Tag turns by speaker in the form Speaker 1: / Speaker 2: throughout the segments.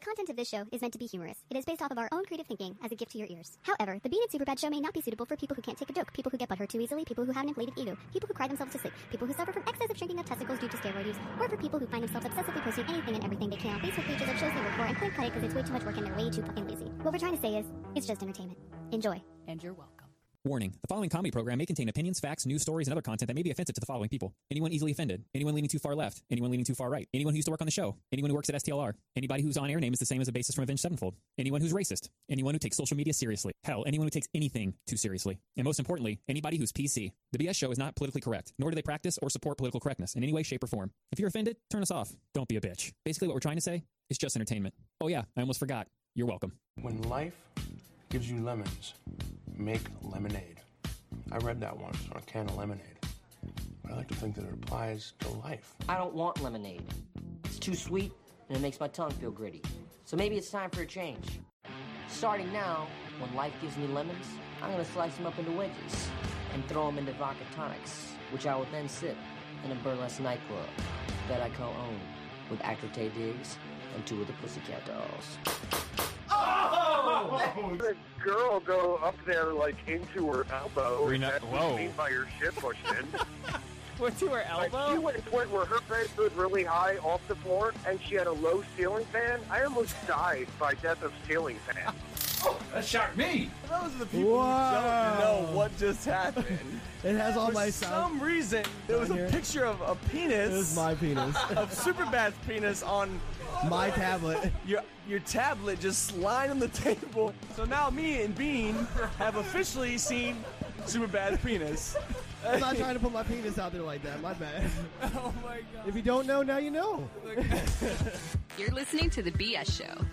Speaker 1: content of this show is meant to be humorous. It is based off of our own creative thinking as a gift to your ears. However, the Bean and Superbad show may not be suitable for people who can't take a joke, people who get butthurt too easily, people who have an inflated ego, people who cry themselves to sleep, people who suffer from excessive shrinking of testicles due to steroid use, or for people who find themselves obsessively posting anything and everything they can on Facebook pages of shows they work for and click cut it because it's way too much work and they're way too fucking lazy. What we're trying to say is, it's just entertainment. Enjoy.
Speaker 2: And you're welcome.
Speaker 3: Warning. The following comedy program may contain opinions, facts, news stories, and other content that may be offensive to the following people. Anyone easily offended. Anyone leaning too far left. Anyone leaning too far right. Anyone who used to work on the show. Anyone who works at STLR. Anybody whose on-air name is the same as a basis from Avenged Sevenfold. Anyone who's racist. Anyone who takes social media seriously. Hell, anyone who takes anything too seriously. And most importantly, anybody who's PC. The BS show is not politically correct, nor do they practice or support political correctness in any way, shape, or form. If you're offended, turn us off. Don't be a bitch. Basically what we're trying to say is just entertainment. Oh yeah, I almost forgot. You're welcome.
Speaker 4: When life gives you lemons, make lemonade. I read that once on a can of lemonade. But I like to think that it applies to life.
Speaker 5: I don't want lemonade. It's too sweet and it makes my tongue feel gritty. So maybe it's time for a change. Starting now, when life gives me lemons, I'm gonna slice them up into wedges and throw them into vodka tonics, which I will then sip in a burlesque nightclub that I co-own with actor Tay Diggs and two of the Pussycat Dolls.
Speaker 6: The girl go up there like into her elbow.
Speaker 7: Rena-
Speaker 6: That's what
Speaker 7: whoa.
Speaker 6: I mean by your shit pushing.
Speaker 8: Went to her
Speaker 6: like she
Speaker 8: elbow.
Speaker 6: went to a point where her bed was really high off the floor, and she had a low ceiling fan. I almost died by death of ceiling fan.
Speaker 7: That shocked me.
Speaker 9: Those are the people who don't know what just happened.
Speaker 10: It has all
Speaker 9: For
Speaker 10: my sound.
Speaker 9: some reason, there was
Speaker 10: Down
Speaker 9: a
Speaker 10: here.
Speaker 9: picture of a penis.
Speaker 10: This is my penis.
Speaker 9: of Superbad's penis on
Speaker 10: my tablet.
Speaker 9: your your tablet just lying on the table. So now me and Bean have officially seen Superbad's penis.
Speaker 10: I'm not trying to put my penis out there like that. My bad.
Speaker 8: Oh my god.
Speaker 10: If you don't know, now you know.
Speaker 2: You're listening to The BS Show.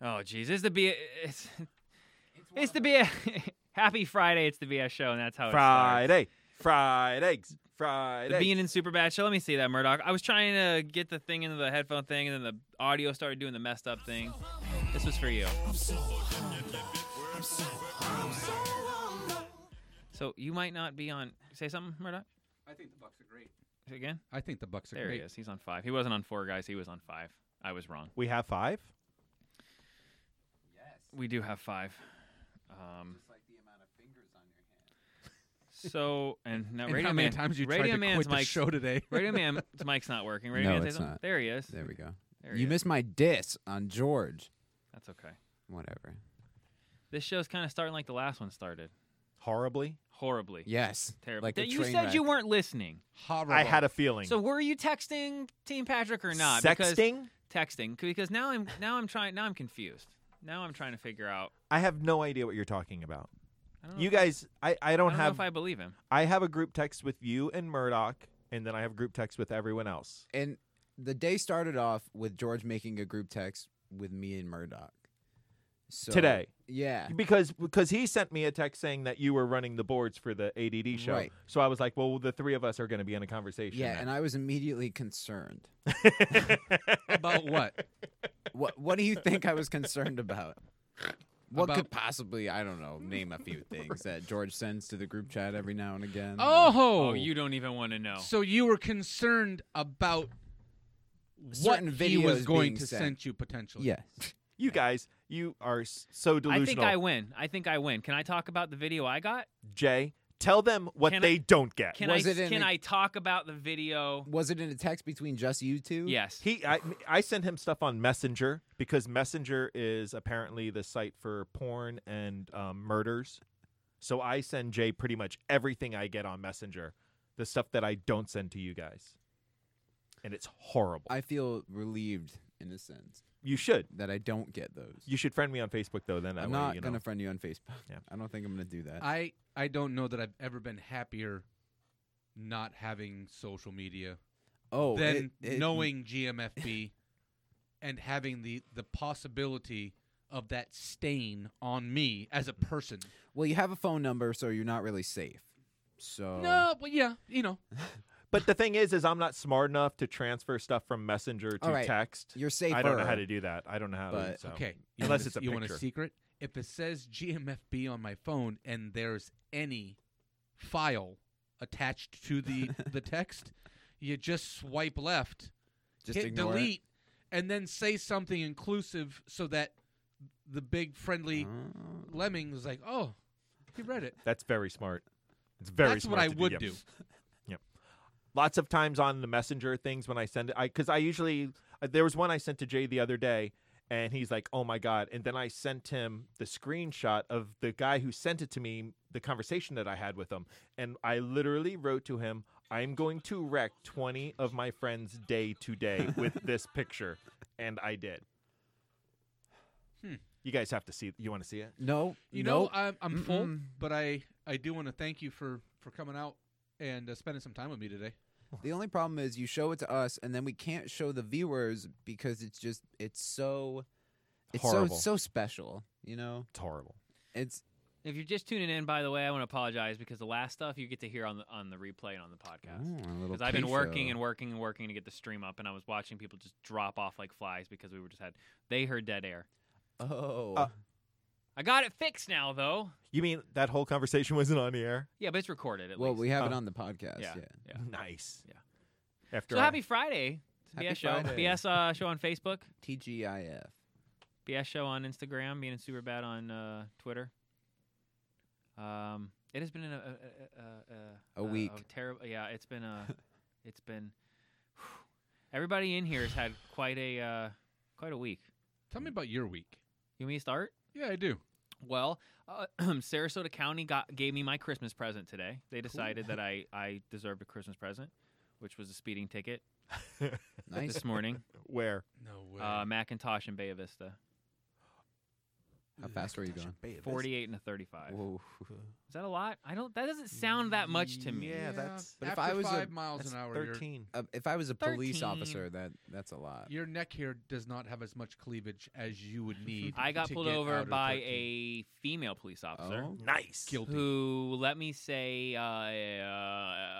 Speaker 11: Oh, jeez. It's the B. It's, it's the B. Happy Friday. It's the BS show, and that's how it starts.
Speaker 9: Friday, Fridays,
Speaker 11: The
Speaker 9: Friday.
Speaker 11: Bean and Super Bad show. Let me see that, Murdoch. I was trying to get the thing into the headphone thing, and then the audio started doing the messed up thing. This was for you. So you might not be on. Say something, Murdoch.
Speaker 7: I think the Bucks are great.
Speaker 11: Say Again?
Speaker 7: I think the Bucks are
Speaker 11: There he
Speaker 7: great.
Speaker 11: is. He's on five. He wasn't on four, guys. He was on five. I was wrong.
Speaker 12: We have five.
Speaker 11: We do have five. Um, so and now
Speaker 7: And
Speaker 11: Radio
Speaker 7: how many
Speaker 11: Man.
Speaker 7: times you
Speaker 11: Radio
Speaker 7: tried to
Speaker 11: Man's
Speaker 7: quit the
Speaker 11: mic's-
Speaker 7: show today?
Speaker 11: Radio Man's mic's not working. Radio
Speaker 13: No,
Speaker 11: Man's
Speaker 13: it's not.
Speaker 11: There he is.
Speaker 13: There we go.
Speaker 11: There he
Speaker 13: you
Speaker 11: is.
Speaker 13: missed my diss on George.
Speaker 11: That's okay.
Speaker 13: Whatever.
Speaker 11: This show's kind of starting like the last one started.
Speaker 12: Horribly.
Speaker 11: Horribly.
Speaker 13: Yes.
Speaker 11: Terrible.
Speaker 13: Like a
Speaker 11: you
Speaker 13: train
Speaker 11: said you
Speaker 13: wreck.
Speaker 11: weren't listening.
Speaker 7: Horrible.
Speaker 12: I had a feeling.
Speaker 11: So were you texting Team Patrick or not? Because,
Speaker 12: Sexting?
Speaker 11: texting. Because now I'm now I'm trying now I'm confused. Now I'm trying to figure out.
Speaker 12: I have no idea what you're talking about.
Speaker 11: I don't know
Speaker 12: You
Speaker 11: if-
Speaker 12: guys, I, I
Speaker 11: I
Speaker 12: don't
Speaker 11: don't know
Speaker 12: have.
Speaker 11: if I believe him.
Speaker 12: I have a group text with you and Murdoch, and then I have group text with everyone else.
Speaker 13: And the day started off with George making a group text with me and Murdoch. So,
Speaker 12: Today.
Speaker 13: Yeah.
Speaker 12: Because because he sent me a text saying that you were running the boards for the ADD show.
Speaker 13: Right.
Speaker 12: So I was like, well, the three of us are going to be in a conversation.
Speaker 13: Yeah, and I was immediately concerned.
Speaker 7: About what?
Speaker 13: what What do you think I was concerned about? What
Speaker 7: About-
Speaker 13: could possibly, I don't know, name a few things that George sends to the group chat every now and again?
Speaker 11: Oh,
Speaker 7: Oh,
Speaker 11: you don't even want to know.
Speaker 7: So you were concerned about what
Speaker 13: Certain
Speaker 7: he was
Speaker 13: videos
Speaker 7: going
Speaker 13: being
Speaker 7: to
Speaker 13: sent.
Speaker 7: send you potentially.
Speaker 13: Yes.
Speaker 12: you guys, you are s- so
Speaker 11: I
Speaker 12: delusional.
Speaker 11: think I win. I think I win. Can I talk about the video I got?
Speaker 12: Jay, tell them what
Speaker 11: Can I-
Speaker 12: they don't get.
Speaker 11: Can
Speaker 13: Was
Speaker 11: I
Speaker 13: it in
Speaker 11: can
Speaker 13: a-
Speaker 11: I talk about the video?
Speaker 13: Was it in a text between just you two?
Speaker 11: Yes.
Speaker 12: He, I, I sent him stuff on Messenger because Messenger is apparently the site for porn and um, murders. So I send Jay pretty much everything I get on Messenger, the stuff that I don't send to you guys, and it's horrible.
Speaker 13: I feel relieved in a sense
Speaker 12: you should,
Speaker 13: that I don't get those.
Speaker 12: you should friend me on Facebook though. Then that
Speaker 13: I'm
Speaker 12: way,
Speaker 13: not
Speaker 12: you know.
Speaker 13: gonna friend you on Facebook.
Speaker 12: Yeah.
Speaker 13: I don't think I'm gonna do that.
Speaker 7: I I don't know that I've ever been happier not having social media
Speaker 13: oh,
Speaker 7: than
Speaker 13: it- it-
Speaker 7: knowing GMFB and having the the possibility of that stain on me as a person.
Speaker 13: Well, you have a phone number, so you're not really safe. So
Speaker 7: No, but yeah, you know,
Speaker 12: But the thing is, is I'm not smart enough to transfer stuff from Messenger to
Speaker 7: All right.
Speaker 12: text.
Speaker 7: You're
Speaker 12: I don't know
Speaker 7: safer,
Speaker 12: how to do that. I don't know how to. So.
Speaker 7: Okay. you want
Speaker 12: Unless
Speaker 7: a-
Speaker 12: it's a
Speaker 7: you
Speaker 12: picture.
Speaker 7: want a secret? If it says GMFB on my phone and there's any file attached to the the text, you just swipe left,
Speaker 13: Just
Speaker 7: hit
Speaker 13: ignore it.
Speaker 7: delete, and then say something inclusive so that the big friendly lemming is like, "Oh, he read it."
Speaker 12: That's very smart. It's very
Speaker 7: That's what
Speaker 12: smart
Speaker 7: I
Speaker 12: to
Speaker 7: would
Speaker 12: yep.
Speaker 7: do.
Speaker 12: Yep. Lots of times on the messenger things when I send it, I because I usually uh, there was one I sent to Jay the other day, and he's like, "Oh my god!" And then I sent him the screenshot of the guy who sent it to me, the conversation that I had with him, and I literally wrote to him. I'm going to wreck 20 of my friends day to day with this picture. And I did.
Speaker 7: Hmm.
Speaker 12: You guys have to see. You want to see it?
Speaker 13: No.
Speaker 7: You know, I'm, I'm full, but I I do want to thank you for for coming out and uh, spending some time with me today.
Speaker 13: The only problem is you show it to us, and then we can't show the viewers because it's just it's so it's
Speaker 11: Horrible.
Speaker 13: so so special. You know,
Speaker 12: it's horrible.
Speaker 13: It's
Speaker 11: If you're just tuning in, by the way, I want to apologize because the last stuff you get to hear on the on the replay and on the podcast.
Speaker 13: Ooh, a little
Speaker 11: Because I've been working
Speaker 13: pre-show.
Speaker 11: and working and working to get the stream up, and I was watching people just drop off like flies because we were just had they heard dead air.
Speaker 13: oh,
Speaker 11: I got it fixed now though.
Speaker 12: Uh, You mean that whole conversation wasn't on the air?
Speaker 11: Yeah, but it's recorded at
Speaker 13: well,
Speaker 11: least. Oh.
Speaker 13: we have it on the podcast. Yeah,
Speaker 11: Yeah, yeah.
Speaker 12: Nice.
Speaker 11: Yeah.
Speaker 12: After
Speaker 11: So
Speaker 12: I-
Speaker 11: happy Friday. It's
Speaker 13: Happy
Speaker 11: BS show.
Speaker 13: Friday.
Speaker 11: BS uh, show on Facebook.
Speaker 13: TGIF.
Speaker 11: BS show on Instagram. Being super bad on uh, Twitter. Um, it has been an, a, a,
Speaker 13: A
Speaker 11: a,
Speaker 13: week.
Speaker 11: terrible. Yeah, it's been a. it's been. Everybody in here has had quite a uh, quite a week.
Speaker 7: Tell me about your week.
Speaker 11: You want me to start?
Speaker 7: Yeah, I do.
Speaker 11: Well, uh, Sarasota County got gave me my Christmas present today. They decided that I I deserved a Christmas present, which was a speeding ticket.
Speaker 12: Nice.
Speaker 11: This morning.
Speaker 12: Where?
Speaker 7: No way.
Speaker 11: Uh, Macintosh and Bay Vista.
Speaker 13: How fast were you going?
Speaker 11: Forty-eight and a thirty-five. Is that a lot? I don't. That doesn't sound that much to me.
Speaker 7: Yeah, that's-
Speaker 13: But if
Speaker 7: After
Speaker 13: I was
Speaker 7: five
Speaker 13: a,
Speaker 7: miles an hour, you're-
Speaker 13: Uh, if I was a police
Speaker 7: 13.
Speaker 13: officer, that that's a lot.
Speaker 7: Your neck hair does not have as much cleavage as you would need.
Speaker 11: I got
Speaker 7: to
Speaker 11: pulled
Speaker 7: get out
Speaker 11: over
Speaker 7: of
Speaker 11: by
Speaker 7: 13.
Speaker 11: a female police officer.
Speaker 13: Oh.
Speaker 12: Nice.
Speaker 7: Guilty.
Speaker 11: Who let me say? Uh, uh,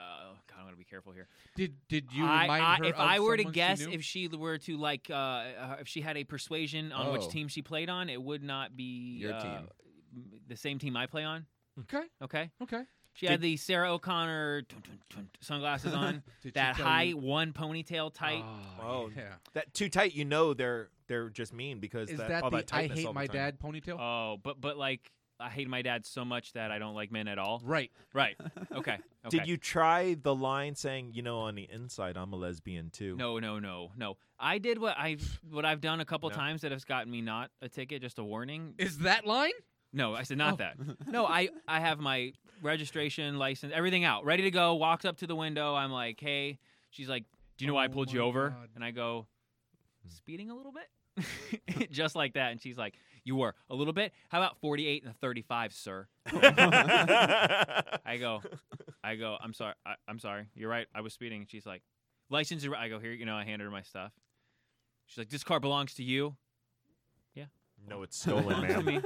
Speaker 11: God, I'm gonna be careful here.
Speaker 7: Did did you
Speaker 11: I,
Speaker 7: remind
Speaker 11: I-
Speaker 7: her
Speaker 11: if
Speaker 7: of
Speaker 11: I were to
Speaker 7: someone she
Speaker 11: guess
Speaker 7: knew?
Speaker 11: if she were to like uh, uh, if she had a persuasion on which
Speaker 13: Oh.
Speaker 11: team she played on, it would not be
Speaker 13: Your
Speaker 11: uh,
Speaker 13: team.
Speaker 11: m- the same team I play on.
Speaker 7: Okay.
Speaker 11: Okay.
Speaker 7: Okay.
Speaker 11: She had the Sarah O'Connor tun- tun- tun- sunglasses on,
Speaker 12: Did she
Speaker 11: that
Speaker 12: tell
Speaker 11: high
Speaker 12: you-
Speaker 11: one ponytail tight.
Speaker 7: Ah.
Speaker 12: Oh, that too tight. You know they're they're just mean because
Speaker 11: Is
Speaker 12: that,
Speaker 11: that
Speaker 12: all
Speaker 11: the
Speaker 12: that
Speaker 11: I
Speaker 12: tightness
Speaker 11: hate
Speaker 12: all the
Speaker 11: my
Speaker 12: time.
Speaker 11: dad
Speaker 7: ponytail.
Speaker 11: Oh, but but like I hate my dad so much that I don't like men at all.
Speaker 7: Right.
Speaker 11: Right. Okay. okay.
Speaker 12: Did you try the line saying, you know, on the inside, I'm a lesbian too?
Speaker 11: No, no, no, no. I did what I have what I've done a couple
Speaker 12: No.
Speaker 11: times that has gotten me not a ticket, just a warning.
Speaker 7: Is that line?
Speaker 11: No, I said not
Speaker 7: Oh.
Speaker 11: that. No, I I have my registration, license, everything out, ready to go. Walks up to the window. I'm like, hey. She's like, do you know why I
Speaker 7: Oh
Speaker 11: pulled you
Speaker 7: my
Speaker 11: over?
Speaker 7: God.
Speaker 11: And I go, speeding a little bit, just like that. And she's like, you were a little bit. How about 48 and 35, sir? I go, I go. I'm sorry. I, I'm sorry. You're right. I was speeding. And she's like, license. is- I go here. You know, I handed her my stuff. She's like, this car belongs to you. Yeah.
Speaker 12: No, Oh, it's stolen,
Speaker 11: Belongs to
Speaker 12: ma'am.
Speaker 11: me.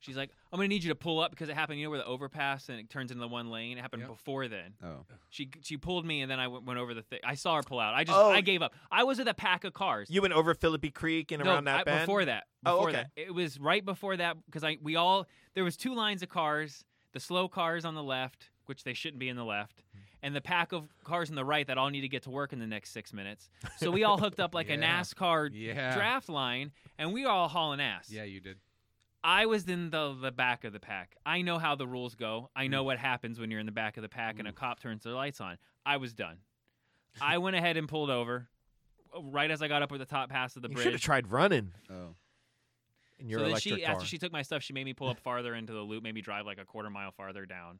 Speaker 11: She's like, I'm gonna need you to pull up because it happened. You know where the overpass and it turns into the one lane. It happened before then.
Speaker 13: Oh.
Speaker 11: She she pulled me and then I went, went over the thing. I saw her pull out. I just
Speaker 12: Oh.
Speaker 11: I gave up. I was with a pack of cars.
Speaker 12: You went over Philippi Creek and
Speaker 11: no,
Speaker 12: around that
Speaker 11: I-
Speaker 12: bend?
Speaker 11: before that.
Speaker 12: Oh,
Speaker 11: Before
Speaker 12: okay.
Speaker 11: that. It was right before that because I we all there was two lines of cars. The slow cars on the left, which they shouldn't be in the left, and the pack of cars on the right that all need to get to work in the next six minutes. So we all hooked up like a
Speaker 7: Yeah.
Speaker 11: NASCAR
Speaker 7: Yeah.
Speaker 11: draft line, and we were all hauling ass.
Speaker 7: Yeah, you did.
Speaker 11: I was in the the back of the pack. I know how the rules go. I
Speaker 12: Mm.
Speaker 11: know what happens when you're in the back of the pack and a cop turns their lights on. I was done. I went ahead and pulled over uh, right as I got up with the top pass of the
Speaker 12: You should have
Speaker 11: bridge.
Speaker 12: tried running.
Speaker 13: Oh.
Speaker 12: In your
Speaker 11: so then
Speaker 12: electric
Speaker 11: she,
Speaker 12: car.
Speaker 11: after she took my stuff, she made me pull up farther into the loop, made me drive like a quarter mile farther down.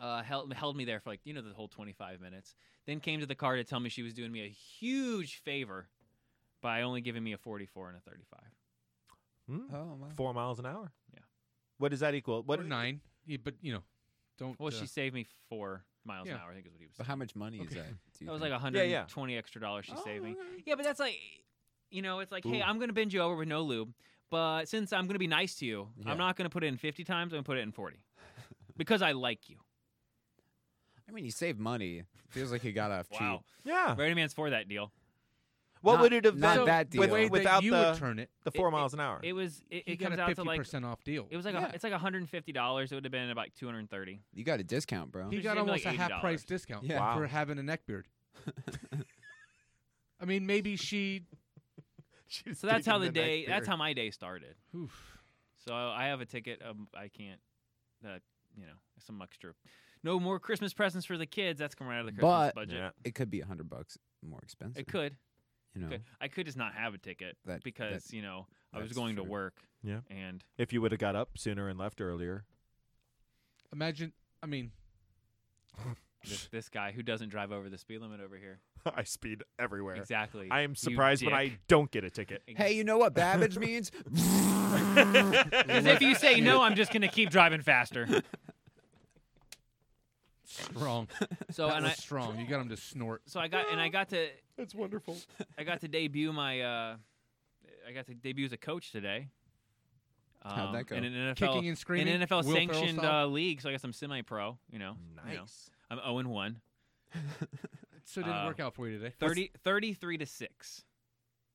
Speaker 11: Uh, held held me there for like you know the whole 25 minutes. Then came to the car to tell me she was doing me a huge favor by only giving me a 44 and a 35.
Speaker 12: Hmm?
Speaker 13: Oh, wow.
Speaker 12: Four miles an hour.
Speaker 11: Yeah.
Speaker 12: What does that equal? What
Speaker 7: Or nine. Yeah, but you know, don't.
Speaker 11: Well,
Speaker 7: uh,
Speaker 11: she saved me four miles
Speaker 7: Yeah.
Speaker 11: an hour. I think is what he was.
Speaker 13: But how much money is
Speaker 7: Okay.
Speaker 13: that? do you
Speaker 11: That was like
Speaker 13: think? Oh,
Speaker 11: 120 extra dollars she saved me. Yeah, but that's like, you know, it's like, hey,
Speaker 13: Ooh.
Speaker 11: I'm gonna bend you over with no lube, but since I'm gonna be nice to you,
Speaker 13: Yeah.
Speaker 11: I'm not gonna put it in 50 times. I'm gonna put it in 40 because I like you.
Speaker 13: I mean, you save money. Feels like you got off
Speaker 11: Wow.
Speaker 13: cheap.
Speaker 11: Brady Man's for that deal.
Speaker 13: What
Speaker 11: Not-
Speaker 13: would it have Not been that deal.
Speaker 12: with- without
Speaker 7: you
Speaker 12: the
Speaker 7: would turn it.
Speaker 12: the four miles an hour?
Speaker 11: It was. It,
Speaker 7: He
Speaker 11: it
Speaker 7: got
Speaker 11: comes
Speaker 7: a
Speaker 11: out to like
Speaker 7: 50% off deal.
Speaker 11: It was like
Speaker 7: Yeah.
Speaker 11: a, it's like 150 dollars. It would have been about 230.
Speaker 13: You got a discount, bro.
Speaker 7: He
Speaker 11: Which
Speaker 7: got
Speaker 11: seemed
Speaker 7: almost
Speaker 11: like
Speaker 7: a half price
Speaker 11: $80.
Speaker 7: discount
Speaker 11: Yeah. Wow.
Speaker 7: for having a neck beard. I mean, maybe she.
Speaker 11: So that's how the day. That's how my day started. So I have a ticket. Um, I can't. Uh, you know, some extra. No more Christmas presents for the kids. That's coming out of the Christmas
Speaker 13: But
Speaker 11: budget.
Speaker 13: it could be a hundred bucks more expensive.
Speaker 11: It could.
Speaker 13: You know.
Speaker 11: Could. I could just not have a ticket
Speaker 13: That-
Speaker 11: because
Speaker 13: that-
Speaker 11: you know I was
Speaker 13: that's
Speaker 11: going to
Speaker 13: true.
Speaker 11: work.
Speaker 12: Yeah.
Speaker 11: And
Speaker 12: If you would have got up sooner and left earlier,
Speaker 7: Imagine. I mean,
Speaker 11: this, this guy who doesn't drive over the speed limit over here.
Speaker 12: I speed everywhere.
Speaker 11: Exactly.
Speaker 12: I am
Speaker 11: You
Speaker 12: surprised when I
Speaker 11: dick.
Speaker 12: don't get a ticket.
Speaker 13: Hey, you know what Babbage means?
Speaker 11: Because if you say no, I'm just going to keep driving faster.
Speaker 7: strong.
Speaker 11: So,
Speaker 7: That
Speaker 11: and
Speaker 7: was
Speaker 11: I-
Speaker 7: strong. You got him to snort.
Speaker 11: So I got and I got to
Speaker 12: That's wonderful.
Speaker 11: I got to debut my uh I got to debut as a coach today. Um,
Speaker 13: How'd that go?
Speaker 11: In an NFL,
Speaker 7: Kicking and screaming?
Speaker 11: in an NFL
Speaker 7: Will Ferrell
Speaker 11: sanctioned uh,
Speaker 7: style?
Speaker 11: league, so I got some semi-pro. You know, You know.
Speaker 12: Nice.
Speaker 11: I'm zero and one.
Speaker 7: So it didn't
Speaker 11: Uh,
Speaker 7: work out for you today.
Speaker 11: 30, 33 to six.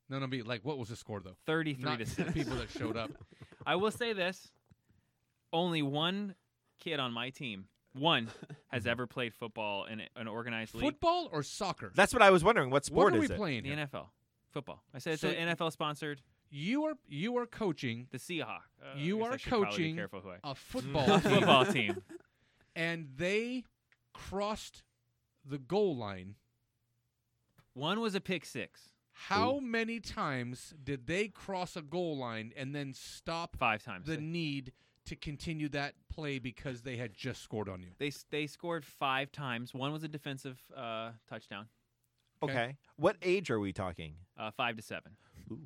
Speaker 7: No, no, be like, what was the score though?
Speaker 11: 33
Speaker 7: Not
Speaker 11: to
Speaker 7: the
Speaker 11: six.
Speaker 7: people that showed up.
Speaker 11: I will say this: only one kid on my team, one, has ever played football in a- an organized league.
Speaker 7: Football or soccer?
Speaker 12: That's what I was wondering. What
Speaker 7: What
Speaker 12: sport
Speaker 7: are
Speaker 12: is
Speaker 7: we
Speaker 12: it?
Speaker 7: playing?
Speaker 11: The
Speaker 7: here?
Speaker 11: NFL football. I said it's
Speaker 7: So-
Speaker 11: an NFL sponsored.
Speaker 7: You are you are coaching.
Speaker 11: The Seahawks. Uh, I
Speaker 7: you
Speaker 11: guess I
Speaker 7: are
Speaker 11: should probably be
Speaker 7: coaching
Speaker 11: careful who I-
Speaker 7: a football team,
Speaker 11: Football team.
Speaker 7: and they crossed the goal line.
Speaker 11: One was a pick six.
Speaker 7: How many times did they cross a goal line and then stop
Speaker 11: Five times.
Speaker 7: the
Speaker 11: They-
Speaker 7: need to continue that play because they had just scored on you?
Speaker 11: They s- they scored five times. One was a defensive uh, touchdown.
Speaker 12: Okay. What age are we talking?
Speaker 11: Uh, five to seven.
Speaker 12: Ooh.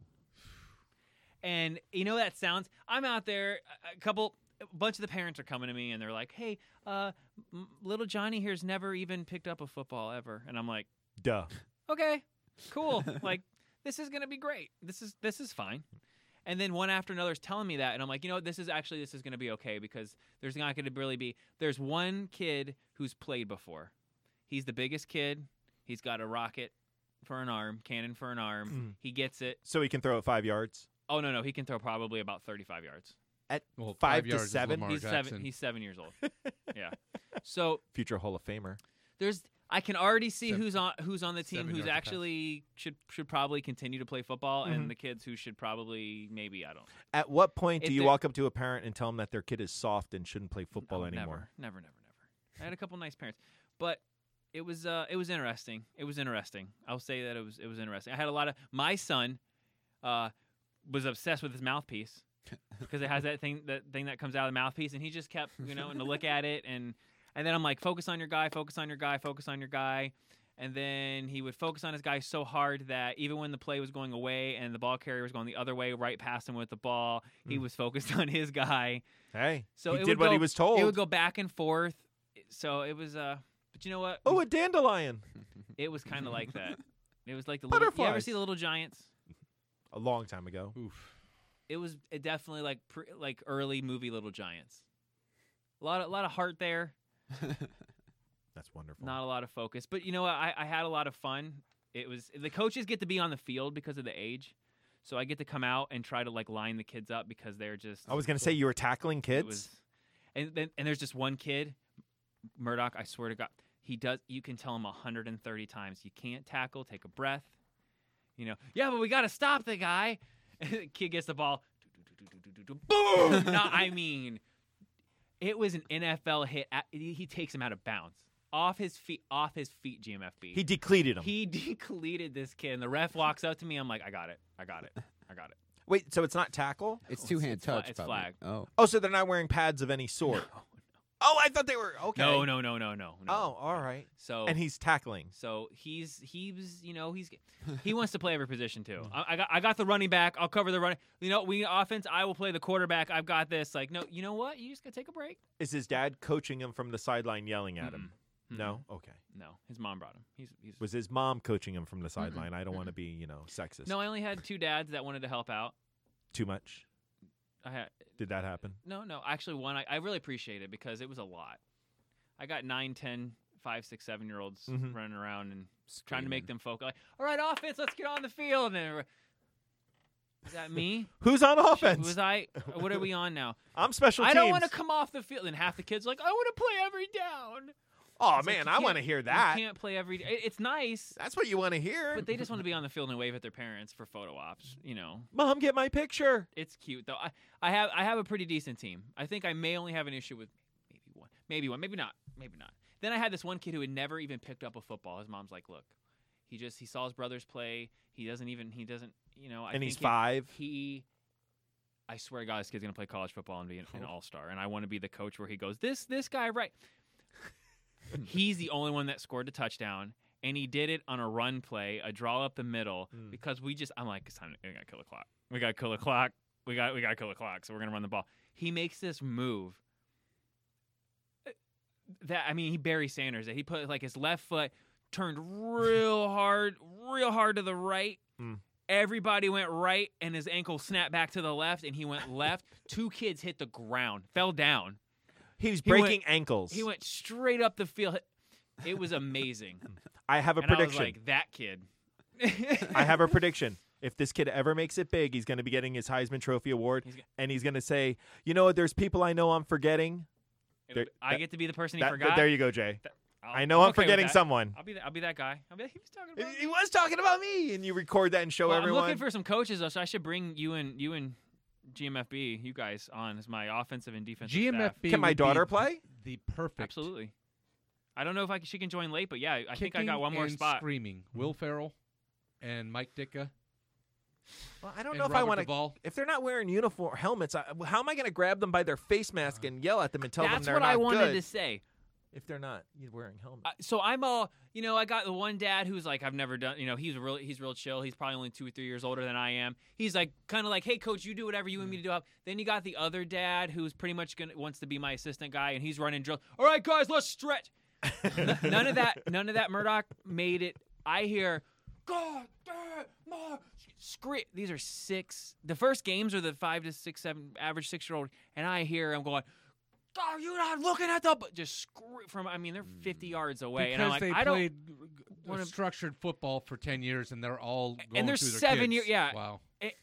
Speaker 11: And you know that sounds. I'm out there. a- A couple, a bunch of the parents are coming to me and they're like, "Hey, uh, m- little Johnny here's never even picked up a football ever." And I'm like,
Speaker 12: Duh.
Speaker 11: "Okay, cool. like this is gonna be great. This is this is fine." And then one after another is telling me that, and I'm like, you know, what? this is actually this is gonna be okay because there's not gonna really be. There's one kid who's played before. He's the biggest kid. He's got a rocket for an arm, cannon for an arm.
Speaker 7: Hmm.
Speaker 12: Mm.
Speaker 11: He gets it.
Speaker 12: So he can throw it five yards
Speaker 11: Oh no, no, he can throw probably about 35 yards.
Speaker 12: at
Speaker 7: Well, five
Speaker 12: five,
Speaker 7: yards
Speaker 12: to
Speaker 7: is
Speaker 12: seven.
Speaker 7: Lamar
Speaker 11: he's
Speaker 7: Jackson.
Speaker 11: seven. He's seven years old. yeah. So
Speaker 12: Future Hall of Famer.
Speaker 11: there's I can already see
Speaker 7: Seven-
Speaker 11: who's on who's on the team
Speaker 7: seven
Speaker 11: who's
Speaker 7: yards a pass.
Speaker 11: actually should should probably continue to play football
Speaker 12: Mhm.
Speaker 11: and the kids who should probably maybe I don't
Speaker 12: At what point
Speaker 11: If
Speaker 12: do you
Speaker 11: they're-
Speaker 12: walk up to a parent and tell them that their kid is soft and shouldn't play football
Speaker 11: never,
Speaker 12: anymore?
Speaker 11: Oh, Never, never, never, never. I had a couple nice parents, but it was uh, it was interesting. It was interesting. I'll say that it was it was interesting. I had a lot of my son uh, was obsessed with his mouthpiece because it has that thing that thing that comes out of the mouthpiece, and he just kept you know and to look at it and and then I'm like focus on your guy, focus on your guy, focus on your guy. And then he would focus on his guy so hard that even when the play was going away and the ball carrier was going the other way, right past him with the ball, he
Speaker 12: Mm.
Speaker 11: was focused on his guy.
Speaker 12: Hey,
Speaker 11: So
Speaker 12: he
Speaker 11: it
Speaker 12: did
Speaker 11: would
Speaker 12: what he
Speaker 11: go-
Speaker 12: was told.
Speaker 11: It would go back and forth. So it was uh but you know what?
Speaker 12: oh, a dandelion.
Speaker 11: It was kind of like that. It was like the little You ever
Speaker 12: Butterflies.
Speaker 11: see the little giants?
Speaker 12: A long time ago.
Speaker 11: It was it definitely like pre, like early movie Little Giants. A lot of, lot of heart there,
Speaker 12: That's wonderful.
Speaker 11: not a lot of focus. But you know what? I, I had a lot of fun. It was the coaches get to be on the field because of the age. So I get to come out and try to like line the kids up because they're just
Speaker 12: I was gonna say you were tackling
Speaker 11: It
Speaker 12: kids.
Speaker 11: was- and then and there's just one kid, Murdoch. I swear to God, he does. You can tell him 130 times you can't tackle. Take a breath. You know, yeah, but we got to stop the guy. kid gets the ball. Boom! no, I mean, it was an NFL hit. At, he he takes him out of bounds, off his feet, off his feet. GMFB.
Speaker 12: he decleated him.
Speaker 11: He depleted this kid, and the ref walks up to me. I'm like, I got it, I got it, I got it.
Speaker 12: Wait, so it's not tackle?
Speaker 13: It's two hand
Speaker 11: fla-
Speaker 13: touch.
Speaker 11: it's
Speaker 13: probably.
Speaker 11: flag.
Speaker 13: Oh,
Speaker 12: Oh, so they're not wearing pads of any sort. Oh, I thought they were okay.
Speaker 11: No, no, no, no, no, no.
Speaker 12: Oh, all right.
Speaker 11: So
Speaker 12: and he's tackling.
Speaker 11: So he's he's you know he's he wants to play every position too. I, I got I got the running back. I'll cover the running. You know we offense. I will play the quarterback. I've got this. Like no, you know what? You just gotta take a break.
Speaker 12: Is his dad coaching him from the sideline, yelling at him? No. Okay.
Speaker 11: No, his mom brought him. He's he's
Speaker 12: Was his mom coaching him from the sideline? I don't want to be, you know, sexist.
Speaker 11: no. I only had two dads that wanted to help out.
Speaker 12: Too much.
Speaker 11: I had
Speaker 12: Did that happen?
Speaker 11: no no actually one I, I really appreciate it because it was a lot. I got nine ten five five, six, seven year olds
Speaker 12: Mhm.
Speaker 11: running around and trying to make them focus. Like, all right, offense, let's get on the field. And everyone- is that me?
Speaker 12: Who's on
Speaker 11: Shoot,
Speaker 12: offense?
Speaker 11: Was I? What are we on now?
Speaker 12: I'm special
Speaker 11: I don't want to
Speaker 12: teams.
Speaker 11: come off the field. And half the kids are like, I want to play every down.
Speaker 12: Oh
Speaker 11: It's like,
Speaker 12: man,
Speaker 11: you
Speaker 12: I want to
Speaker 11: can't-
Speaker 12: hear that.
Speaker 11: You can't play every. it- It's nice.
Speaker 12: That's what you want to hear.
Speaker 11: But they just want to be on the field and wave at their parents for photo ops. You know.
Speaker 12: Mom, get my picture.
Speaker 11: It's cute though. I, I have I have a pretty decent team. I think I may only have an issue with maybe one, maybe one, maybe not, maybe not. Then I had this one kid who had never even picked up a football. His mom's like, "Look, he just he saw his brothers play. He doesn't even he doesn't you know." I
Speaker 12: And
Speaker 11: think
Speaker 12: he's
Speaker 11: if
Speaker 12: five?
Speaker 11: He, I swear to God, this kid's gonna play college football and be an, an all star. And I want to be the coach where he goes, "This this guy right." he's the only one that scored a touchdown. And he did it on a run play, a draw up the middle,
Speaker 12: Mm.
Speaker 11: because we just I'm like, it's time to, we gotta kill the clock. We gotta kill the clock. We got we gotta kill the clock. So we're gonna run the ball. He makes this move. That I mean, he Barry Sanders. That he put like his left foot turned real hard, real hard to the right.
Speaker 12: Mm.
Speaker 11: Everybody went right, and his ankle snapped back to the left, and he went left. Two kids hit the ground, fell down.
Speaker 12: He was
Speaker 11: He went-
Speaker 12: breaking ankles.
Speaker 11: He went straight up the field. It was amazing.
Speaker 12: I have a
Speaker 11: And
Speaker 12: prediction.
Speaker 11: I was like that kid.
Speaker 12: I have a prediction. If this kid ever makes it big, he's going to be getting his Heisman Trophy award, and he's going to say, "You know what? There's people I know I'm forgetting. There-
Speaker 11: I
Speaker 12: that-
Speaker 11: get to be the person he
Speaker 12: that-
Speaker 11: forgot.
Speaker 12: There you go, Jay.
Speaker 11: Th- I'll-
Speaker 12: I know I'm
Speaker 11: okay with
Speaker 12: forgetting
Speaker 11: that.
Speaker 12: someone.
Speaker 11: I'll be that. I'll be that guy. I'll be like, he was talking about. me."
Speaker 12: He was talking about me, and you record that and show
Speaker 11: Well,
Speaker 12: everyone.
Speaker 11: I'm looking for some coaches, though, so I should bring you and you and GMFB, you guys, on as my offensive and defensive staff.
Speaker 7: GMFB.
Speaker 12: Can my
Speaker 7: would be
Speaker 12: daughter play?
Speaker 7: The perfect.
Speaker 11: Absolutely. I don't know if I can, she can join late, but yeah, I I think I got
Speaker 7: kicking
Speaker 11: one more
Speaker 7: and
Speaker 11: spot.
Speaker 7: Screaming. Will Farrell and Mike Ditka.
Speaker 12: Well, I don't
Speaker 7: and
Speaker 12: know if I
Speaker 7: Robert
Speaker 12: want to.
Speaker 7: Duvall.
Speaker 12: If they're not wearing uniform helmets, I, how am I going to grab them by their face mask and yell at them and tell them
Speaker 11: Uh, That's
Speaker 12: they're
Speaker 11: what
Speaker 12: not
Speaker 11: I wanted
Speaker 12: good?
Speaker 11: to say.
Speaker 12: If they're not wearing helmets,
Speaker 11: Uh, so I'm all, you know, I got the one dad who's like, I've never done, you know, he's real, he's real chill. He's probably only two or three years older than I am. He's like, kind of like, hey, coach, you do whatever you want me to do. Then you got the other dad who's pretty much gonna wants to be my assistant guy, and he's running drills. All right, guys, let's stretch. N- none of that, none of that. Murdoch made it. I hear, God damn, my scream. These are six. The first games are the five to six, seven average six year old, and I hear him going. Are you not looking at the b-" just screw from? I mean, they're fifty yards away, and I'm
Speaker 7: Mm. Because
Speaker 11: like,
Speaker 7: they
Speaker 11: I don't.
Speaker 7: played
Speaker 11: wanna-
Speaker 7: structured football for ten years, and they're all going
Speaker 11: and they're
Speaker 7: through their
Speaker 11: seven
Speaker 7: kids.
Speaker 11: year- yeah.
Speaker 7: Wow.
Speaker 11: It-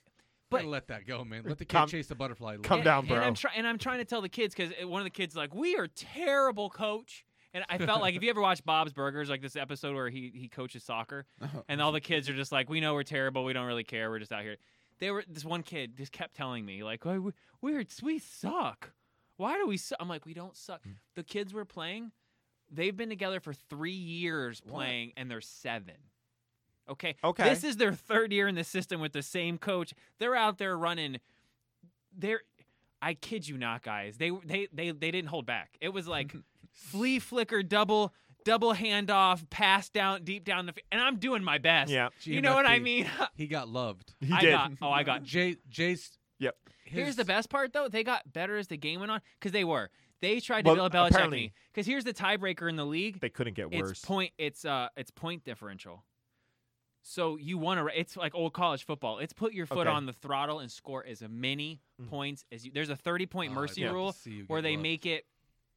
Speaker 7: Gotta let that go, man. Let the kid
Speaker 12: Calm-
Speaker 7: chase the butterfly.
Speaker 12: calm
Speaker 11: and-
Speaker 12: down,
Speaker 11: and
Speaker 12: bro.
Speaker 11: I'm try- and I'm trying to tell the kids because one of the kids is like, "We are terrible, coach." And I felt like if you ever watch Bob's Burgers, like this episode where he he coaches soccer,
Speaker 12: Uh-huh.
Speaker 11: and all the kids are just like, "We know we're terrible. We don't really care. We're just out here." They were this one kid just kept telling me like, "Oh, we, "We're we suck. Why do we?" Su-? I'm like, "We don't suck." The kids we're playing, they've been together for three years playing, and they're seven. Okay.
Speaker 12: Okay.
Speaker 11: This is their third year in the system with the same coach. They're out there running. They're, I kid you not, guys. They they they they didn't hold back. It was like flea flicker double double handoff pass down deep down the f- and I'm doing my best.
Speaker 12: Yeah.
Speaker 11: You know what I
Speaker 7: GMFB.
Speaker 11: mean?
Speaker 7: He got loved.
Speaker 12: He
Speaker 11: I
Speaker 12: did.
Speaker 11: got oh I got
Speaker 7: Jay Jay's
Speaker 12: Yep.
Speaker 11: Here's
Speaker 7: his-
Speaker 11: the best part, though. They got better as the game went on because they were. They tried to
Speaker 12: Well,
Speaker 11: Bill Belichick
Speaker 12: apparently-
Speaker 11: me. Because here's the tiebreaker in the league.
Speaker 12: They couldn't get worse.
Speaker 11: It's point. It's uh. It's point differential. So you want to? It's like old college football. It's put your foot
Speaker 12: Okay. Mm.
Speaker 11: on the throttle and score as many points as you. There's a 30 point
Speaker 7: Oh, I'd
Speaker 11: mercy
Speaker 7: love to
Speaker 11: rule
Speaker 7: see you get
Speaker 11: where they
Speaker 7: loved.
Speaker 11: make it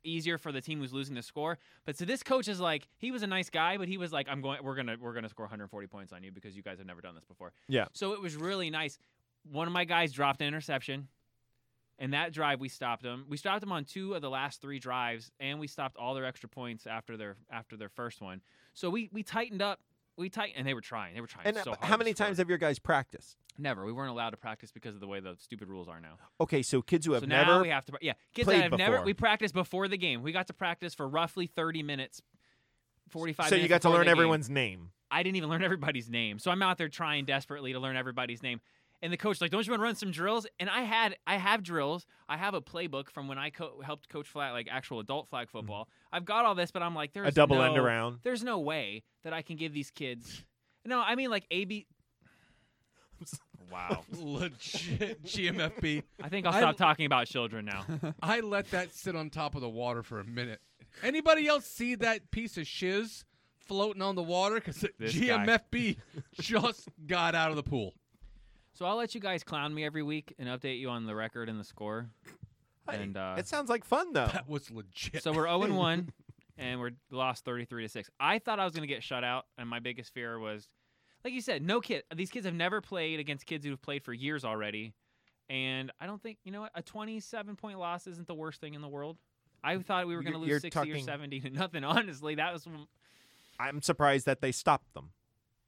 Speaker 11: easier for the team who's losing to score. But so this coach is like, he was a nice guy, but he was like, I'm going. We're gonna. We're gonna score 140 points on you because you guys have never done this before.
Speaker 12: Yeah.
Speaker 11: So it was really nice. One of my guys dropped an interception. And that drive, we stopped them. We stopped them on two of the last three drives, and we stopped all their extra points after their after their first one. So we we tightened up. We tightened, and they were trying. They were trying
Speaker 12: And
Speaker 11: so
Speaker 12: uh,
Speaker 11: hard.
Speaker 12: how
Speaker 11: to
Speaker 12: many
Speaker 11: score.
Speaker 12: times have your guys practiced?
Speaker 11: Never. We weren't allowed to practice because of the way the stupid rules are now.
Speaker 12: Okay, so kids who have
Speaker 11: so
Speaker 12: never
Speaker 11: now we have to. pra- Yeah, kids that
Speaker 12: played
Speaker 11: have never.
Speaker 12: before.
Speaker 11: We practiced before the game. We got to practice for roughly thirty minutes, forty five.
Speaker 12: so you got to learn everyone's name.
Speaker 11: I didn't even learn everybody's name. So I'm out there trying desperately to learn everybody's name. And the coach like, "Don't you want to run some drills?" And I had I have drills. I have a playbook from when I co- helped coach flag like actual adult flag football. I've got all this, but I'm like, there's
Speaker 12: Mm-hmm. double
Speaker 11: no,
Speaker 12: end around.
Speaker 11: There's no way that I can give these kids. No, I mean like AB. Wow.
Speaker 7: legit GMFB.
Speaker 11: I think I'll stop talking about children now.
Speaker 7: I let that sit on top of the water for a minute. Anybody else see that piece of shiz floating on the water? Because
Speaker 11: This
Speaker 7: GMFB just got out of the pool.
Speaker 11: So I'll let you guys clown me every week and update you on the record and the score. And uh,
Speaker 12: It sounds like fun though.
Speaker 7: That was legit.
Speaker 11: so we're 0 and 1. and we're lost 33 to 6. I thought I was going to get shut out and my biggest fear was like you said, no kid. These kids have never played against kids who've played for years already. And I don't think, you know what, a 27 point loss isn't the worst thing in the world. I thought we were going to
Speaker 12: You're-
Speaker 11: lose
Speaker 12: you're
Speaker 11: 60 or
Speaker 12: talking-
Speaker 11: 70 to nothing, honestly. That was
Speaker 12: I'm surprised that they stopped them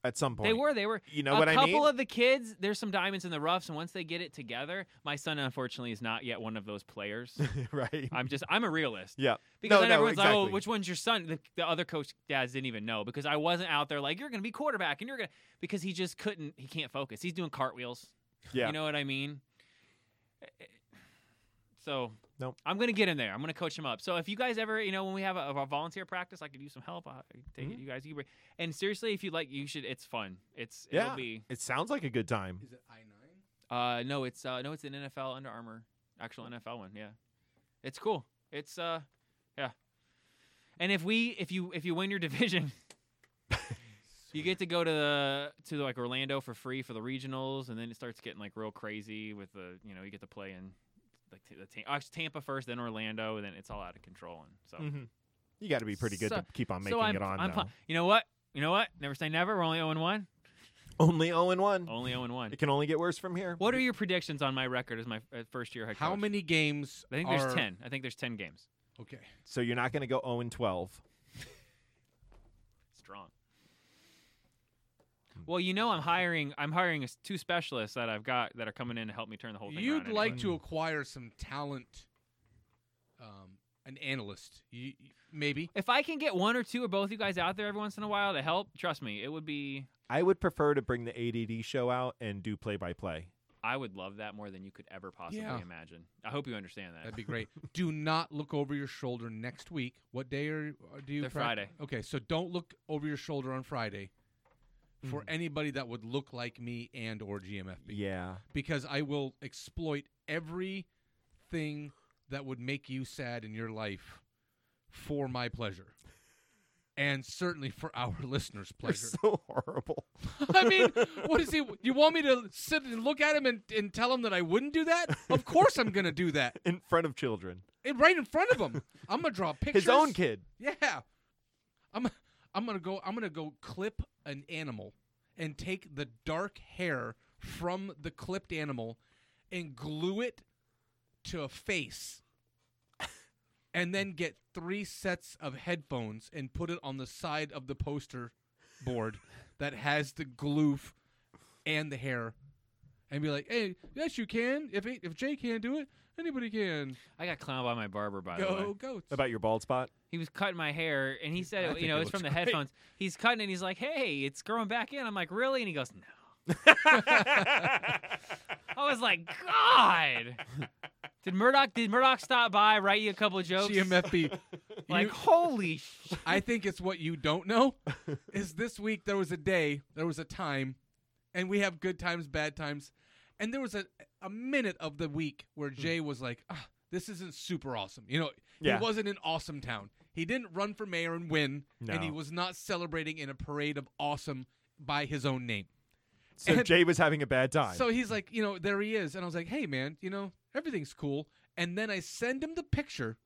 Speaker 12: at some point.
Speaker 11: They were. They were.
Speaker 12: You know
Speaker 11: a
Speaker 12: what I
Speaker 11: couple
Speaker 12: mean?
Speaker 11: of the kids. There's some diamonds in the roughs, and once they get it together, my son unfortunately is not yet one of those players.
Speaker 12: right.
Speaker 11: I'm just. I'm a realist.
Speaker 12: Yeah.
Speaker 11: Because
Speaker 12: No,
Speaker 11: then
Speaker 12: no,
Speaker 11: everyone's like, "Oh,
Speaker 12: exactly.
Speaker 11: which one's your son?" The, the other coach dads didn't even know because I wasn't out there like, "You're going to be quarterback," and you're going to because he just couldn't. He can't focus. He's doing cartwheels.
Speaker 12: Yeah.
Speaker 11: You know what I mean? So.
Speaker 12: Nope.
Speaker 11: I'm gonna get him there. I'm gonna coach him up. So if you guys ever, you know, when we have a, a volunteer practice, I could use some help. I take
Speaker 12: Mm-hmm.
Speaker 11: it. You guys, you bring. And seriously, if you like, you should. It's fun. It's
Speaker 12: yeah.
Speaker 11: it'll be.
Speaker 12: It sounds like a good time.
Speaker 11: Uh, no, it's uh, no, it's an NFL Under Armour,
Speaker 12: Oh.
Speaker 11: actual NFL one. Yeah, it's cool. It's uh, yeah. And if we, if you, if you win your division, you get to go to the to like Orlando for free for the regionals, and then it starts getting like real crazy with the, you know, you get to play in like t- the ta- oh, actually, Tampa first, then Orlando, and then it's all out of control, and so.
Speaker 12: Mhm. You got to be pretty good
Speaker 11: So-
Speaker 12: to keep on
Speaker 11: so
Speaker 12: making
Speaker 11: I'm-
Speaker 12: it on.
Speaker 11: I'm
Speaker 12: though.
Speaker 11: pu- you know what? You know what? Never say never. We're only zero and one.
Speaker 12: Only 0 and 1.
Speaker 11: Only 0 and 1.
Speaker 12: It can only get worse from here.
Speaker 11: What are your predictions on my record as my uh, first year head
Speaker 7: How
Speaker 11: coach?
Speaker 7: many games
Speaker 11: I think
Speaker 7: are-
Speaker 11: there's 10. I think there's 10 games.
Speaker 7: Okay.
Speaker 12: So you're not going to go 0 and 12.
Speaker 11: Strong. Well, you know I'm hiring I'm hiring s- two specialists that I've got that are coming in to help me turn the whole thing
Speaker 7: You'd
Speaker 11: around
Speaker 7: like
Speaker 11: anyway.
Speaker 7: to acquire some talent, um, an analyst, you, you- maybe.
Speaker 11: If I can get one or two or both you guys out there every once in a while to help, trust me, it would be
Speaker 12: I would prefer to bring the ADD show out and do play by play.
Speaker 11: I would love that more than you could ever possibly
Speaker 7: Yeah.
Speaker 11: imagine. I hope you understand that.
Speaker 7: That'd be great. do not look over your shoulder next week. What day are are- do you?
Speaker 11: They're
Speaker 7: prac- Okay, so don't look over your shoulder on Friday for
Speaker 12: Mhm.
Speaker 7: anybody that would look like me and or GMFB.
Speaker 12: Yeah.
Speaker 7: because I will exploit everything that would make you sad in your life for my pleasure. And certainly for our listeners' pleasure.
Speaker 12: so horrible.
Speaker 7: I mean, what is he? You want me to sit and look at him and, and tell him that I wouldn't do that? Of course I'm going to do that.
Speaker 12: In front of children.
Speaker 7: It- right in front of him. I'm gonna draw pictures.
Speaker 12: His own kid.
Speaker 7: Yeah. I'm. I'm gonna go. I'm gonna go clip an animal, and take the dark hair from the clipped animal, and glue it to a face, and then get three sets of headphones and put it on the side of the poster board that has the glue f- and the hair, and be like, "Hey, yes, you can. If it, if Jay can do it, anybody can."
Speaker 11: I got clowned by my barber by the way.
Speaker 7: Go goats.
Speaker 12: About your bald spot?
Speaker 11: He was cutting my hair, and he
Speaker 12: I
Speaker 11: said,
Speaker 12: think
Speaker 11: you know,
Speaker 12: it
Speaker 11: it's from the
Speaker 12: looks great.
Speaker 11: headphones. He's cutting, it, and he's like, "Hey, it's growing back in." I'm like, "Really?" And he goes, "No." I was like, "God." Did Murdoch? Did Murdoch stop by, write you a couple of jokes?
Speaker 7: GMFB.
Speaker 11: like,
Speaker 7: You-
Speaker 11: holy sh-
Speaker 7: I think it's what you don't know is this week there was a day, there was a time, and we have good times, bad times, and there was a a minute of the week where Jay was like, ah, "This isn't super awesome," you know.
Speaker 12: Hmm. Yeah.
Speaker 7: He wasn't in awesome town. He didn't run for mayor and win, and he
Speaker 12: No.
Speaker 7: was not celebrating in a parade of awesome by his own name.
Speaker 12: So
Speaker 7: And-
Speaker 12: Jay was having a bad time.
Speaker 7: so he's like, you know, there he is. And I was like, hey, man, you know, everything's cool. And then I send him the picture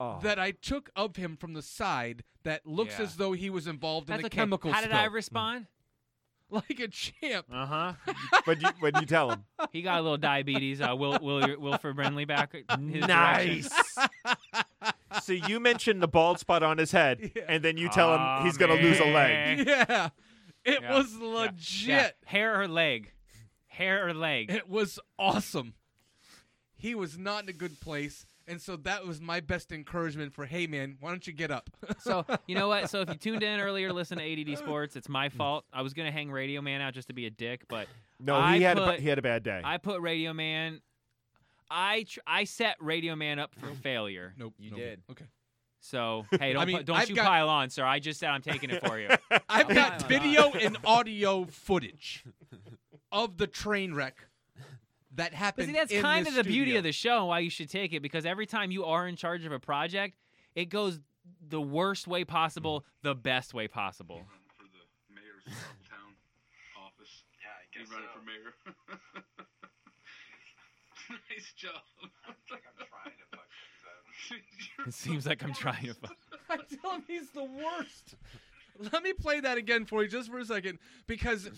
Speaker 12: Oh.
Speaker 7: that I took of him from the side that looks
Speaker 11: Yeah.
Speaker 7: as though he was involved
Speaker 11: That's
Speaker 7: in a
Speaker 11: okay.
Speaker 7: chemical
Speaker 11: How did I
Speaker 7: spill.
Speaker 11: respond?
Speaker 7: like a champ.
Speaker 11: Uh huh.
Speaker 12: Uh-huh. But you, when you tell him,
Speaker 11: He got a little diabetes. Uh, Will Will Wilford Brenly back. uh, His direction.
Speaker 12: Nice. so you mentioned the bald spot on his head, and then you tell
Speaker 11: Aw,
Speaker 12: him he's going to lose a
Speaker 11: man.
Speaker 12: leg.
Speaker 7: Yeah. It
Speaker 11: Yeah.
Speaker 7: was
Speaker 11: Yeah.
Speaker 7: legit.
Speaker 11: Yeah. Hair or leg? Hair or leg?
Speaker 7: It was awesome. He was not in a good place. And so that was my best encouragement for, hey, man, why don't you get up?
Speaker 11: So you know what? So if you tuned in earlier, listen to ADD Sports. It's my fault. I was gonna hang Radio Man out just to be a dick, but
Speaker 12: No,
Speaker 11: I
Speaker 12: he had a,
Speaker 11: put,
Speaker 12: ba- he had a bad day.
Speaker 11: I put Radio Man. I tr- I set Radio Man up for failure.
Speaker 7: Nope, you
Speaker 13: did.
Speaker 7: Okay.
Speaker 11: So hey, don't
Speaker 7: I mean,
Speaker 11: pu- don't
Speaker 7: I've
Speaker 11: you
Speaker 7: got-
Speaker 11: pile on, sir. I just said I'm taking it for you.
Speaker 7: I've
Speaker 11: I'm
Speaker 7: got
Speaker 11: piling on.
Speaker 7: video and audio footage of the train wreck that
Speaker 11: But
Speaker 7: happened.
Speaker 11: see, that's
Speaker 7: in
Speaker 11: kind
Speaker 7: this
Speaker 11: of the beauty
Speaker 7: studio.
Speaker 11: of the show and why you should take it because every time you are in charge of a project, it goes the worst way
Speaker 7: Mm.
Speaker 11: possible, the best way possible.
Speaker 14: mayor's town office. Yeah, I guess running for mayor. nice job. like I'm trying to fuck things up.
Speaker 11: It seems like I'm trying to find.
Speaker 7: I tell him he's the worst. Let me play that again for you just for a second because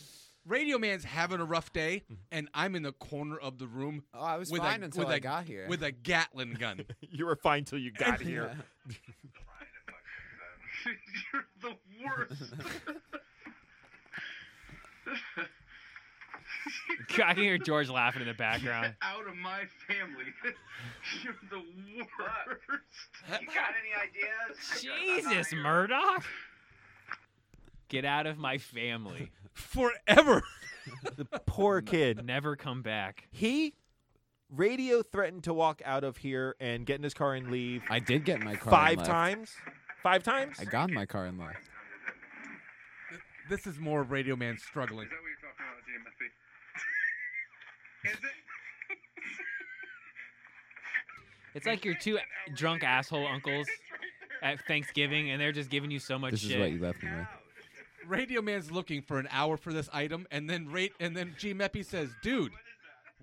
Speaker 7: Radio Man's having a rough day
Speaker 14: Mm-hmm.
Speaker 7: and I'm in the corner of the room. Oh, I
Speaker 13: was fine until I got here.
Speaker 7: With a Gatlin gun.
Speaker 12: you were fine till you got here.
Speaker 14: You're the worst.
Speaker 11: I can hear George laughing in the background.
Speaker 14: Out of my family. You're the worst.
Speaker 15: You got any ideas?
Speaker 11: Jesus, Murdoch! Get out of my family.
Speaker 7: Forever.
Speaker 12: the poor kid.
Speaker 11: Never come back.
Speaker 12: He radio threatened to walk out of here and get in his car and leave.
Speaker 13: I did get in my car. and
Speaker 12: five
Speaker 13: left.
Speaker 12: times. Five times.
Speaker 13: I got in my car and left.
Speaker 7: This is more of Radio Man struggling.
Speaker 14: Is that what you're talking about, GMFB? Is it?
Speaker 11: It's like your two drunk asshole uncles at Thanksgiving, and they're just giving you so much
Speaker 13: This
Speaker 11: shit.
Speaker 13: is what you left me with.
Speaker 7: Radio Man's looking for an hour for this item, and then rate, and then G Meppy says, "Dude,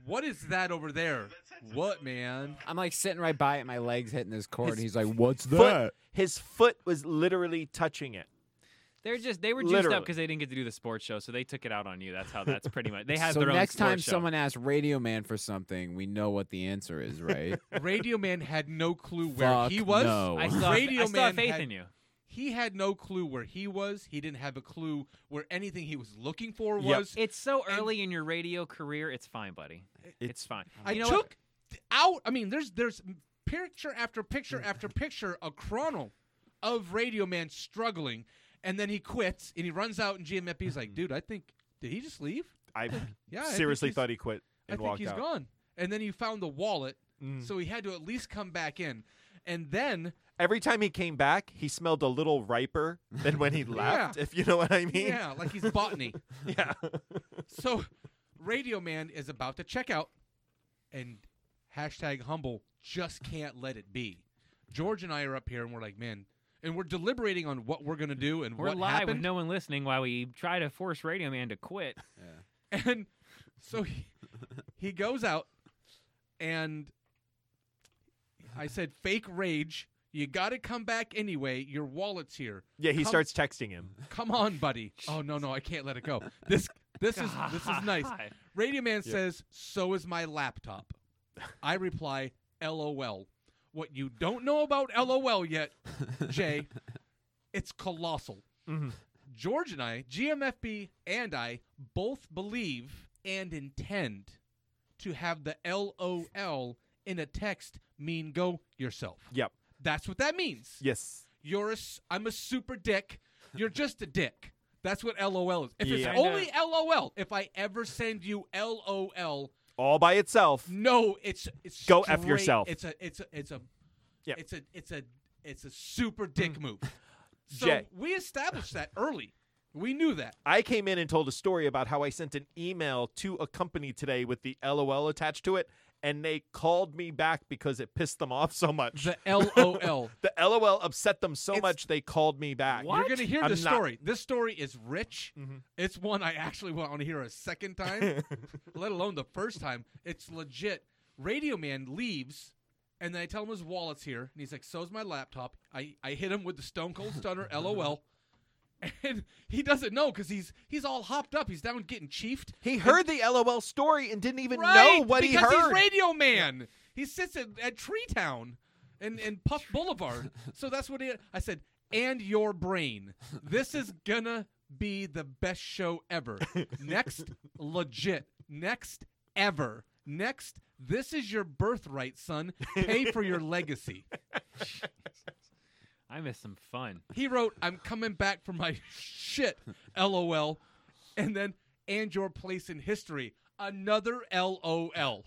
Speaker 7: what is that over there? What, man?
Speaker 13: I'm like sitting right by it, my legs hitting this cord.
Speaker 12: His
Speaker 13: he's like, "What's
Speaker 12: Foot,
Speaker 13: that?"
Speaker 12: his foot was literally touching it.
Speaker 11: They're just they were juiced
Speaker 12: Literally.
Speaker 11: up because they didn't get to do the sports show, so they took it out on you. That's how that's pretty much. They had
Speaker 13: so
Speaker 11: their
Speaker 13: next
Speaker 11: own sports
Speaker 13: time
Speaker 11: show.
Speaker 13: someone asks Radio Man for something, we know what the answer is, right?
Speaker 7: Radio Man had no clue where
Speaker 13: Fuck
Speaker 7: he was.
Speaker 13: no. I still
Speaker 11: have-
Speaker 7: Radio
Speaker 11: I still have
Speaker 7: Man
Speaker 11: faith
Speaker 7: had-
Speaker 11: in you.
Speaker 7: He had no clue where he was. He didn't have a clue where anything he was looking for
Speaker 11: Yep.
Speaker 7: was.
Speaker 11: It's so early in your radio career. It's fine, buddy. It's, fine.
Speaker 7: I
Speaker 11: you know
Speaker 7: took
Speaker 11: what?
Speaker 7: th- out. I mean, there's there's picture after picture after picture a chrono of Radio Man struggling, and then he quits and he runs out and GMFB's like, dude, I think did he just leave?
Speaker 12: Mm-hmm. I
Speaker 7: yeah, I think
Speaker 12: seriously
Speaker 7: he's-
Speaker 12: thought he quit
Speaker 7: I
Speaker 12: and
Speaker 7: think
Speaker 12: walked
Speaker 7: he's
Speaker 12: out.
Speaker 7: gone. And then he found the wallet,
Speaker 12: Mm.
Speaker 7: so he had to at least come back in. And then
Speaker 12: Every time he came back, he smelled a little riper than when he left. If you know what I mean.
Speaker 7: Yeah, like he's botany.
Speaker 12: yeah.
Speaker 7: So Radio Man is about to check out and hashtag humble just can't let it be. George and I are up here and we're like, man, and we're deliberating on what we're gonna do and
Speaker 11: We're
Speaker 7: what
Speaker 11: live
Speaker 7: happened.
Speaker 11: with no one listening while we try to force Radio Man to quit.
Speaker 7: And so he, he goes out and I said, fake rage. You got to come back anyway. Your wallet's here.
Speaker 12: Yeah, he
Speaker 7: Come-
Speaker 12: starts texting him.
Speaker 7: Come on, buddy. Oh no, no, I can't let it go. This this is this is nice.
Speaker 11: God.
Speaker 7: Radio Man
Speaker 12: Yeah.
Speaker 7: says, "So is my laptop." I reply, "LOL." What you don't know about LOL yet, Jay, it's colossal. George and I, GMFB and I, both believe and intend to have the LOL in a text mean go yourself.
Speaker 12: Yep.
Speaker 7: That's what that means.
Speaker 12: Yes.
Speaker 7: You're a, s- I'm a super dick. You're just a dick. That's what LOL is. If
Speaker 12: Yeah.
Speaker 7: it's only LOL, if I ever send you LOL,
Speaker 12: All by itself.
Speaker 7: no, it's it's
Speaker 12: Go F
Speaker 7: straight-
Speaker 12: yourself.
Speaker 7: It's a it's a it's a
Speaker 12: yeah. Mm.
Speaker 7: it's a it's a it's a super dick move. So
Speaker 12: Jay.
Speaker 7: we established that early. We knew that.
Speaker 12: I came in and told a story about how I sent an email to a company today with the LOL attached to it, and they called me back because it pissed them off so much.
Speaker 7: The LOL.
Speaker 12: the LOL upset them so much they called me back.
Speaker 7: You're gonna hear
Speaker 12: I'm
Speaker 7: this
Speaker 12: not- Mm-hmm.
Speaker 7: story. This story is rich. It's one I actually want to hear a second time, let alone the first time. It's legit. Radio Man leaves, and then I tell him his wallet's here, and he's like, "So's my laptop." I I hit him with the Stone Cold Stunner, LOL. And he doesn't know because he's he's all hopped up. He's down getting chiefed.
Speaker 12: He heard the LOL story and didn't even
Speaker 7: right,
Speaker 12: know what he
Speaker 7: because
Speaker 12: heard.
Speaker 7: He's Radio Man. He sits at, at Tree Town and, and Puff Boulevard. So that's what he. I said, and your brain. This is gonna be the best show ever. Next, legit. Next, ever. Next, this is your birthright, son. Pay for your legacy.
Speaker 11: I miss some fun.
Speaker 7: He wrote, I'm coming back for my shit, lol. And then, and your place in history, another lol,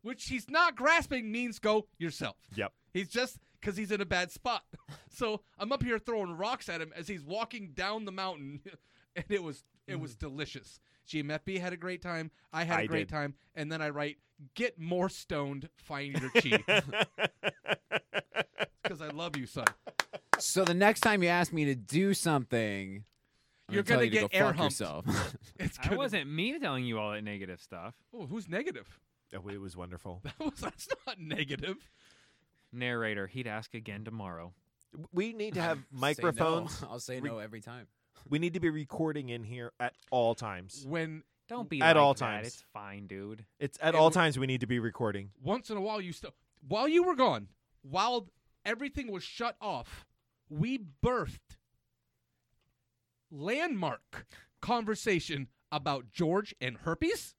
Speaker 7: which he's not grasping means go yourself.
Speaker 12: Yep.
Speaker 7: He's just because he's in a bad spot. So I'm up here throwing rocks at him as he's walking down the mountain, and it was it was delicious. GMFB had a great time. I had a
Speaker 12: I
Speaker 7: great
Speaker 12: did.
Speaker 7: time. And then I write, get more stoned, find your chi. Because I love you, son.
Speaker 13: so the next time you ask me to do something, I'm
Speaker 7: You're
Speaker 13: gonna, tell
Speaker 7: gonna
Speaker 13: you to
Speaker 7: get
Speaker 13: go
Speaker 7: air
Speaker 13: fuck
Speaker 7: humped.
Speaker 13: yourself.
Speaker 11: I wasn't me telling you all that negative stuff.
Speaker 7: Oh, who's negative?
Speaker 12: Oh, it was wonderful.
Speaker 7: That was that's not negative.
Speaker 11: Narrator, he'd ask again tomorrow.
Speaker 12: We need to have
Speaker 13: Say no.
Speaker 12: microphones.
Speaker 13: I'll say
Speaker 12: Re-
Speaker 13: no every time.
Speaker 12: We need to be recording in here at all times.
Speaker 7: When
Speaker 11: Don't be like
Speaker 12: at all
Speaker 11: that.
Speaker 12: times.
Speaker 11: It's fine, dude.
Speaker 12: It's at
Speaker 7: And
Speaker 12: all
Speaker 7: we-
Speaker 12: times we need to be recording.
Speaker 7: once in a while you still while you were gone while everything was shut off we birthed landmark conversation about george and herpes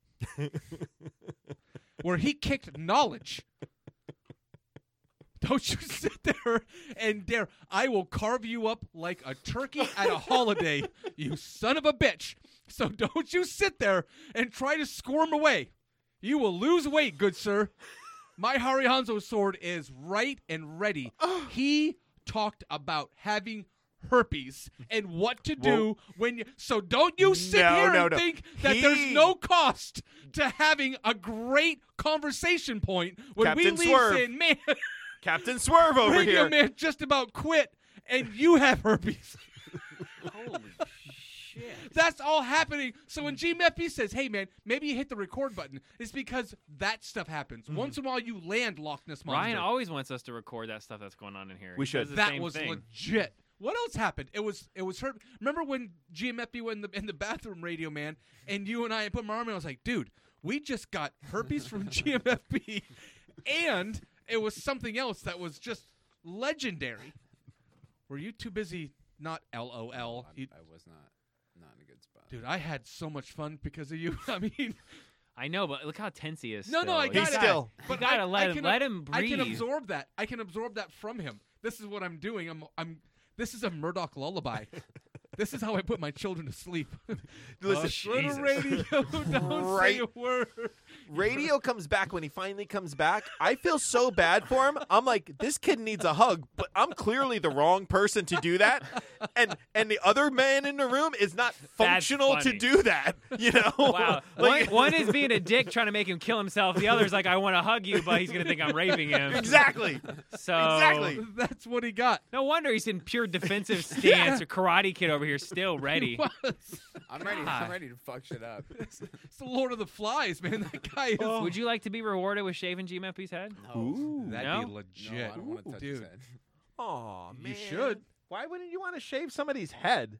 Speaker 7: where he kicked knowledge don't you sit there and dare i will carve you up like a turkey at a holiday you son of a bitch so don't you sit there and try to squirm away you will lose weight, good sir. My Harihanzo sword is right and ready. he talked about having herpes and what to do when you. So don't you sit
Speaker 12: No,
Speaker 7: here
Speaker 12: no,
Speaker 7: and
Speaker 12: no.
Speaker 7: think that there's
Speaker 12: He-
Speaker 7: no cost to having a great conversation point when we
Speaker 12: Captain
Speaker 7: leave
Speaker 12: Swerve.
Speaker 7: saying, man,
Speaker 12: Captain Swerve over
Speaker 7: Radio
Speaker 12: here.
Speaker 7: Man just about quit and you have herpes. That's all happening. So when GMFB says, "Hey man, maybe you hit the record button," it's because that stuff happens.
Speaker 12: Hmm.
Speaker 7: Once in a while, you land Loch Ness monster.
Speaker 11: Ryan always wants us to record that stuff that's going on in here.
Speaker 12: We
Speaker 11: He
Speaker 12: should.
Speaker 11: does the
Speaker 7: that
Speaker 11: same
Speaker 7: was
Speaker 11: thing.
Speaker 7: legit. What else happened? It was it was her. Remember when GMFB went in the in the bathroom, Radio Man, and you and I put my arm in. I was like, dude, we just got herpes from GMFB, and it was something else that was just legendary. Were you too busy? Not LOL. You-
Speaker 13: I was not not in a good spot.
Speaker 7: dude, I had so much fun because of you. I mean.
Speaker 11: I know, but look how tense he is.
Speaker 7: No,
Speaker 11: still.
Speaker 7: no, I
Speaker 11: You
Speaker 7: got it.
Speaker 11: gotta-
Speaker 7: But
Speaker 11: you gotta
Speaker 7: I,
Speaker 11: let
Speaker 7: I
Speaker 11: him
Speaker 7: can,
Speaker 11: let him
Speaker 7: I
Speaker 11: breathe.
Speaker 7: can absorb that. I can absorb that from him. This is what I'm doing. I'm I'm. This is a Murdoch lullaby. this is how I put my children to sleep.
Speaker 11: Oh,
Speaker 12: Listen,
Speaker 7: Little
Speaker 12: Jesus.
Speaker 7: radio, don't say a
Speaker 12: Right.
Speaker 7: word.
Speaker 12: Radio comes back when he finally comes back. I feel so bad for him. I'm like, this kid needs a hug, but I'm clearly the wrong person to do that. And and the other man in the room is not functional to
Speaker 11: funny.
Speaker 12: do that. You know?
Speaker 11: Wow.
Speaker 12: Like-
Speaker 11: one, one is being a dick trying to make him kill himself. The other's like, I want to hug you, but he's going to think I'm raping him.
Speaker 12: Exactly.
Speaker 11: So
Speaker 12: Exactly.
Speaker 7: That's what he got.
Speaker 11: No wonder he's in pure defensive stance. A karate kid over here, still ready.
Speaker 13: I'm ready.
Speaker 11: God.
Speaker 13: I'm ready to fuck shit up.
Speaker 7: It's the Lord of the Flies, man. That guy is.
Speaker 11: Would you like to be rewarded with shaving GMFP's head?
Speaker 12: Ooh.
Speaker 7: That'd
Speaker 11: No?
Speaker 7: be legit.
Speaker 13: No, I don't wanna touch his
Speaker 7: dude,
Speaker 13: head.
Speaker 12: Aw,
Speaker 7: You
Speaker 12: man.
Speaker 7: should.
Speaker 12: Why wouldn't you want to shave somebody's head?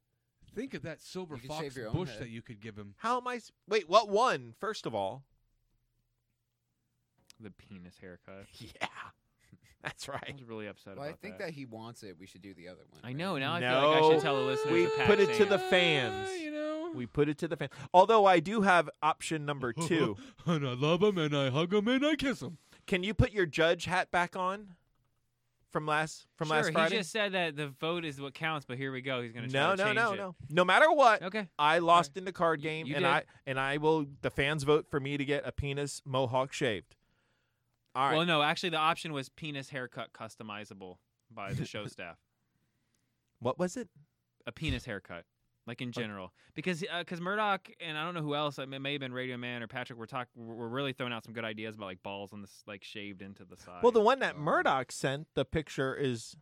Speaker 7: think of that silver
Speaker 13: You could
Speaker 7: fox
Speaker 13: shave your own
Speaker 7: bush
Speaker 13: head.
Speaker 7: that you could give him.
Speaker 12: How am I? s- Wait, what one? First of all,
Speaker 11: The penis haircut.
Speaker 12: yeah, that's
Speaker 11: I
Speaker 12: right.
Speaker 11: was really upset
Speaker 13: Well, I
Speaker 11: about
Speaker 13: think that. he wants it. We should do the other one.
Speaker 11: I
Speaker 13: right?
Speaker 11: know. Now I feel like I
Speaker 12: no,
Speaker 11: should tell the listeners.
Speaker 12: we
Speaker 11: to pack
Speaker 12: put it to
Speaker 11: sand.
Speaker 12: the fans.
Speaker 7: Ah, you know.
Speaker 12: We put it to the fans. Although I do have option number two.
Speaker 7: and I love him, and I hug him, and I kiss him.
Speaker 12: Can you put your judge hat back on from last from
Speaker 11: sure,
Speaker 12: last Friday?
Speaker 11: he just said that the vote is what counts, but here we go. He's going to
Speaker 12: no,
Speaker 11: try
Speaker 12: no,
Speaker 11: to
Speaker 12: no,
Speaker 11: change
Speaker 12: no. No matter what,
Speaker 11: it. Okay.
Speaker 12: I lost in the card game,
Speaker 11: you
Speaker 12: and
Speaker 11: did.
Speaker 12: I and I will. The fans vote for me to get a penis mohawk shaved. All right.
Speaker 11: Well, no, actually, the option was penis haircut customizable by the show staff.
Speaker 12: what was it?
Speaker 11: a penis haircut, like in general, because because Murdoch and I don't know who else, I mean, it may have been Radio Man or Patrick. We're talking, we're really throwing out some good ideas about like balls on this, like shaved into the side.
Speaker 12: Well, the one that Murdoch sent the picture is.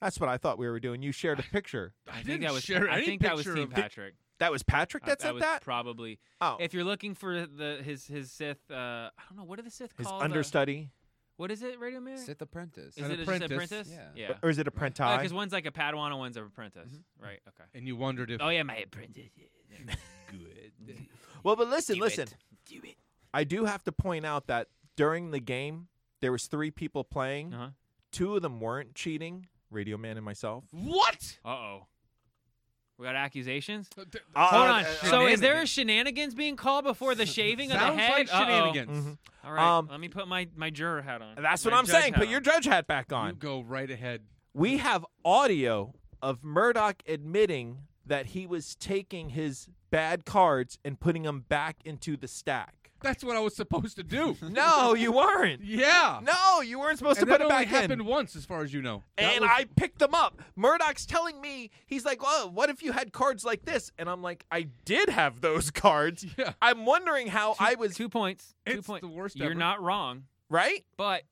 Speaker 12: That's what I thought we were doing. You shared a picture.
Speaker 11: I,
Speaker 7: didn't
Speaker 11: think that was
Speaker 7: share
Speaker 11: I
Speaker 7: any
Speaker 11: think that was
Speaker 7: picture
Speaker 11: Team
Speaker 7: of the-
Speaker 11: Patrick.
Speaker 12: That was Patrick
Speaker 11: I-
Speaker 12: that
Speaker 11: Uh, that
Speaker 12: sent
Speaker 11: was
Speaker 12: that.
Speaker 11: probably.
Speaker 12: oh,
Speaker 11: If you're looking for the his his Sith, uh, I don't know what are the Sith
Speaker 12: his
Speaker 11: called? Uh,
Speaker 12: understudy,
Speaker 11: what is it, Radio Man?
Speaker 13: Sith apprentice.
Speaker 11: Is
Speaker 7: An
Speaker 11: it a- just
Speaker 7: apprentice.
Speaker 11: apprentice?
Speaker 13: Yeah.
Speaker 11: yeah.
Speaker 12: or is it apprentice?
Speaker 11: Because one's like a Padawan and one's an apprentice, right? Okay.
Speaker 7: And you wondered if
Speaker 11: Oh yeah, my apprentice.
Speaker 7: good.
Speaker 12: well, but listen,
Speaker 11: Do
Speaker 12: listen.
Speaker 11: it. Do it.
Speaker 12: I do have to point out that during the game, there was three people playing.
Speaker 11: Uh
Speaker 12: Two of them weren't cheating. Radio Man and myself.
Speaker 7: What?
Speaker 11: huh. Uh oh. We got accusations.
Speaker 12: Uh,
Speaker 11: Hold on.
Speaker 12: uh,
Speaker 11: so is there a shenanigans being called before the shaving of the
Speaker 7: Sounds
Speaker 11: head?
Speaker 7: like
Speaker 11: Uh-oh. Mm-hmm.
Speaker 7: shenanigans.
Speaker 12: Mhm.
Speaker 11: All right.
Speaker 12: Um,
Speaker 11: let me put my my juror hat on.
Speaker 12: That's
Speaker 11: My
Speaker 12: what I'm
Speaker 11: judge
Speaker 12: saying.
Speaker 11: hat
Speaker 12: Put your
Speaker 11: on.
Speaker 12: judge hat back
Speaker 7: You
Speaker 12: on.
Speaker 7: go right ahead.
Speaker 12: We have audio of Murdoch admitting that he was taking his bad cards and putting them back into the stack.
Speaker 7: That's what I was supposed to do.
Speaker 12: No, you weren't.
Speaker 7: yeah.
Speaker 12: No, you weren't supposed
Speaker 7: and
Speaker 12: to put
Speaker 7: that
Speaker 12: it
Speaker 7: only
Speaker 12: back in.
Speaker 7: happened once, as far as you know. That
Speaker 12: and
Speaker 7: was-
Speaker 12: I picked them up. Murdoch's telling me he's like, "Oh, what if you had cards like this?" And I'm like, "I did have those cards.
Speaker 7: Yeah.
Speaker 12: I'm wondering how I was
Speaker 11: two points. Two
Speaker 7: It's
Speaker 11: points.
Speaker 7: the worst
Speaker 11: You're
Speaker 7: ever.
Speaker 11: not wrong,
Speaker 12: right.
Speaker 11: but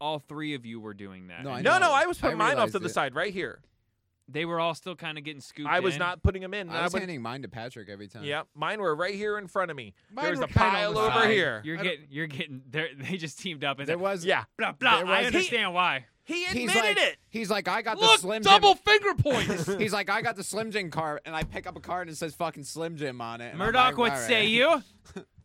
Speaker 11: all three of you were doing that.
Speaker 13: No, I
Speaker 12: no,
Speaker 13: know.
Speaker 12: no, I was putting
Speaker 13: I
Speaker 12: mine off to
Speaker 13: realized
Speaker 12: the
Speaker 13: it.
Speaker 12: side right here.
Speaker 11: They were all still kind of getting scooped.
Speaker 12: I was
Speaker 11: in.
Speaker 12: not putting them in.
Speaker 13: I was
Speaker 12: would-
Speaker 13: handing mine to Patrick every time.
Speaker 12: Yep, mine were right here in front of me.
Speaker 13: Mine
Speaker 12: There's
Speaker 13: were
Speaker 12: a
Speaker 13: kinda on
Speaker 12: pile
Speaker 13: the
Speaker 12: over
Speaker 13: side.
Speaker 12: here.
Speaker 11: You're getting, you're getting. they're- They just teamed up. And
Speaker 13: There
Speaker 11: said,
Speaker 13: was- Yeah.
Speaker 11: blah blah.
Speaker 13: there
Speaker 11: I
Speaker 13: was-
Speaker 11: understand why.
Speaker 12: He
Speaker 13: He's like, he's like, I got
Speaker 11: Look,
Speaker 13: the Slim
Speaker 11: double
Speaker 13: Jim.
Speaker 7: finger points.
Speaker 13: he's like, I got the Slim Jim card, and I pick up a card and it says fucking Slim Jim on it. and I'm like,
Speaker 7: Murdoch, what
Speaker 13: "All
Speaker 7: say
Speaker 13: right."
Speaker 11: you?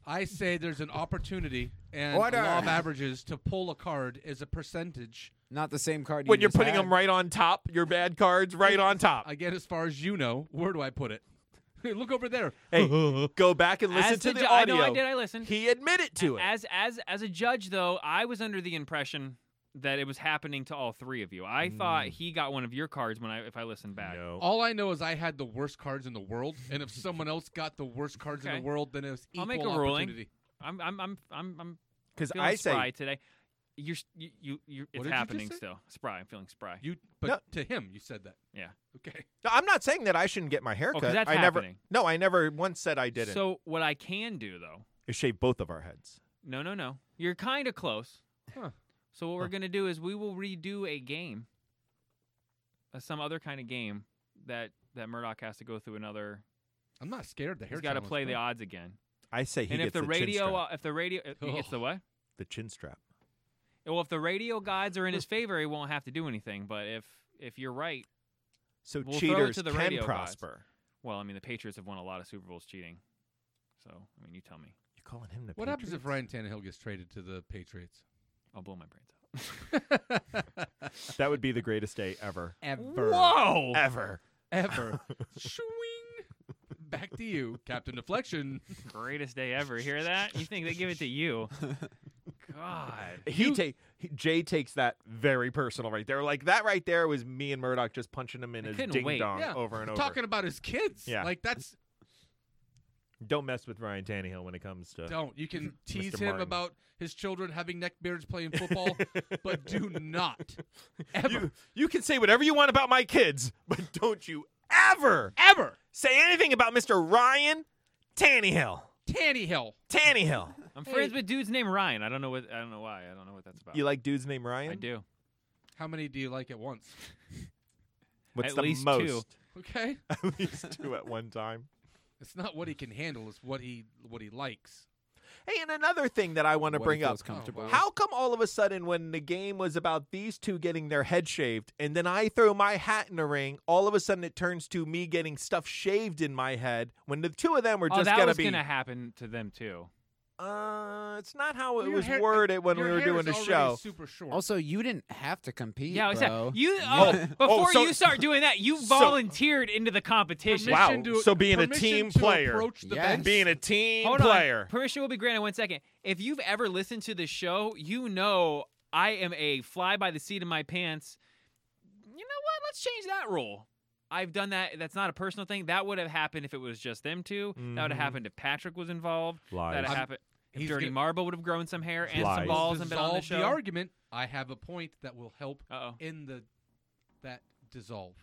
Speaker 7: I say there's an opportunity and
Speaker 13: Order.
Speaker 7: the law of averages to pull a card as a percentage.
Speaker 13: Not the same card.
Speaker 12: when you're putting them right on top, your bad cards right on top.
Speaker 7: Again, as far as you know, where do I put it? Hey, look over there.
Speaker 12: Hey, go back and listen
Speaker 11: As
Speaker 12: to
Speaker 11: the
Speaker 12: the,
Speaker 11: ju- I know,
Speaker 12: audio.
Speaker 11: I did, I listened.
Speaker 12: He admitted to it.
Speaker 11: As as as a judge, though, I was under the impression that it was happening to all three of you.
Speaker 13: Mm.
Speaker 11: I thought he got one of your cards when I if I listened back.
Speaker 7: All I know is I had the worst cards in the world, and if someone else got the worst cards in
Speaker 11: Okay.
Speaker 7: the world, then it was equal
Speaker 11: I'll make a ruling.
Speaker 7: opportunity.
Speaker 11: I'm I'm I'm I'm I'm
Speaker 12: 'Cause
Speaker 11: feeling
Speaker 12: I say-
Speaker 11: spry today. You're s- you you you
Speaker 7: What
Speaker 11: it's
Speaker 7: did you
Speaker 11: happening
Speaker 7: just say?
Speaker 11: still. Spry. I'm feeling spry.
Speaker 7: You but to him you said that.
Speaker 11: Yeah.
Speaker 7: Okay.
Speaker 12: No, I'm not saying that I shouldn't get my hair
Speaker 11: Oh, 'cause
Speaker 12: cut.
Speaker 11: that's
Speaker 12: I
Speaker 11: happening.
Speaker 12: never. No, I never once said I didn't.
Speaker 11: So what I can do though?
Speaker 12: is shave both of our heads.
Speaker 11: No no no. You're kind of close.
Speaker 7: Huh.
Speaker 11: So what we're gonna do is we will redo a game, uh, some other kind of game that that Murdoch has to go through another.
Speaker 7: I'm not scared. The hair.
Speaker 11: He's got to
Speaker 7: challenge,
Speaker 11: play the
Speaker 7: bro.
Speaker 11: odds again.
Speaker 12: I say he
Speaker 11: and
Speaker 12: gets
Speaker 11: if the,
Speaker 12: the chin
Speaker 11: radio,
Speaker 12: strap.
Speaker 11: uh, if the radio, uh, he
Speaker 7: Oh.
Speaker 11: gets the what?
Speaker 12: The chin strap.
Speaker 11: Well, if the radio gods are in his favor, he won't have to do anything. But if if you're right,
Speaker 12: So
Speaker 11: we'll throw it
Speaker 12: cheaters
Speaker 11: to the
Speaker 12: can
Speaker 11: radio
Speaker 12: prosper.
Speaker 11: Gods. Well, I mean, the Patriots have won a lot of Super Bowls cheating. So I mean, you tell me.
Speaker 12: You calling him the
Speaker 7: What happens if
Speaker 12: Patriots?
Speaker 7: Ryan Tannehill gets traded to the Patriots?
Speaker 11: I'll blow my brains out.
Speaker 12: that would be the greatest day ever.
Speaker 7: Ever.
Speaker 11: Whoa!
Speaker 12: Ever.
Speaker 7: Ever. Swing. Back to you, Captain Deflection.
Speaker 11: Greatest day ever. Hear that? You think they give it to you? God.
Speaker 12: He take he- Jay takes that very personal right there. Like that right there was me and Murdoch just punching him in
Speaker 11: I
Speaker 12: his
Speaker 11: couldn't
Speaker 12: ding
Speaker 11: wait.
Speaker 12: dong
Speaker 7: Yeah,
Speaker 12: over and over.
Speaker 7: Talking about his kids.
Speaker 12: Yeah.
Speaker 7: Like that's
Speaker 12: Don't mess with Ryan Tannehill when it comes to
Speaker 7: don't. You can tease
Speaker 12: Mr.
Speaker 7: him
Speaker 12: Martin.
Speaker 7: about his children having neck beards playing football, but do not ever
Speaker 12: You, you can say whatever you want about my kids, but don't you ever
Speaker 7: ever
Speaker 12: say anything about Mr. Ryan Tannehill.
Speaker 7: Tannehill.
Speaker 12: Tannehill.
Speaker 11: I'm friends with dudes named Ryan. I don't know what. I don't know why. I don't know what that's about.
Speaker 12: You like dudes named
Speaker 11: I
Speaker 12: Ryan?
Speaker 11: do.
Speaker 7: How many do you like at once?
Speaker 12: What's
Speaker 11: At
Speaker 12: the
Speaker 11: least
Speaker 12: most?
Speaker 11: two.
Speaker 7: Okay.
Speaker 12: At least two at one time.
Speaker 7: It's not what he can handle, it's what he what he likes. Oh,
Speaker 12: Hey, and another thing that I want to
Speaker 13: What he
Speaker 12: bring
Speaker 13: feels
Speaker 12: up.
Speaker 13: comfortable
Speaker 12: How come all of a sudden when the game was about these two getting their head shaved and then I throw my hat in the ring, all of a sudden it turns to me getting stuff shaved in my head when the two of them were
Speaker 11: oh,
Speaker 12: just
Speaker 11: that
Speaker 12: gonna
Speaker 11: was
Speaker 12: be
Speaker 11: gonna happen to them too.
Speaker 12: uh it's not how
Speaker 7: Well,
Speaker 12: it
Speaker 7: your
Speaker 12: was
Speaker 7: hair-
Speaker 12: worded when
Speaker 7: your
Speaker 12: we were
Speaker 7: hair
Speaker 12: doing
Speaker 7: is already
Speaker 12: the show.
Speaker 7: Super short.
Speaker 13: Also, you didn't have to compete,
Speaker 11: Yeah,
Speaker 13: bro.
Speaker 11: exactly. You
Speaker 13: Yeah.
Speaker 11: oh,
Speaker 12: Oh,
Speaker 11: before
Speaker 12: oh, so-
Speaker 11: you start doing that, you
Speaker 12: so-
Speaker 11: volunteered into the competition.
Speaker 12: Wow.
Speaker 7: Permission to-
Speaker 12: so being a
Speaker 7: permission
Speaker 12: team
Speaker 7: to
Speaker 12: player.
Speaker 7: approach the
Speaker 13: Yes.
Speaker 7: bench.
Speaker 12: Being a team
Speaker 11: Hold
Speaker 12: player.
Speaker 11: on. Permission will be granted. One second. If you've ever listened to the show, you know I am a fly by the seat of my pants. You know what? Let's change that rule. I've done that. That's not a personal thing. That would have happened if it was just them 2 That would
Speaker 12: Mhm.
Speaker 11: have happened if Patrick was involved.
Speaker 12: Lies.
Speaker 11: That
Speaker 12: I'm-
Speaker 11: happened. If
Speaker 7: he's
Speaker 11: Dirty
Speaker 7: gonna-
Speaker 11: Marble would have grown some hair and
Speaker 12: Lies.
Speaker 11: some balls and been on the
Speaker 7: Dissolve
Speaker 11: show.
Speaker 7: the argument. I have a point that will help
Speaker 11: Uh-oh.
Speaker 7: in the that dissolve.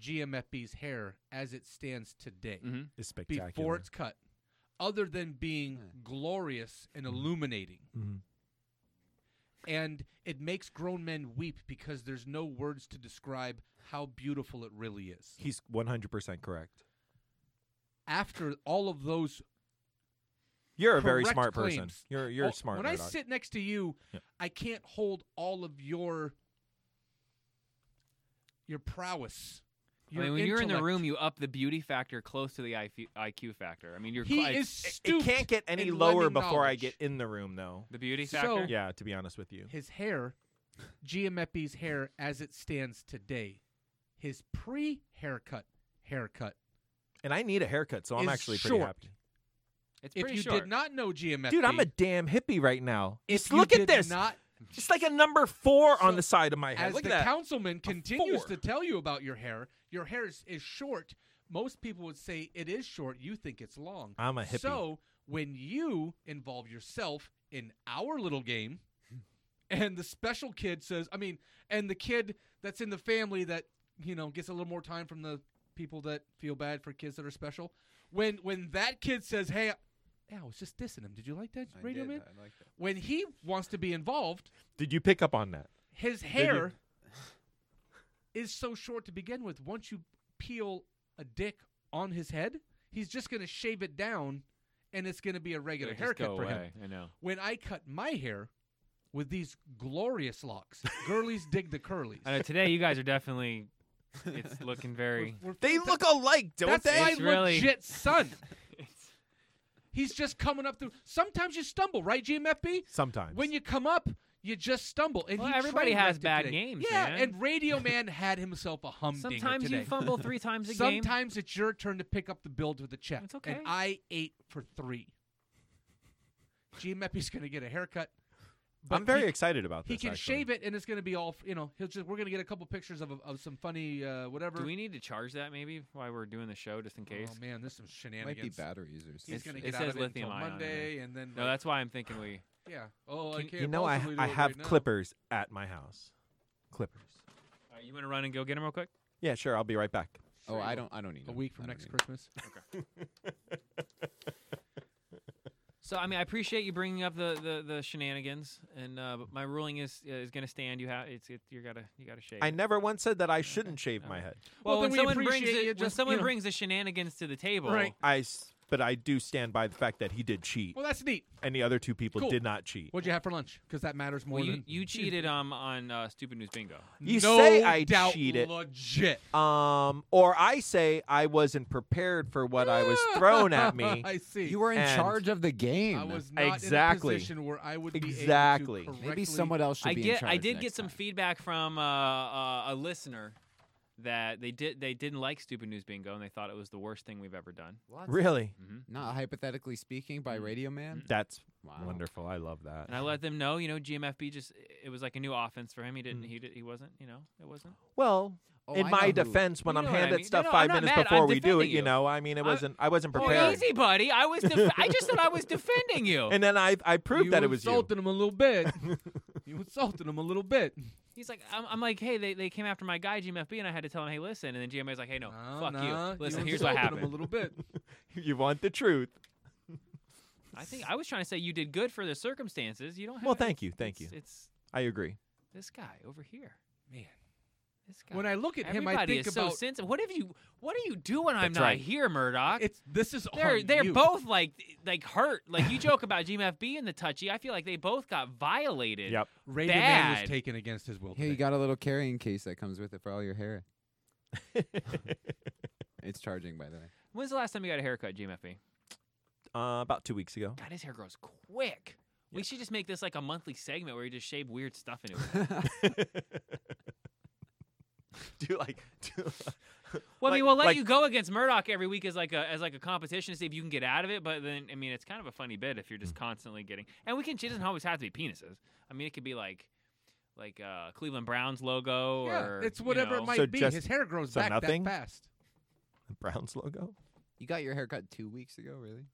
Speaker 7: GMFB's hair as it stands today
Speaker 11: Mhm.
Speaker 12: It's spectacular.
Speaker 7: before it's cut, other than being glorious
Speaker 11: Mm-hmm.
Speaker 7: and illuminating.
Speaker 12: Mhm.
Speaker 7: And it makes grown men weep because there's no words to describe how beautiful it really is.
Speaker 12: He's 100% correct.
Speaker 7: After all of those
Speaker 12: You're a very
Speaker 7: correct
Speaker 12: smart person.
Speaker 7: claims.
Speaker 12: You're you're
Speaker 7: Oh,
Speaker 12: smart.
Speaker 7: When I
Speaker 12: Murdoch.
Speaker 7: sit next to you,
Speaker 12: Yeah.
Speaker 7: I can't hold all of your your prowess.
Speaker 11: I
Speaker 7: Your
Speaker 11: mean, when you're in the
Speaker 7: intellect.
Speaker 11: room, you up the beauty factor close to the IQ, IQ factor. I mean, you're
Speaker 7: he
Speaker 11: cl-
Speaker 7: is
Speaker 12: It-
Speaker 7: stooped
Speaker 12: It can't get any
Speaker 7: in
Speaker 12: lower
Speaker 7: lending
Speaker 12: before I
Speaker 7: knowledge.
Speaker 12: get in the room, though.
Speaker 11: the beauty
Speaker 7: So-
Speaker 11: factor.
Speaker 12: Yeah, to be honest with you.
Speaker 7: his hair, Giameppi's hair as it stands today, his pre-haircut haircut.
Speaker 12: And I need a haircut, so I'm
Speaker 7: Is
Speaker 12: actually pretty
Speaker 7: short.
Speaker 12: happy.
Speaker 11: It's
Speaker 7: If
Speaker 11: pretty
Speaker 7: you
Speaker 11: short.
Speaker 7: did not know Giameppi,
Speaker 12: Dude, I'm a damn hippie right now.
Speaker 7: If
Speaker 12: Just
Speaker 7: you
Speaker 12: look at
Speaker 7: did
Speaker 12: this.
Speaker 7: Not,
Speaker 12: It's like a number four on
Speaker 7: So,
Speaker 12: the side of my head.
Speaker 7: as
Speaker 12: Look
Speaker 7: the
Speaker 12: at that.
Speaker 7: councilman continues
Speaker 12: four.
Speaker 7: to tell you about your hair, your hair is, is short. Most people would say it is short. You think it's long.
Speaker 12: I'm a hippie.
Speaker 7: So when you involve yourself in our little game, and the special kid says, I mean, and the kid that's in the family that you know gets a little more time from the people that feel bad for kids that are special. When when that kid says, "Hey, I, yeah, I was just dissing him. Did you like that,
Speaker 13: I
Speaker 7: Radio
Speaker 13: did.
Speaker 7: Man?"
Speaker 13: I like that.
Speaker 7: When he wants to be involved,
Speaker 12: Did you pick up on that?
Speaker 7: his
Speaker 12: you-
Speaker 7: hair is so short to begin with. Once you peel a dick on his head, he's just going to shave it down, and it's going to be a regular
Speaker 11: It'll just
Speaker 7: haircut
Speaker 11: go
Speaker 7: for
Speaker 11: away,
Speaker 7: him.
Speaker 11: I know.
Speaker 7: When I cut my hair with these glorious locks, girlies dig the curlies.
Speaker 11: I know today you guys are definitely. It's looking very.
Speaker 12: They look alike, don't
Speaker 7: That's
Speaker 12: they?
Speaker 7: my
Speaker 12: It's really-
Speaker 7: legit son. He's just coming up through. Sometimes you stumble, right, GMFB?
Speaker 12: Sometimes.
Speaker 7: When you come up, you just stumble. And
Speaker 11: Well,
Speaker 7: he
Speaker 11: everybody
Speaker 7: train
Speaker 11: has
Speaker 7: wrecked it
Speaker 11: bad
Speaker 7: today.
Speaker 11: games,
Speaker 7: Yeah,
Speaker 11: man.
Speaker 7: and Radio Man had himself a humdinger
Speaker 11: Sometimes you
Speaker 7: today.
Speaker 11: fumble three times a game.
Speaker 7: Sometimes it's your turn to pick up the build with the check. It's
Speaker 11: okay.
Speaker 7: And I ate for three. GMFB's going to get a haircut.
Speaker 12: I'm very excited about
Speaker 7: He
Speaker 12: this,
Speaker 7: can
Speaker 12: actually.
Speaker 7: shave it, and it's going to be all f- you know. He'll just we're going to get a couple pictures of, of some funny uh, whatever.
Speaker 11: Do we need to charge that maybe while we're doing the show just in case?
Speaker 7: Oh man, there's some shenanigans.
Speaker 13: batteries or something.
Speaker 7: He's going to
Speaker 11: It
Speaker 7: get out
Speaker 11: says
Speaker 7: of it until
Speaker 11: lithium ion, I
Speaker 7: Monday,
Speaker 11: know.
Speaker 7: and then
Speaker 11: no,
Speaker 7: like,
Speaker 11: that's why I'm thinking we.
Speaker 7: yeah. Oh, I
Speaker 12: Can-
Speaker 7: can't
Speaker 12: you know, I,
Speaker 7: possibly do
Speaker 12: I
Speaker 7: it
Speaker 12: have
Speaker 7: right now.
Speaker 12: clippers at my house. Clippers.
Speaker 11: All right, you want to run and go get him real quick?
Speaker 12: Yeah, sure. I'll be right back.
Speaker 13: Oh, I don't. I don't need
Speaker 7: a
Speaker 13: them.
Speaker 7: week
Speaker 13: I
Speaker 7: from
Speaker 13: don't
Speaker 7: next
Speaker 13: need
Speaker 7: Christmas.
Speaker 11: Okay. So I mean, I appreciate you bringing up the the, the shenanigans, and uh, but my ruling is uh, is going to stand. You have it's it, you gotta you gotta shave.
Speaker 12: I
Speaker 11: it.
Speaker 12: never once said that I shouldn't shave my head.
Speaker 11: Well,
Speaker 7: Well,
Speaker 11: when
Speaker 7: then we
Speaker 11: someone brings
Speaker 7: appreciate
Speaker 11: the,
Speaker 7: you
Speaker 11: when
Speaker 7: just,
Speaker 11: someone
Speaker 7: you know.
Speaker 11: brings the shenanigans to the table,
Speaker 12: I, s- but I do stand by the fact that he did cheat.
Speaker 7: Well, that's neat.
Speaker 12: And the other two people
Speaker 7: Cool.
Speaker 12: did not cheat.
Speaker 7: What'd you have for lunch? Because that matters more
Speaker 11: Well, you,
Speaker 7: than
Speaker 11: you cheated um on uh, stupid news bingo.
Speaker 12: You
Speaker 7: No
Speaker 12: say I
Speaker 7: doubt
Speaker 12: cheated.
Speaker 7: legit.
Speaker 12: Um, or I say I wasn't prepared for what I was thrown at me.
Speaker 7: I see.
Speaker 13: You were in
Speaker 12: And-
Speaker 13: charge of the game.
Speaker 7: I was not
Speaker 12: Exactly.
Speaker 7: in a position where I would be able to
Speaker 12: Exactly. Maybe
Speaker 13: Maybe
Speaker 7: correctly-
Speaker 13: someone else should
Speaker 11: I
Speaker 13: be in
Speaker 11: get
Speaker 13: charge
Speaker 11: I did
Speaker 13: next
Speaker 11: get some feedback from uh, uh, a listener that they did they didn't like stupid news bingo and they thought it was the worst thing we've ever done.
Speaker 12: Really?
Speaker 11: Mm-hmm.
Speaker 13: Not hypothetically speaking by Radio Man.
Speaker 12: That's
Speaker 13: Wow.
Speaker 12: wonderful. I love that.
Speaker 11: And I let them know, you know, GMFB just it was like a new offense for him. He
Speaker 13: Mm.
Speaker 11: didn't he did, he wasn't, you know, it wasn't.
Speaker 12: Well,
Speaker 13: Oh,
Speaker 12: in
Speaker 13: I
Speaker 12: my
Speaker 13: know who-
Speaker 12: defense, when
Speaker 11: You
Speaker 12: I'm
Speaker 11: know what I
Speaker 12: handed
Speaker 11: mean.
Speaker 12: stuff
Speaker 11: No, no, I'm
Speaker 12: five
Speaker 11: not
Speaker 12: minutes
Speaker 11: mad.
Speaker 12: before
Speaker 11: I'm
Speaker 12: we do it,
Speaker 11: defending
Speaker 12: you
Speaker 11: you.
Speaker 12: know, I mean, it
Speaker 11: I-
Speaker 12: wasn't. I wasn't
Speaker 11: Oh,
Speaker 12: prepared.
Speaker 11: easy, buddy. I was def- I just said I was defending you.
Speaker 12: And then I I proved
Speaker 7: you
Speaker 12: that it was you.
Speaker 7: insulted him a little bit. you insulted him a little bit.
Speaker 11: He's like, I'm, I'm like, hey, they, they came after my guy GMFB, and I had to tell him, hey, listen. And then GMFB's like, hey, no, fuck
Speaker 7: nah,
Speaker 11: you. Listen,
Speaker 7: Uh-huh. you
Speaker 11: here's what
Speaker 7: insulted him
Speaker 11: happened.
Speaker 7: a little bit.
Speaker 12: you want the truth.
Speaker 11: I think I was trying to say you did good for the circumstances. You don't. Have
Speaker 12: Well, thank you, thank
Speaker 11: it's-
Speaker 12: you.
Speaker 11: It's
Speaker 12: I agree.
Speaker 11: this guy over here.
Speaker 7: Man.
Speaker 11: This guy.
Speaker 7: When I look at him, I
Speaker 11: Everybody
Speaker 7: think
Speaker 11: is
Speaker 7: about
Speaker 11: so sensitive. What have you? What are you doing? I'm not
Speaker 12: That's right.
Speaker 11: here, Murdoch.
Speaker 7: It's this is
Speaker 11: They're
Speaker 7: on
Speaker 11: they're
Speaker 7: you.
Speaker 11: both like like hurt. Like you joke about GMFB and the touchy. I feel like they both got violated.
Speaker 12: Yep.
Speaker 7: Radio Man
Speaker 11: Bad.
Speaker 7: was taken against his will.
Speaker 13: Hey,
Speaker 7: today.
Speaker 13: you got a little carrying case that comes with it for all your hair. it's charging, by the way.
Speaker 11: When's the last time you got a haircut, GMFB?
Speaker 12: Uh, about two weeks ago.
Speaker 11: God, his hair grows quick. We should just make this like a monthly segment where you just shave weird stuff into it.
Speaker 12: do like do,
Speaker 11: Well, I mean, we'll let
Speaker 12: like-
Speaker 11: you go against Murdoch every week as like a as like a competition to see if you can get out of it. But then, I mean, it's kind of a funny bit if you're
Speaker 12: Hmm.
Speaker 11: just constantly getting. And we can. It doesn't always have to be penises. I mean, it could be like like uh, Cleveland Browns logo
Speaker 7: Yeah,
Speaker 11: or
Speaker 7: it's
Speaker 11: you
Speaker 7: whatever it
Speaker 11: know.
Speaker 7: might
Speaker 12: So
Speaker 7: be.
Speaker 12: just-
Speaker 7: his hair grows
Speaker 12: so
Speaker 7: back
Speaker 12: nothing?
Speaker 7: that fast.
Speaker 12: Browns logo.
Speaker 13: You got your haircut two weeks ago, really?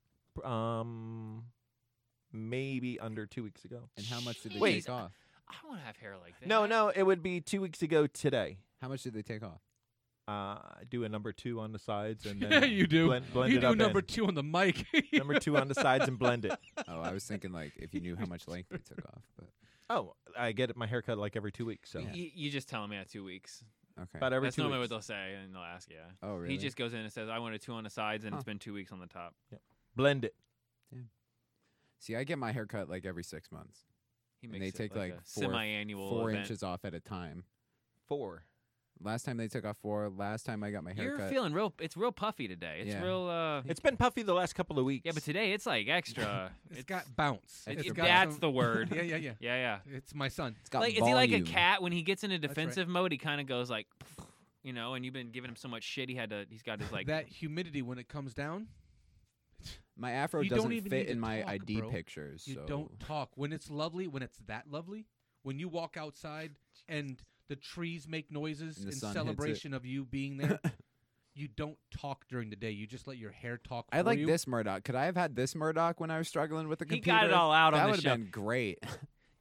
Speaker 12: Um, maybe under two weeks ago.
Speaker 13: And how much did they
Speaker 12: Wait.
Speaker 13: take off?
Speaker 11: I want to have hair like that.
Speaker 12: No, no, it would be two weeks ago today.
Speaker 13: How much did they take off?
Speaker 12: Uh, do a number two on the sides and
Speaker 7: Yeah,
Speaker 12: then
Speaker 7: you do.
Speaker 12: Blend, blend
Speaker 7: you
Speaker 12: it
Speaker 7: do
Speaker 12: up
Speaker 7: number
Speaker 12: in.
Speaker 7: two on the mic.
Speaker 12: number two on the sides and blend it.
Speaker 13: Oh, I was thinking like if you knew how much length they took off, but
Speaker 12: Oh, I get my haircut like every two weeks. So
Speaker 11: You, you just tell him at two weeks.
Speaker 13: okay.
Speaker 12: about every
Speaker 11: That's
Speaker 12: two
Speaker 11: normally
Speaker 12: weeks.
Speaker 11: what they'll say, and they'll ask. Yeah.
Speaker 13: Oh,
Speaker 11: He
Speaker 13: really?
Speaker 11: just goes in and says, "I want a two on the sides, and
Speaker 13: Huh.
Speaker 11: it's been two weeks on the top."
Speaker 12: blend it.
Speaker 13: See, I get my haircut like every six months,
Speaker 11: He
Speaker 13: and they
Speaker 11: makes it
Speaker 13: take like,
Speaker 11: a
Speaker 13: four,
Speaker 11: semi-annual
Speaker 13: four
Speaker 11: event.
Speaker 13: inches off at a time.
Speaker 12: Four.
Speaker 13: Last time they took off four. Last time I got my haircut.
Speaker 11: You're feeling real. It's real puffy today. It's
Speaker 13: Yeah.
Speaker 11: real. uh
Speaker 12: It's been puffy the last couple of weeks.
Speaker 11: Yeah, but today it's like extra.
Speaker 7: it's got bounce.
Speaker 11: it-
Speaker 7: It's
Speaker 11: it-
Speaker 7: got
Speaker 11: that's
Speaker 7: some-
Speaker 11: the word.
Speaker 7: yeah, yeah, yeah.
Speaker 11: yeah, yeah.
Speaker 7: It's my son.
Speaker 13: it's got
Speaker 11: like
Speaker 13: volume.
Speaker 11: is he like a cat when he gets into
Speaker 7: right.
Speaker 11: defensive mode? He kind of goes like, you know. And you've been giving him so much shit. He had to. He's got his like.
Speaker 7: that humidity when it comes down.
Speaker 13: My afro
Speaker 7: you don't
Speaker 13: doesn't
Speaker 7: even need
Speaker 13: fit
Speaker 7: to
Speaker 13: in my
Speaker 7: talk,
Speaker 13: ID
Speaker 7: bro.
Speaker 13: pictures.
Speaker 7: You
Speaker 13: so-
Speaker 7: don't talk when it's lovely. When it's that lovely, when you walk outside and the trees make noises
Speaker 13: And the
Speaker 7: in
Speaker 13: sun hits it.
Speaker 7: celebration of you being there. you don't talk during the day. You just let your hair talk.
Speaker 13: I
Speaker 7: for
Speaker 13: like
Speaker 7: you.
Speaker 13: this Murdoch. Could I have had this Murdoch when I was struggling with the
Speaker 11: He
Speaker 13: computer?
Speaker 11: got it all out on
Speaker 13: That
Speaker 11: the
Speaker 13: would
Speaker 11: show.
Speaker 13: have been great.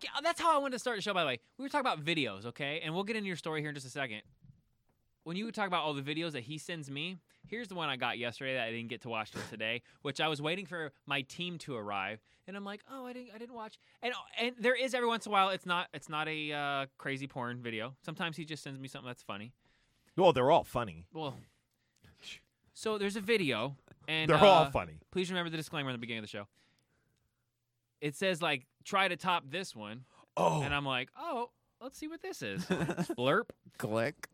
Speaker 11: Yeah, that's how I wanted to start the show. By the way, we were talking about videos, okay? And we'll get into your story here in just a second. When you talk about all the videos that he sends me, here's the one I got yesterday that I didn't get to watch till today, which I was waiting for my team to arrive, and I'm like, oh, I didn't, I didn't watch. And and there is every once in a while, it's not, it's not a uh, crazy porn video. Sometimes he just sends me something that's funny.
Speaker 12: Well, they're all funny.
Speaker 11: Well, so there's a video, and
Speaker 12: They're all
Speaker 11: uh,
Speaker 12: funny.
Speaker 11: Please remember the disclaimer in the beginning of the show. It says like try to top this one.
Speaker 12: Oh,
Speaker 11: and I'm like, oh, let's see what this is. Blurp.
Speaker 12: Click.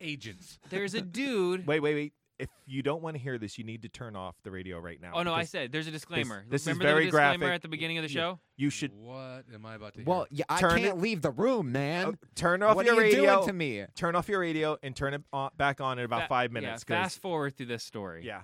Speaker 7: Agents.
Speaker 11: There's a dude.
Speaker 12: Wait, wait, wait. If you don't want to hear this, you need to turn off the radio right now.
Speaker 11: Oh no, I
Speaker 12: because
Speaker 11: said there's a
Speaker 12: this-
Speaker 11: disclaimer.
Speaker 12: This,
Speaker 11: remember
Speaker 12: is very
Speaker 11: the disclaimer
Speaker 12: graphic.
Speaker 11: at the beginning of the
Speaker 12: You-
Speaker 11: show.
Speaker 12: You should
Speaker 7: What am I about to hear?
Speaker 13: Well, yeah, I
Speaker 12: Turn
Speaker 13: can't
Speaker 12: it-
Speaker 13: leave the room, man.
Speaker 12: Oh, turn off
Speaker 13: what
Speaker 12: your
Speaker 13: are you
Speaker 12: radio
Speaker 13: doing to me?
Speaker 12: Turn off your radio and turn it on, back on in about
Speaker 11: Fa-
Speaker 12: five
Speaker 11: yeah,
Speaker 12: minutes. 'cause-
Speaker 11: fast forward through this story.
Speaker 12: Yeah.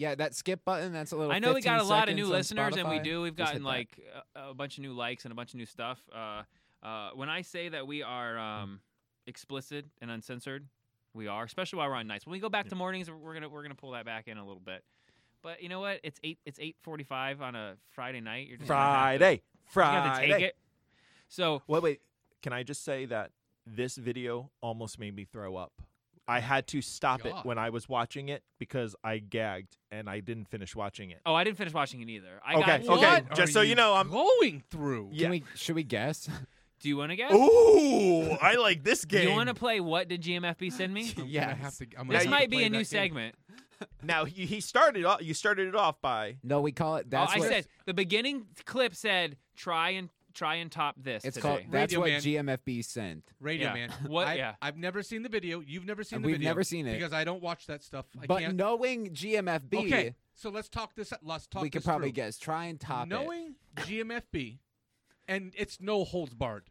Speaker 13: Yeah, that skip button. That's a little.
Speaker 11: I know we got a
Speaker 13: 15
Speaker 11: lot of new
Speaker 13: seconds on
Speaker 11: listeners, and we
Speaker 13: Spotify.
Speaker 11: do. We've
Speaker 13: Just
Speaker 11: gotten
Speaker 13: hit that.
Speaker 11: like a, a bunch of new likes and a bunch of new stuff. Uh, uh, when I say that we are um, explicit and uncensored, we are, especially while we're on nights. When we go back to mornings, we're gonna we're gonna pull that back in a little bit. But you know what? It's eight. It's eight forty-five on a Friday night. You're just gonna have to-
Speaker 12: Friday.
Speaker 11: you're gonna have to
Speaker 12: Friday.
Speaker 11: take it. So
Speaker 12: wait, wait. Can I just say that this video almost made me throw up? I had to stop
Speaker 11: God.
Speaker 12: it when I was watching it because I gagged and I didn't finish watching it.
Speaker 11: Oh, I didn't finish watching it either. I
Speaker 12: okay,
Speaker 11: got
Speaker 12: okay. Just so you know, I'm
Speaker 7: going through.
Speaker 12: Yeah.
Speaker 13: should we guess?
Speaker 11: Do you want to guess?
Speaker 12: Ooh, I like this
Speaker 11: You
Speaker 12: game.
Speaker 11: want to play what did GMFB send me?
Speaker 12: Yes. have to- I'm gonna
Speaker 11: this
Speaker 12: have to
Speaker 11: might be
Speaker 12: play
Speaker 11: a new
Speaker 12: that game.
Speaker 11: segment.
Speaker 12: Now he he started off. You started it off by
Speaker 13: No, we call it.
Speaker 11: Oh,
Speaker 13: That's
Speaker 11: I
Speaker 13: what
Speaker 11: said the beginning clip said try and try and top this.
Speaker 13: it's
Speaker 11: today.
Speaker 13: called. That's
Speaker 7: Radio
Speaker 13: what
Speaker 7: Man.
Speaker 13: GMFB sent.
Speaker 7: Radio
Speaker 11: Yeah.
Speaker 7: man.
Speaker 11: What-
Speaker 7: I,
Speaker 11: yeah.
Speaker 7: I've never seen the video. You've never seen
Speaker 13: And
Speaker 7: the
Speaker 13: we've
Speaker 7: video.
Speaker 13: never seen it.
Speaker 7: because I don't watch that stuff. I
Speaker 13: But
Speaker 7: can't.
Speaker 13: knowing GMFB,
Speaker 7: okay, so let's talk this. Let's talk.
Speaker 13: we could
Speaker 7: this
Speaker 13: probably
Speaker 7: through.
Speaker 13: guess. Try and top it.
Speaker 7: knowing GMFB, and it's no holds barred.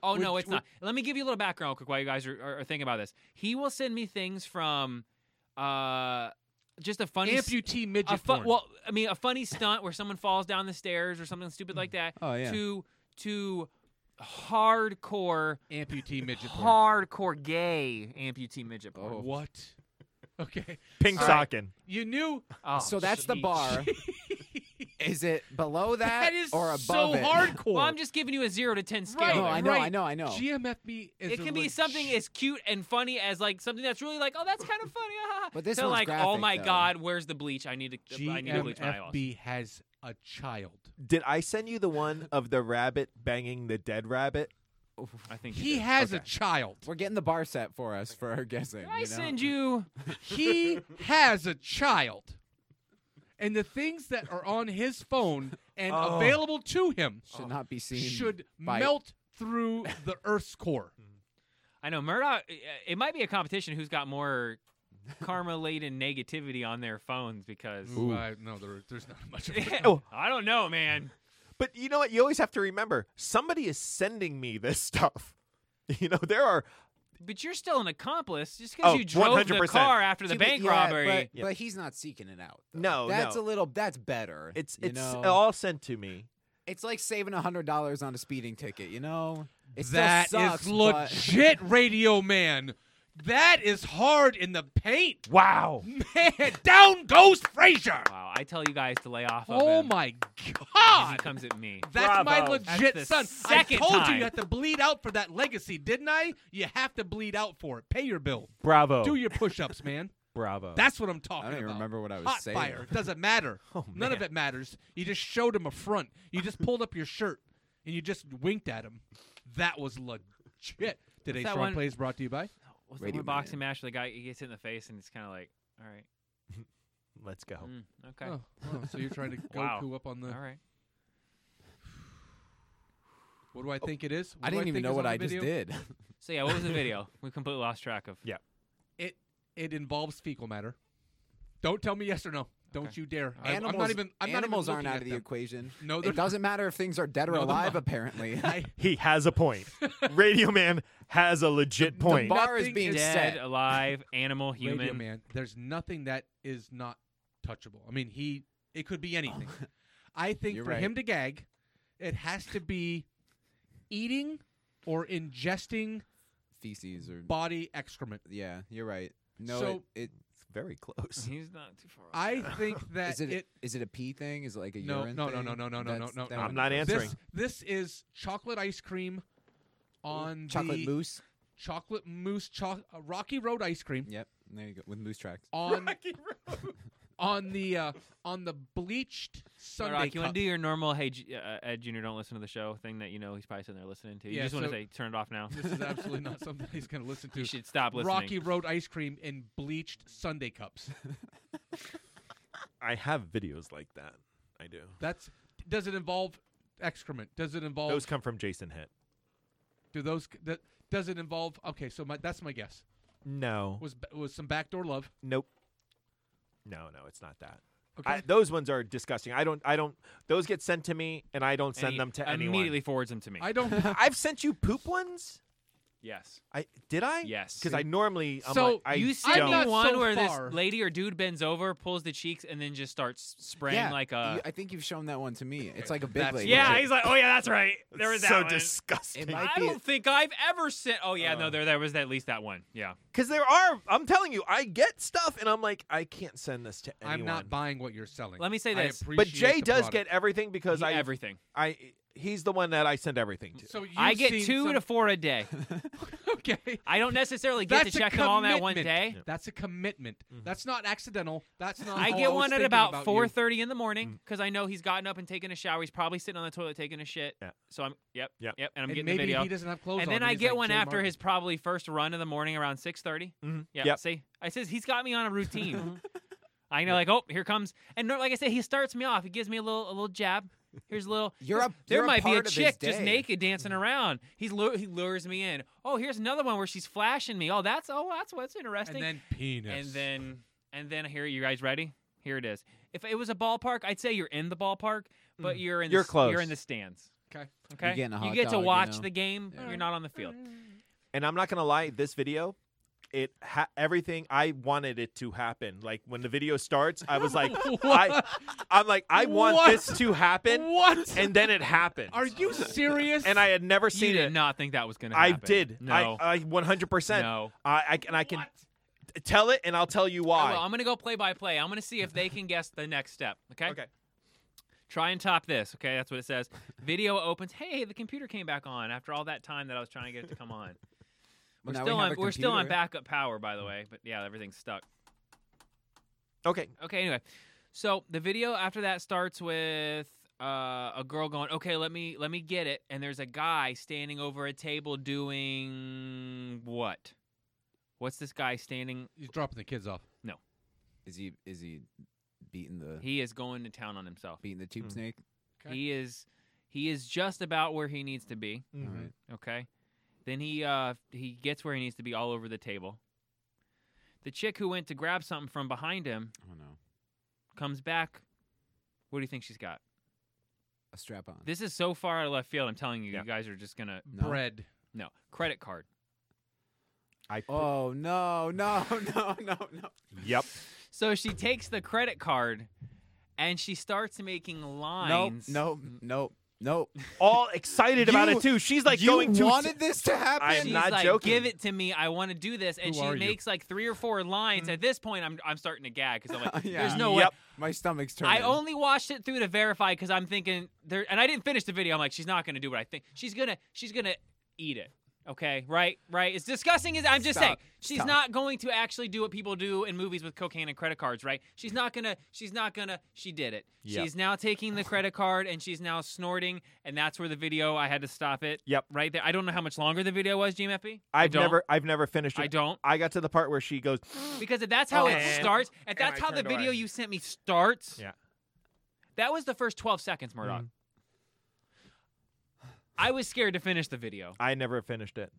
Speaker 11: Oh
Speaker 7: Would-
Speaker 11: no, it's
Speaker 7: would-
Speaker 11: not. Let me give you a little background real quick while you guys are, are, are thinking about this. He will send me things from uh just a funny s-
Speaker 7: Amputee midget
Speaker 11: a fu-
Speaker 7: porn.
Speaker 11: Well, I mean a funny stunt where someone falls down the stairs or something stupid like that.
Speaker 7: Oh, yeah.
Speaker 11: To to hardcore
Speaker 7: amputee midget porn.
Speaker 11: hardcore gay amputee midget porn.
Speaker 13: Oh.
Speaker 12: Oh,
Speaker 7: What? Okay.
Speaker 12: Pink
Speaker 11: All right.
Speaker 12: socking.
Speaker 7: You knew.
Speaker 11: Oh,
Speaker 13: so that's the
Speaker 11: jeez.
Speaker 13: bar. is it below that,
Speaker 7: That is
Speaker 13: or above
Speaker 7: so
Speaker 13: it?
Speaker 7: hardcore.
Speaker 11: Well, I'm just giving you a zero to ten scale.
Speaker 13: Right, No,
Speaker 11: there.
Speaker 13: I know, I right. know, I know.
Speaker 7: GMFB is
Speaker 11: It
Speaker 7: a
Speaker 11: can be
Speaker 7: leg-
Speaker 11: something as cute and funny as like something that's really like, oh, that's kind of funny. ah."
Speaker 13: But this
Speaker 11: to
Speaker 13: one's
Speaker 11: like, oh
Speaker 13: graphic,
Speaker 11: my
Speaker 13: though.
Speaker 11: god, where's the bleach? I need to. I need to bleach my eyeballs.
Speaker 7: GMFB has a child.
Speaker 12: Did I send you the one of the rabbit banging the dead rabbit?
Speaker 11: I think
Speaker 7: He has a child.
Speaker 13: We're getting the bar set for us for our guessing. you
Speaker 11: I
Speaker 13: know?
Speaker 11: send you.
Speaker 7: He has a child. And the things that are on his phone and
Speaker 13: Oh.
Speaker 7: available to him
Speaker 13: should not be seen.
Speaker 7: should
Speaker 13: by-
Speaker 7: melt through the Earth's core.
Speaker 11: I know Murdoch. uh, It might be a competition who's got more karma laden negativity on their phones because.
Speaker 7: Ooh, I, no, there, there's not much of it.
Speaker 12: Oh.
Speaker 11: I don't know, man.
Speaker 12: But you know what? You always have to remember somebody is sending me this stuff. You know, there are
Speaker 11: But you're still an accomplice just because
Speaker 12: Oh,
Speaker 11: you drove the
Speaker 12: 100%.
Speaker 11: car after the
Speaker 13: See, but-
Speaker 11: bank
Speaker 13: yeah,
Speaker 11: robbery.
Speaker 13: But,
Speaker 12: Yeah.
Speaker 13: but he's not seeking it out. though.
Speaker 12: No,
Speaker 13: that's
Speaker 12: no.
Speaker 13: a little. That's better.
Speaker 12: it's
Speaker 13: you
Speaker 12: it's
Speaker 13: know?
Speaker 12: all sent to me.
Speaker 13: It's like saving hundred dollars on a speeding ticket. You know, it still
Speaker 7: That is
Speaker 13: sucks, but-
Speaker 7: legit, Radio Man. That is hard in the paint.
Speaker 12: Wow.
Speaker 7: Man, down goes Frasier.
Speaker 11: Wow, I tell you guys to lay off of
Speaker 7: Oh
Speaker 11: him.
Speaker 7: my
Speaker 11: because He
Speaker 7: God.
Speaker 11: comes at me.
Speaker 7: That's my
Speaker 11: Bravo.
Speaker 7: legit
Speaker 11: That's the
Speaker 7: son. I
Speaker 11: second
Speaker 7: told you
Speaker 11: time.
Speaker 7: you had to bleed out for that legacy, didn't I? You have to bleed out for it. Pay your bill.
Speaker 12: Bravo.
Speaker 7: Do your push-ups, man.
Speaker 12: Bravo.
Speaker 7: That's what I'm talking
Speaker 13: Oh. I don't even
Speaker 7: about.
Speaker 13: remember what I was
Speaker 7: Hot
Speaker 13: saying. Oh,
Speaker 7: fire. Doesn't matter. None of
Speaker 11: man.
Speaker 7: it matters. You just showed him a front. You just pulled up your shirt and you just winked at him. That was legit. Today's
Speaker 11: that
Speaker 7: Strong
Speaker 11: one-
Speaker 7: Play is brought to you by.
Speaker 11: What's
Speaker 13: Radio
Speaker 11: the one boxing match where the guy he gets hit in the face and it's kind of like, all right,
Speaker 12: Let's go.
Speaker 11: mm, okay.
Speaker 7: Oh, wow. so you're trying to Goku
Speaker 13: Oh.
Speaker 11: Wow.
Speaker 7: up on the.
Speaker 11: All right.
Speaker 7: What
Speaker 13: Oh.
Speaker 7: do I think it is?
Speaker 13: I
Speaker 7: do
Speaker 13: didn't even
Speaker 7: think
Speaker 13: know
Speaker 7: is
Speaker 13: what
Speaker 7: on
Speaker 13: I
Speaker 7: the
Speaker 13: just
Speaker 7: video?
Speaker 13: did.
Speaker 11: So yeah, what was the video? We completely lost track of.
Speaker 12: Yeah.
Speaker 7: It it involves fecal matter. Don't tell me yes or no. Don't
Speaker 11: Okay.
Speaker 7: you dare. I-
Speaker 13: Animals,
Speaker 7: I'm not even. I'm
Speaker 13: animals
Speaker 7: not
Speaker 13: aren't
Speaker 7: even looking
Speaker 13: out
Speaker 7: at
Speaker 13: of the
Speaker 7: them.
Speaker 13: equation.
Speaker 7: No, they're
Speaker 13: it doesn't matter if things are dead or
Speaker 7: No, they're
Speaker 13: alive.
Speaker 7: not.
Speaker 13: Apparently,
Speaker 7: I,
Speaker 12: He has a point. Radio Man has a legit point.
Speaker 13: bar is
Speaker 7: Nothing
Speaker 13: being
Speaker 7: is
Speaker 11: Dead,
Speaker 13: set.
Speaker 11: alive, animal, human.
Speaker 7: Radio man, there's nothing that is not touchable. I mean, he it could be anything. I think
Speaker 13: You're
Speaker 7: for
Speaker 13: right.
Speaker 7: him to gag, it has to be eating or ingesting
Speaker 13: Feces or
Speaker 7: body excrement.
Speaker 13: yeah, you're right. No,
Speaker 7: So-
Speaker 13: it,
Speaker 12: It's very close.
Speaker 11: He's not too far. off.
Speaker 7: I think
Speaker 13: it
Speaker 7: that
Speaker 13: is it,
Speaker 7: uh, it
Speaker 13: is it a pee thing? Is it like a
Speaker 7: No,
Speaker 13: urine?
Speaker 7: no, no,
Speaker 13: thing?
Speaker 7: no, no, no, no,
Speaker 13: That's-
Speaker 7: no, no,
Speaker 13: that
Speaker 7: no.
Speaker 13: would
Speaker 12: I'm
Speaker 13: be
Speaker 12: not
Speaker 13: gross.
Speaker 12: answering.
Speaker 7: This, this is chocolate ice cream on
Speaker 13: Chocolate
Speaker 7: the
Speaker 13: moose.
Speaker 7: chocolate mousse cho- uh, Rocky Road ice cream
Speaker 13: Yep, there you go with moose tracks.
Speaker 7: on on the uh, on the bleached Sunday
Speaker 11: Rock, you
Speaker 7: cup.
Speaker 11: want to do your normal "Hey, Ju- uh, Ed Junior, don't listen to the show" thing that you know he's probably sitting there listening to. You
Speaker 7: Yeah,
Speaker 11: just want
Speaker 7: so
Speaker 11: to say, "Turn it off now."
Speaker 7: This is absolutely not something he's going to listen to.
Speaker 11: You should stop listening.
Speaker 7: Rocky Road ice cream in bleached Sunday cups.
Speaker 12: I have videos like that. I do.
Speaker 7: That's does it involve excrement? Does it involve
Speaker 12: Those come from Jason Hit.
Speaker 7: do those that, does it involve Okay, so my that's my guess.
Speaker 12: No.
Speaker 7: Was was some backdoor love?
Speaker 12: Nope. No, no, it's not that.
Speaker 7: Okay.
Speaker 12: I, those ones are disgusting. I don't. I don't. Those get sent to me, and I don't send
Speaker 11: And he
Speaker 12: them to anyone.
Speaker 11: Immediately forwards them to me.
Speaker 12: I don't- I've sent you poop ones.
Speaker 11: Yes.
Speaker 12: I did I?
Speaker 11: Yes.
Speaker 12: Because I normally. I'm
Speaker 11: so
Speaker 12: like, I
Speaker 11: you sent
Speaker 12: don't.
Speaker 11: me one where this lady or dude bends over, pulls the cheeks, and then just starts spraying
Speaker 13: yeah,
Speaker 11: like a.
Speaker 13: you- I think you've shown that one to me. It's like a big
Speaker 11: That's
Speaker 13: lady.
Speaker 11: yeah, he's like, oh yeah, that's right. There was
Speaker 13: So
Speaker 11: that one.
Speaker 12: disgusting.
Speaker 13: It might
Speaker 11: I
Speaker 13: be Uh. a-
Speaker 11: don't think I've ever sent. Oh yeah, no, there there was at least that one. Yeah.
Speaker 12: Because there are. I'm telling you, I get stuff, and I'm like, I can't send this to anyone.
Speaker 7: I'm not buying what you're selling.
Speaker 11: Let me say
Speaker 7: I
Speaker 11: this.
Speaker 7: appreciate
Speaker 12: But Jay
Speaker 7: the
Speaker 12: does
Speaker 7: product.
Speaker 12: get everything because I
Speaker 11: everything.
Speaker 12: I he's the one that I send everything to.
Speaker 7: So
Speaker 11: I
Speaker 7: you've
Speaker 11: get
Speaker 7: seen
Speaker 11: two
Speaker 7: some-
Speaker 11: to four a day.
Speaker 7: okay.
Speaker 11: I don't necessarily get
Speaker 7: That's
Speaker 11: to
Speaker 7: a
Speaker 11: check them all in that one
Speaker 7: commitment.
Speaker 11: day.
Speaker 7: That's a commitment.
Speaker 12: Mm-hmm.
Speaker 7: That's not accidental. That's not.
Speaker 11: I
Speaker 7: oh,
Speaker 11: get
Speaker 7: was
Speaker 11: one at
Speaker 7: thinking
Speaker 11: about,
Speaker 7: about you."
Speaker 11: 4:30 in the
Speaker 13: Mm.
Speaker 11: morning because I know he's gotten up and taken a shower. He's probably sitting on the toilet taking a shit. So I'm yep,
Speaker 12: yep,
Speaker 11: yep, and I'm
Speaker 7: And
Speaker 11: getting
Speaker 7: maybe
Speaker 11: the video.
Speaker 7: he doesn't have clothes
Speaker 11: And
Speaker 7: on,
Speaker 11: then
Speaker 7: and
Speaker 11: I
Speaker 7: he's
Speaker 11: get
Speaker 7: like
Speaker 11: one
Speaker 7: Jay
Speaker 11: after
Speaker 7: Martin. Mm-hmm.
Speaker 11: his probably first run of the morning around 6:30.
Speaker 12: Mhm.
Speaker 11: Yeah,
Speaker 12: Yep.
Speaker 11: see, I says he's got me on a routine. I know, like, oh, here comes, and no- like I said, he starts me off. He gives me a little, a little jab. Here's a little.
Speaker 13: You're a-
Speaker 11: there
Speaker 13: you're a
Speaker 11: might be a
Speaker 13: part of his
Speaker 11: chick just
Speaker 13: day.
Speaker 11: naked dancing
Speaker 7: Mm-hmm.
Speaker 11: around. He's lu- he lures me in. Oh, here's another one where she's flashing me. Oh, that's oh, that's what's interesting.
Speaker 7: then penis.
Speaker 11: And then and then here, you guys ready? Here it is. If it was a ballpark, I'd say you're in the ballpark, but
Speaker 12: Mm.
Speaker 11: you're in
Speaker 12: You're
Speaker 11: the, s-
Speaker 12: close.
Speaker 11: You're in the stands.
Speaker 7: Okay.
Speaker 11: Okay.
Speaker 12: You're getting a hot
Speaker 11: you get
Speaker 12: dog,
Speaker 11: to
Speaker 12: you
Speaker 11: watch
Speaker 12: know.
Speaker 11: the game. You're not on the field.
Speaker 12: And I'm not gonna lie, this video, it ha- everything I wanted it to happen. Like when the video starts, I was like, I, I'm like, I want
Speaker 7: What?
Speaker 12: this to happen.
Speaker 7: What?
Speaker 12: And then it happened.
Speaker 7: Are you serious?
Speaker 12: And I had never seen
Speaker 11: did
Speaker 12: it.
Speaker 11: Not think that was gonna.
Speaker 12: I
Speaker 11: happen.
Speaker 12: did.
Speaker 11: No.
Speaker 12: I, uh, I 100%.
Speaker 11: No.
Speaker 12: I, I and I can t- tell it, and I'll tell you why.
Speaker 11: Oh, Well, I'm gonna go play by play. I'm gonna see if they can guess the next step. Okay. Okay. Try and top this. Okay, that's what it says. Video opens. Hey, the computer came back on after all that time that I was trying to get it to come on.
Speaker 13: Well,
Speaker 11: We're
Speaker 13: now we
Speaker 11: still
Speaker 13: have
Speaker 11: on.
Speaker 13: a
Speaker 11: We're still on
Speaker 13: computer.
Speaker 11: backup power, by the way. But yeah, everything's stuck.
Speaker 12: Okay.
Speaker 11: Okay. Anyway, so the video after that starts with uh, a girl going, "Okay, let me let me get it," and there's a guy standing over a table doing what? What's this guy standing?
Speaker 7: He's dropping the kids off.
Speaker 11: No,
Speaker 13: Is he is he beating the
Speaker 11: he is going to town on himself.
Speaker 13: beating the tube snake?
Speaker 11: He is he is just about where he needs to be.
Speaker 13: All right.
Speaker 11: Okay. Then he uh he gets where he needs to be all over the table. The chick who went to grab something from behind him
Speaker 13: Oh no,
Speaker 11: comes back. What do you think she's got?
Speaker 13: a strap on.
Speaker 11: This is so far out of left field. I'm telling you, you guys are just gonna
Speaker 13: No.
Speaker 7: Bread.
Speaker 11: No, credit card.
Speaker 12: I
Speaker 13: oh no no no no no.
Speaker 12: Yep.
Speaker 11: So she takes the credit card, and she starts making
Speaker 13: Nope
Speaker 11: lines.
Speaker 13: nope
Speaker 7: Mm.
Speaker 13: nope nope.
Speaker 12: All excited about it too. She's like
Speaker 13: you
Speaker 12: going to
Speaker 13: wanted this to happen.
Speaker 12: I'm
Speaker 11: She's
Speaker 12: not
Speaker 11: like,
Speaker 12: joking.
Speaker 11: Give it to me. I want to do this. And
Speaker 13: Who
Speaker 11: she
Speaker 13: are you? Mm-hmm.
Speaker 11: makes like three or four lines. At this point, I'm I'm starting to gag because I'm like,
Speaker 13: Yeah.
Speaker 11: there's no way.
Speaker 13: My stomach's turning.
Speaker 11: I only watched it through to verify because I'm thinking there, and I didn't finish the video. I'm like, she's not gonna do what I think. She's gonna, she's gonna eat it. Okay, right, right. It's disgusting. As I'm just saying,
Speaker 13: Stop.
Speaker 11: she's
Speaker 13: Stop.
Speaker 11: not going to actually do what people do in movies with cocaine and credit cards, right? She's not gonna, she's not gonna. She did it.
Speaker 12: Yep.
Speaker 11: She's now taking the credit card and she's now snorting, and that's where the video. I had to stop it.
Speaker 12: Yep.
Speaker 11: Right there. I don't know how much longer the video was, GMFB. I
Speaker 12: I've
Speaker 11: don't.
Speaker 12: never, I've never finished it.
Speaker 11: I don't.
Speaker 12: I got to the part where she goes.
Speaker 11: because if that's how it
Speaker 12: And-
Speaker 11: starts, if
Speaker 12: and
Speaker 11: that's
Speaker 12: I
Speaker 11: how the
Speaker 12: turned away.
Speaker 11: video you sent me starts,
Speaker 12: Yeah. Mm.
Speaker 11: that was the first 12 seconds, Murdoch. I was scared to finish the video.
Speaker 12: I never finished it.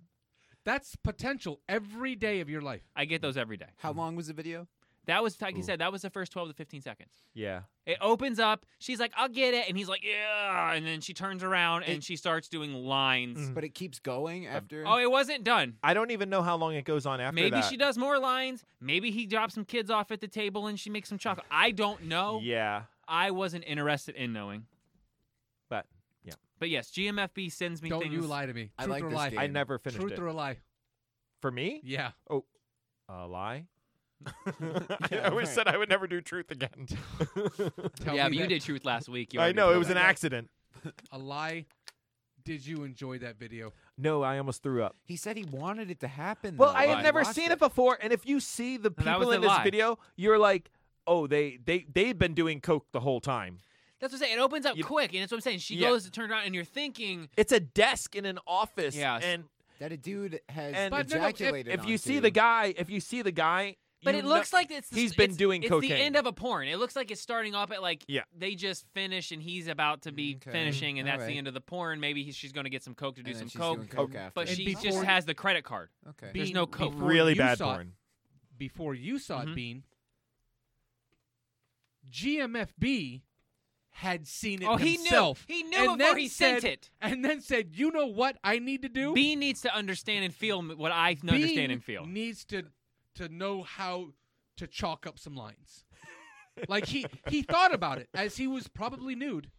Speaker 7: That's potential every day of your life.
Speaker 11: I get those every day.
Speaker 13: How long was the video?
Speaker 11: That was, like you said, that was the first 12 to 15 seconds.
Speaker 12: Yeah.
Speaker 11: It opens up. She's like, I'll get it. And he's like, yeah. And then she turns around and she starts doing
Speaker 12: Mm.
Speaker 11: lines.
Speaker 13: But it keeps going after.
Speaker 11: Oh, it wasn't done.
Speaker 12: I don't even know how long it goes on after
Speaker 11: Maybe
Speaker 12: that.
Speaker 11: she does more lines. Maybe he drops some kids off at the table and she makes some chocolate. I don't know.
Speaker 12: Yeah.
Speaker 11: I wasn't interested in knowing.
Speaker 12: But yeah.
Speaker 11: But yes, GMFB sends me
Speaker 7: Don't
Speaker 11: things.
Speaker 7: you lie to me.
Speaker 11: I
Speaker 7: Truth
Speaker 11: like
Speaker 7: or
Speaker 11: this
Speaker 7: lie.
Speaker 11: game.
Speaker 12: I never finished
Speaker 7: Truth
Speaker 12: it.
Speaker 7: or a lie.
Speaker 12: For me?
Speaker 7: Yeah.
Speaker 12: Oh, a lie. I
Speaker 11: Yeah,
Speaker 12: always
Speaker 11: right.
Speaker 12: said I would never do truth again.
Speaker 11: yeah, but you did truth last week. You
Speaker 12: I
Speaker 11: already
Speaker 12: know it
Speaker 11: did
Speaker 12: was an
Speaker 11: that.
Speaker 12: accident.
Speaker 7: A lie. Did you enjoy that video?
Speaker 12: No, I almost threw up.
Speaker 13: He said he wanted it to happen.
Speaker 12: Well,
Speaker 13: though.
Speaker 12: I
Speaker 13: He
Speaker 12: had never
Speaker 13: watched
Speaker 12: seen it. before, and if you see the
Speaker 13: that
Speaker 12: people
Speaker 13: was
Speaker 12: in
Speaker 13: the
Speaker 12: this
Speaker 13: lie.
Speaker 12: video, you're like, oh, they they they've been doing coke the whole time.
Speaker 11: That's what I'm saying. It opens up quick, and that's what I'm saying. She
Speaker 12: Yeah.
Speaker 11: goes to turn around, and you're thinking
Speaker 12: It's a desk in an office.
Speaker 11: Yes.
Speaker 12: and
Speaker 13: that a dude has
Speaker 12: and
Speaker 13: ejaculated.
Speaker 12: if, if you see
Speaker 13: onto.
Speaker 12: the guy, if you see the guy,
Speaker 11: But
Speaker 12: you
Speaker 11: it
Speaker 12: kno-
Speaker 11: looks like it's the,
Speaker 12: he's been
Speaker 11: it's-
Speaker 12: doing
Speaker 11: it's
Speaker 12: cocaine.
Speaker 11: the end of a porn. It looks like it's starting off at like
Speaker 12: Yeah.
Speaker 11: they just finish and he's about to be
Speaker 12: Okay.
Speaker 11: finishing and
Speaker 12: All
Speaker 11: that's
Speaker 12: right.
Speaker 11: the end of the porn. Maybe he, she's going to get some coke to do
Speaker 13: And then
Speaker 11: some
Speaker 13: she's doing
Speaker 11: coke,
Speaker 13: coke after.
Speaker 11: but
Speaker 13: And
Speaker 11: she just
Speaker 7: before-
Speaker 11: has the credit card.
Speaker 13: Okay.
Speaker 11: there's
Speaker 7: Bean,
Speaker 11: no coke.
Speaker 7: before
Speaker 12: Really
Speaker 7: you
Speaker 12: bad
Speaker 7: saw it-
Speaker 12: porn.
Speaker 7: before you saw
Speaker 11: Mm-hmm.
Speaker 7: it, Bean, GMFB had seen it
Speaker 11: Oh, he knew.
Speaker 7: himself.
Speaker 11: He knew before
Speaker 7: and then
Speaker 11: he sent
Speaker 7: said-
Speaker 11: it.
Speaker 7: And then said, "You know what I need to do?
Speaker 11: B needs to understand and feel m- what I
Speaker 7: Bean
Speaker 11: understand and feel.
Speaker 7: needs to to know how to chalk up some lines." like he he thought about it as he was probably nude.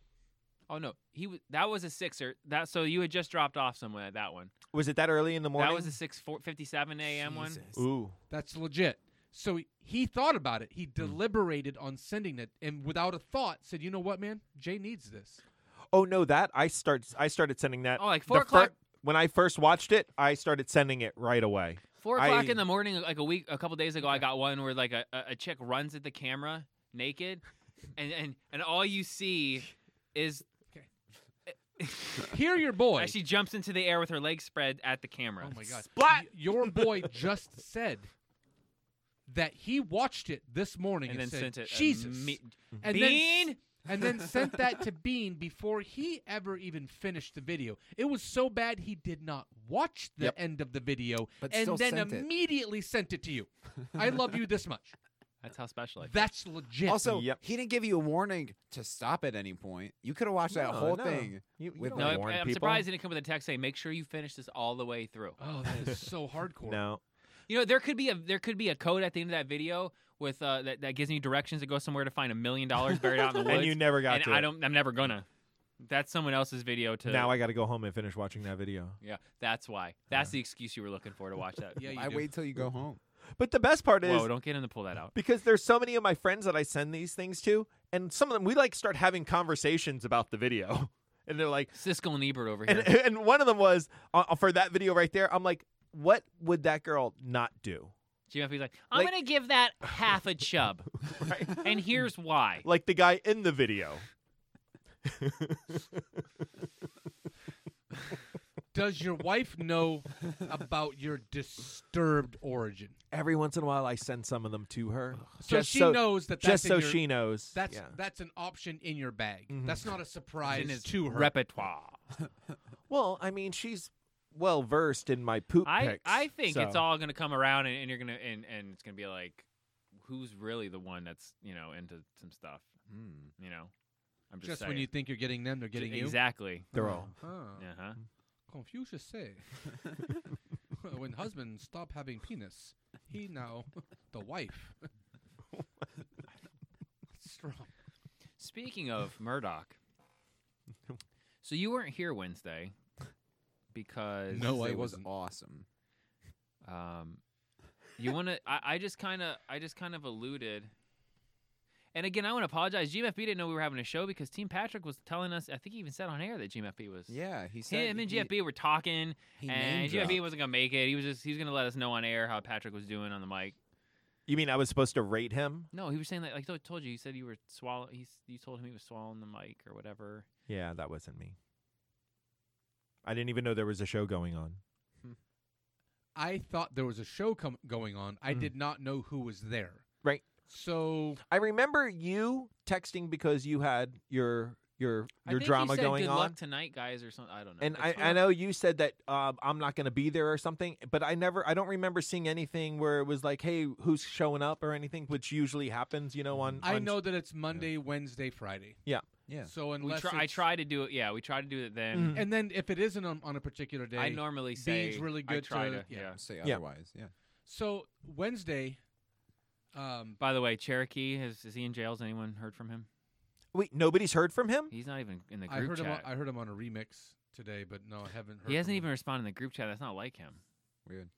Speaker 11: Oh no, he was that was a sixer. That so you had just dropped off someone at that one.
Speaker 12: was it that early in the morning?
Speaker 11: That was a six four, 57 a.m. one.
Speaker 12: Ooh.
Speaker 7: That's legit. So he, he thought about it. He
Speaker 11: Hmm.
Speaker 7: deliberated on sending it, and without a thought, said, "You know what, man? Jay needs this."
Speaker 12: Oh no, that I start I started sending that.
Speaker 11: Oh, like
Speaker 12: the
Speaker 11: four o'clock?
Speaker 12: when I first watched it, I started sending it right away.
Speaker 11: Four o'clock
Speaker 12: I-
Speaker 11: in the morning, like a week, a couple days ago, I got one where like a, a a chick runs at the camera naked, and and, and all you see is
Speaker 7: Hear your boy.
Speaker 11: as she jumps into the air with her legs spread at the camera.
Speaker 7: Oh my god. Y- Your boy just said that he watched it this morning
Speaker 11: And
Speaker 7: and,
Speaker 11: then
Speaker 7: said,
Speaker 11: sent it
Speaker 7: Jesus.
Speaker 11: imme-
Speaker 7: and Then,
Speaker 11: Bean?
Speaker 7: and then sent that to Bean before he ever even finished the video. It was so bad he did not watch the
Speaker 13: Yep.
Speaker 7: end of the video
Speaker 13: But
Speaker 7: and
Speaker 13: still
Speaker 7: then
Speaker 13: sent it.
Speaker 7: immediately sent it to you. I love you this much.
Speaker 11: That's how special. I feel.
Speaker 7: That's legit.
Speaker 13: Also, he didn't give you a warning to stop at any point. You could have watched that
Speaker 12: No,
Speaker 13: whole
Speaker 12: no.
Speaker 13: thing.
Speaker 12: You- you
Speaker 13: with
Speaker 12: don't
Speaker 11: No, I,
Speaker 13: like-
Speaker 11: I'm surprised it didn't come with a text saying, "Make sure you finish this all the way through."
Speaker 7: Oh, that is so hardcore.
Speaker 12: No.
Speaker 11: You know, there could be a there could be a code at the end of that video with uh, that that gives me directions to go somewhere to find a million dollars buried out in the woods.
Speaker 12: And you never got
Speaker 11: and
Speaker 12: to
Speaker 11: I
Speaker 12: it.
Speaker 11: don't. I'm never gonna. That's someone else's video to.
Speaker 12: Now I got to go home and finish watching that video.
Speaker 11: Yeah, that's why. That's the excuse you were looking for to watch that.
Speaker 7: Yeah, you
Speaker 13: I wait till you go home.
Speaker 12: But the best part is
Speaker 11: Whoa! Don't get him to pull that out.
Speaker 12: because there's so many of my friends that I send these things to, and some of them we like start having conversations about the video, and they're like,
Speaker 11: Siskel and Ebert over
Speaker 12: and,
Speaker 11: here.
Speaker 12: and one of them was uh, for that video right there. I'm like, what would that girl not do?
Speaker 11: GMFB's like, I'm
Speaker 12: like-
Speaker 11: gonna give that half a chub, and here's why.
Speaker 12: Like the guy in the video.
Speaker 7: Does your wife know about your disturbed origin?
Speaker 12: Every once in a while, I send some of them to her,
Speaker 7: So
Speaker 12: Just
Speaker 7: she knows that that's
Speaker 12: just
Speaker 7: in
Speaker 12: so
Speaker 7: your-
Speaker 12: she knows.
Speaker 7: That's
Speaker 12: yeah. Mm-hmm.
Speaker 7: that's an option in your bag. That's not a surprise
Speaker 11: in his
Speaker 7: to her.
Speaker 11: repertoire.
Speaker 12: well, I mean, she's well versed in my poop
Speaker 11: I
Speaker 12: pics,
Speaker 11: I think it's
Speaker 12: so-
Speaker 11: all gonna come around, and, and you're gonna and, and it's gonna be like, who's really the one that's you know into some stuff?
Speaker 7: Hmm.
Speaker 11: You know, I'm just,
Speaker 7: just
Speaker 11: saying.
Speaker 7: when you think you're getting them, they're getting you.
Speaker 11: exactly.
Speaker 12: They're all
Speaker 7: Huh.
Speaker 11: Uh huh.
Speaker 7: Confucius say, when husbands stop having penis, he now the wife. Strong.
Speaker 11: Speaking of Murdoch, so you weren't here Wednesday because
Speaker 7: No, I
Speaker 13: it was
Speaker 7: wasn't.
Speaker 13: awesome.
Speaker 11: Um, you want to? I, I just kind of, I just kind of alluded. And again, I want to apologize. GMFB didn't know we were having a show because Team Patrick was telling us. I think he even said on air that GMFB was.
Speaker 13: Yeah, he said
Speaker 11: Him and
Speaker 13: he-
Speaker 11: GFB were talking,
Speaker 13: he name
Speaker 11: and GFB
Speaker 13: dropped.
Speaker 11: wasn't gonna make it. He was just he was gonna let us know on air how Patrick was doing on the mic.
Speaker 12: You mean I was supposed to rate him?
Speaker 11: No, he was saying that like I told you. He said you were swallow. He s- you told him he was swallowing the mic or whatever.
Speaker 12: Yeah, that wasn't me. I didn't even know there was a show going on.
Speaker 7: I thought there was a show com- going on. I did not know who was there.
Speaker 12: Mm-hmm. Right.
Speaker 7: So
Speaker 12: I remember you texting because you had your your
Speaker 11: I
Speaker 12: your
Speaker 11: think he
Speaker 12: drama
Speaker 11: said,
Speaker 12: going
Speaker 11: "Good
Speaker 12: on.
Speaker 11: luck tonight, guys, or something. I don't know.
Speaker 12: And
Speaker 11: It's
Speaker 12: I, I
Speaker 11: not-
Speaker 12: know you said that um, I'm not going to be there or something, but I never, I don't remember seeing anything where it was like, hey, who's showing up or anything, which usually happens, you know, on.
Speaker 7: I
Speaker 12: on-
Speaker 7: know that it's Monday, Wednesday, Friday.
Speaker 12: Yeah.
Speaker 13: Yeah.
Speaker 7: So
Speaker 11: we
Speaker 7: unless
Speaker 11: try, I
Speaker 7: it's-
Speaker 11: try to do it. Yeah, we try to do it then.
Speaker 7: and then if it isn't on, on a particular day,
Speaker 11: Mm-hmm. I normally say
Speaker 7: Bean's really
Speaker 11: I
Speaker 7: good
Speaker 11: try to,
Speaker 7: yeah.
Speaker 11: yeah.
Speaker 13: Say
Speaker 12: Yeah.
Speaker 13: otherwise. Yeah.
Speaker 7: So Wednesday, um,
Speaker 11: By the way, Cherokee is, is he in jail? Has anyone heard from him?
Speaker 12: Wait, nobody's heard from him?
Speaker 11: He's not even in the
Speaker 7: I
Speaker 11: group
Speaker 7: heard him. On,
Speaker 11: chat.
Speaker 7: I heard him on a remix today, but no, I haven't heard.
Speaker 11: he hasn't
Speaker 7: from
Speaker 11: even responded in the group chat. That's not like him.
Speaker 13: Weird.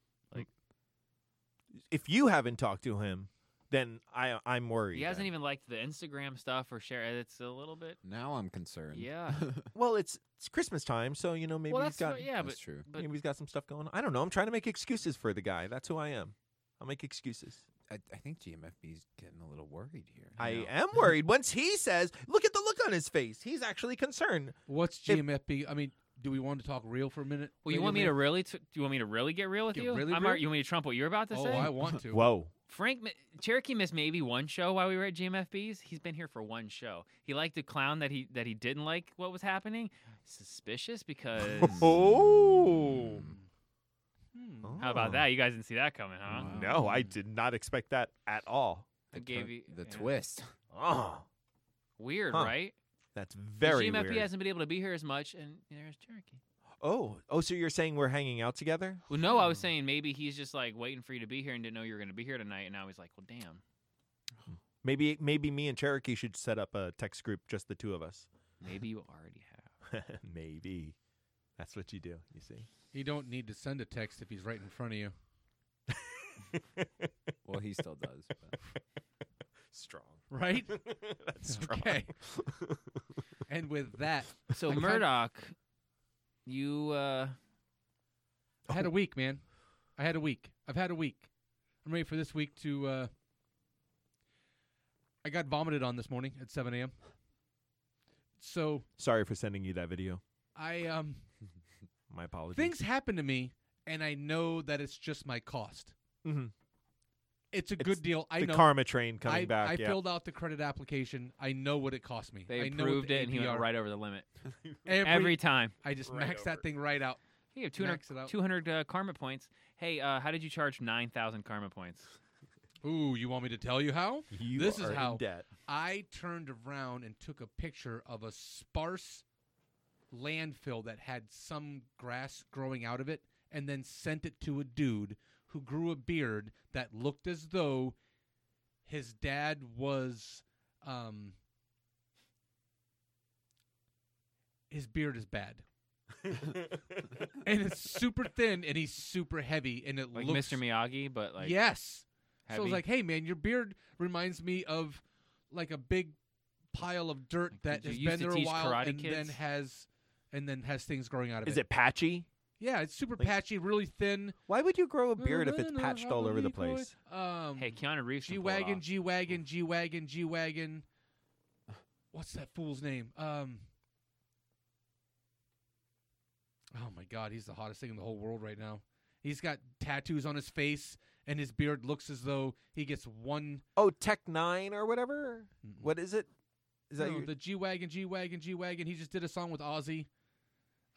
Speaker 12: If you haven't talked to him, then I, I'm worried.
Speaker 11: He hasn't
Speaker 12: then.
Speaker 11: even liked the Instagram stuff or share. It's a little bit.
Speaker 13: Now I'm concerned.
Speaker 11: Yeah.
Speaker 12: Well, it's it's Christmas time, so you know maybe
Speaker 11: well,
Speaker 12: he's
Speaker 11: that's
Speaker 12: got
Speaker 11: what- yeah,
Speaker 13: That's
Speaker 11: but,
Speaker 13: true.
Speaker 11: but
Speaker 12: maybe he's got some stuff going on. I don't know. I'm trying to make excuses for the guy. That's who I am. I make excuses.
Speaker 13: I, I think GMFB's getting a little worried here.
Speaker 12: I
Speaker 13: No.
Speaker 12: am worried. Once he says, look at the look on his face. He's actually concerned.
Speaker 7: What's GMFB? I mean, do we want to talk real for a minute?
Speaker 11: Well, you
Speaker 7: Lady
Speaker 11: want me
Speaker 7: Lee?
Speaker 11: to really? T- do you want me to really get real with
Speaker 7: Get
Speaker 11: you?
Speaker 7: really
Speaker 11: I'm alre-
Speaker 7: real?
Speaker 11: you want me to trump what you're about to
Speaker 7: Oh,
Speaker 11: say?
Speaker 7: I want to.
Speaker 12: Whoa.
Speaker 11: Frank mi- Cherokee missed maybe one show while we were at GMFBs. He's been here for one show. He liked the clown that he that he didn't like what was happening. Suspicious because
Speaker 12: Oh. Hmm.
Speaker 11: how about that? You guys didn't see that coming, huh?
Speaker 12: No, I did not expect that at all.
Speaker 11: It gave you
Speaker 13: The
Speaker 11: yeah.
Speaker 13: twist.
Speaker 12: Oh.
Speaker 11: Weird,
Speaker 12: Huh.
Speaker 11: right?
Speaker 12: That's
Speaker 11: 'Cause
Speaker 12: very
Speaker 11: GMFB
Speaker 12: weird.
Speaker 11: hasn't been able to be here as much, and there's Cherokee.
Speaker 12: oh, oh, so you're saying we're hanging out together?
Speaker 11: Well, no, I was
Speaker 7: Mm.
Speaker 11: saying maybe he's just like waiting for you to be here and didn't know you were going to be here tonight, and now he's like, well, damn.
Speaker 12: Maybe maybe me and Cherokee should set up a text group, just the two of us.
Speaker 11: Maybe you already have.
Speaker 12: maybe. That's what you do, you see.
Speaker 7: You don't need to send a text if he's right in front of you.
Speaker 13: Well, he still does. but-
Speaker 12: Strong.
Speaker 7: Right?
Speaker 12: That's strong.
Speaker 7: Okay. and with that,
Speaker 11: So
Speaker 7: I kind-
Speaker 11: Murdoch, you uh
Speaker 7: I had a week, man. I had a week. I've had a week. I'm ready for this week to. Uh, I got vomited on this morning at 7 a.m. So
Speaker 12: Sorry for sending you that video.
Speaker 7: I um
Speaker 12: My apologies.
Speaker 7: things happen to me, and I know that it's just my cost.
Speaker 12: Mm-hmm.
Speaker 7: It's a good deal. I
Speaker 12: the
Speaker 7: know
Speaker 12: karma train coming
Speaker 7: I,
Speaker 12: back,
Speaker 7: I
Speaker 12: yeah.
Speaker 7: filled out the credit application. I know what it cost me.
Speaker 11: they
Speaker 7: I know what
Speaker 11: approved
Speaker 7: the
Speaker 11: it and he
Speaker 7: APR
Speaker 11: went right over the limit.
Speaker 7: Every-
Speaker 11: time.
Speaker 7: I just
Speaker 11: Right
Speaker 7: maxed that thing right out.
Speaker 11: You have 200,
Speaker 7: Max it out.
Speaker 11: 200 uh, karma points. Hey, uh, how did you charge 9,000 karma points?
Speaker 7: Ooh, you want me to tell you how?
Speaker 12: You
Speaker 7: this
Speaker 12: are
Speaker 7: is
Speaker 12: in
Speaker 7: how
Speaker 12: debt.
Speaker 7: I turned around and took a picture of a sparse landfill that had some grass growing out of it and then sent it to a dude who grew a beard that looked as though his dad was um his beard is bad. and it's super thin and he's super heavy and it
Speaker 11: Like
Speaker 7: looks
Speaker 11: Mr. Miyagi, but like
Speaker 7: yes. So I
Speaker 11: heavy?
Speaker 7: was like, hey man, your beard reminds me of like a big pile of dirt that
Speaker 11: did you used
Speaker 7: has been
Speaker 11: to
Speaker 7: there a
Speaker 11: teach
Speaker 7: while
Speaker 11: Karate
Speaker 7: and then
Speaker 11: Kids?
Speaker 7: has and then has things growing out of
Speaker 12: Is
Speaker 7: it.
Speaker 12: it patchy?
Speaker 7: yeah, it's super
Speaker 12: like-
Speaker 7: patchy, really thin.
Speaker 12: Why would you grow a beard if it's patched all over the place?
Speaker 7: Um,
Speaker 11: Hey, Keanu Reeves can
Speaker 7: G
Speaker 11: pull it
Speaker 7: wagon,
Speaker 11: off.
Speaker 7: G wagon, G wagon, G wagon. What's that fool's name? Um. Oh my God, he's the hottest thing in the whole world right now. He's got tattoos on his face, and his beard looks as though he gets one.
Speaker 12: Oh, Tech Nine or whatever. What is it? Is that
Speaker 7: no,
Speaker 12: your-
Speaker 7: the G wagon, G wagon, G wagon? He just did a song with Ozzy.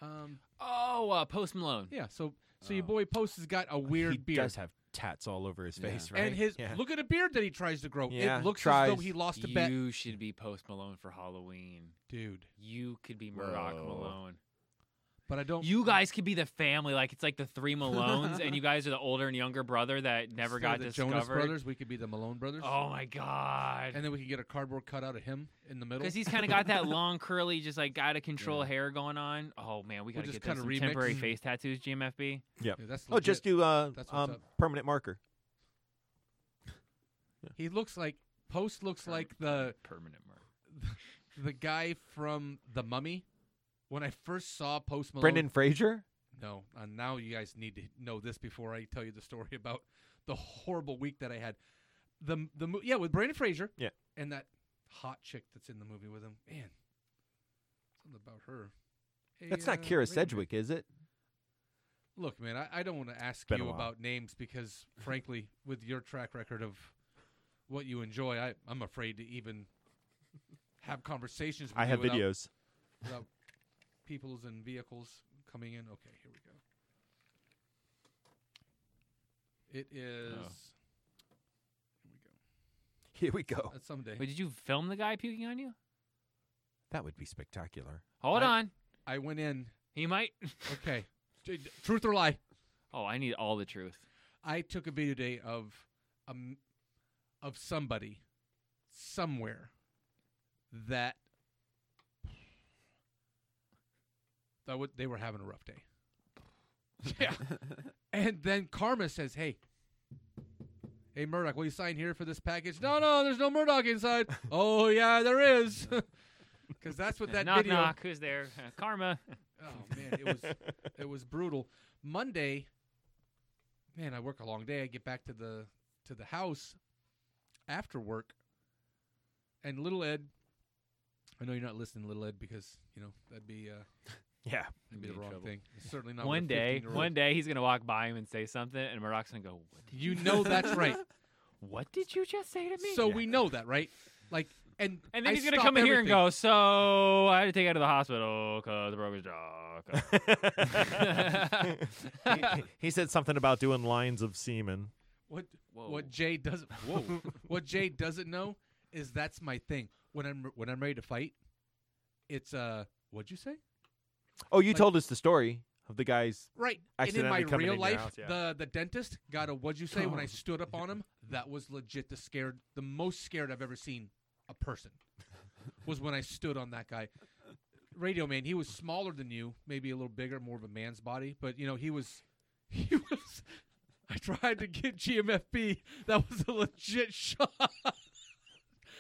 Speaker 7: Um.
Speaker 11: Oh, uh, Post Malone.
Speaker 7: Yeah. So, so your boy Post has got a weird
Speaker 12: Oh. he
Speaker 7: beard.
Speaker 12: does have tats all over his face, right?
Speaker 7: And his
Speaker 12: Yeah.
Speaker 7: look at a beard that he tries to grow.
Speaker 12: Yeah,
Speaker 7: it looks as though
Speaker 12: tries.
Speaker 7: he lost a bet.
Speaker 11: You should be Post Malone for Halloween.
Speaker 7: Dude.
Speaker 11: You could be Murdoch
Speaker 13: Whoa.
Speaker 11: Malone.
Speaker 7: But I don't.
Speaker 11: You guys could be the family. Like, it's like the three Malones, and you guys are the older and younger brother that never
Speaker 7: Instead
Speaker 11: got
Speaker 7: of the
Speaker 11: discovered.
Speaker 7: Jonas Brothers. We could be the Malone Brothers.
Speaker 11: Oh, my God.
Speaker 7: And then we could get a cardboard cutout of him in the middle
Speaker 11: Because he's kind of got that long, curly, just like out of control hair going on. Oh man, we
Speaker 7: We'll
Speaker 11: gotta
Speaker 7: just
Speaker 11: get those
Speaker 7: kinda
Speaker 11: some
Speaker 7: remix.
Speaker 11: temporary face tattoos, GMFB.
Speaker 12: yeah.
Speaker 7: Dude, that's
Speaker 12: oh, just
Speaker 7: legit.
Speaker 12: do uh,
Speaker 7: That's what's
Speaker 12: um,
Speaker 7: up.
Speaker 12: permanent marker.
Speaker 7: He looks like Post looks like the
Speaker 11: permanent mark.
Speaker 7: the guy from The Mummy. When I first saw Post Malone,
Speaker 12: Brendan Fraser.
Speaker 7: No, and now you guys need to know this before I tell you the story about the horrible week that I had. The the mo- yeah with Brandon Fraser.
Speaker 12: Yeah.
Speaker 7: and that hot chick that's in the movie with him. Man, something about her. Hey,
Speaker 12: That's
Speaker 7: uh,
Speaker 12: not
Speaker 7: wait a
Speaker 12: Kira
Speaker 7: minute.
Speaker 12: Sedgwick, is it?
Speaker 7: Look, man, I, I don't want to ask
Speaker 12: been a
Speaker 7: you
Speaker 12: while.
Speaker 7: about names because, frankly, with your track record of what you enjoy, I, I'm afraid to even have conversations. With
Speaker 12: I
Speaker 7: you
Speaker 12: have
Speaker 7: without-
Speaker 12: videos.
Speaker 7: without peoples and vehicles coming in. Okay, here we go. It is.
Speaker 12: Oh. Here we go.
Speaker 7: That's someday.
Speaker 11: Wait, did you film the guy puking on you?
Speaker 12: That would be spectacular.
Speaker 11: Hold
Speaker 7: I-
Speaker 11: on,
Speaker 7: I went in.
Speaker 11: he might.
Speaker 7: Okay. D- d- Truth or lie?
Speaker 11: Oh, I need all the truth.
Speaker 7: I took a video day of um of somebody somewhere that that would they were having a rough day. Yeah. and then Karma says, "Hey, hey Murdoch, will you sign here for this package?" No, no, there's no Murdoch inside. oh yeah, there is. Because that's what that
Speaker 11: knock
Speaker 7: video.
Speaker 11: knock. Who's there? Uh, karma.
Speaker 7: Oh man, it was it was brutal. Monday, man, I work a long day. I get back to the to the house after work, and little Ed. I know you're not listening, little Ed, because you know that'd be uh,
Speaker 12: Yeah.
Speaker 7: that'd be
Speaker 11: Be
Speaker 7: the
Speaker 11: in
Speaker 7: wrong
Speaker 11: trouble.
Speaker 7: thing. It's certainly not
Speaker 11: One
Speaker 7: with a
Speaker 11: day,
Speaker 7: 15-year-old.
Speaker 11: one day he's gonna walk by him and say something, and Murdoch's gonna go, "What did
Speaker 7: You know that's right.
Speaker 11: What did you just say to me?"
Speaker 7: So we know that, right? Like, and
Speaker 11: And then
Speaker 7: I
Speaker 11: he's gonna
Speaker 7: stop
Speaker 11: come in here and
Speaker 7: everything.
Speaker 11: go, "So I had to take out of the hospital because I broke his jaw." 'cause-"
Speaker 12: he, he said something about doing lines of semen.
Speaker 7: What what Jay doesn't whoa what Jay doesn't know is that's my thing. When I'm when I'm ready to fight, it's uh what'd you say?
Speaker 12: Oh, you told us the story of the guys
Speaker 7: Right. And in
Speaker 12: accidentally
Speaker 7: my
Speaker 12: coming
Speaker 7: real
Speaker 12: in your
Speaker 7: life,
Speaker 12: house, yeah.
Speaker 7: the the dentist got a what'd you say when I stood up on him? That was legit the scared the most scared I've ever seen a person was when I stood on that guy. Radio man, he was smaller than you, maybe a little bigger, more of a man's body, but you know, he was he was I tried to get GMFB. That was a legit shot.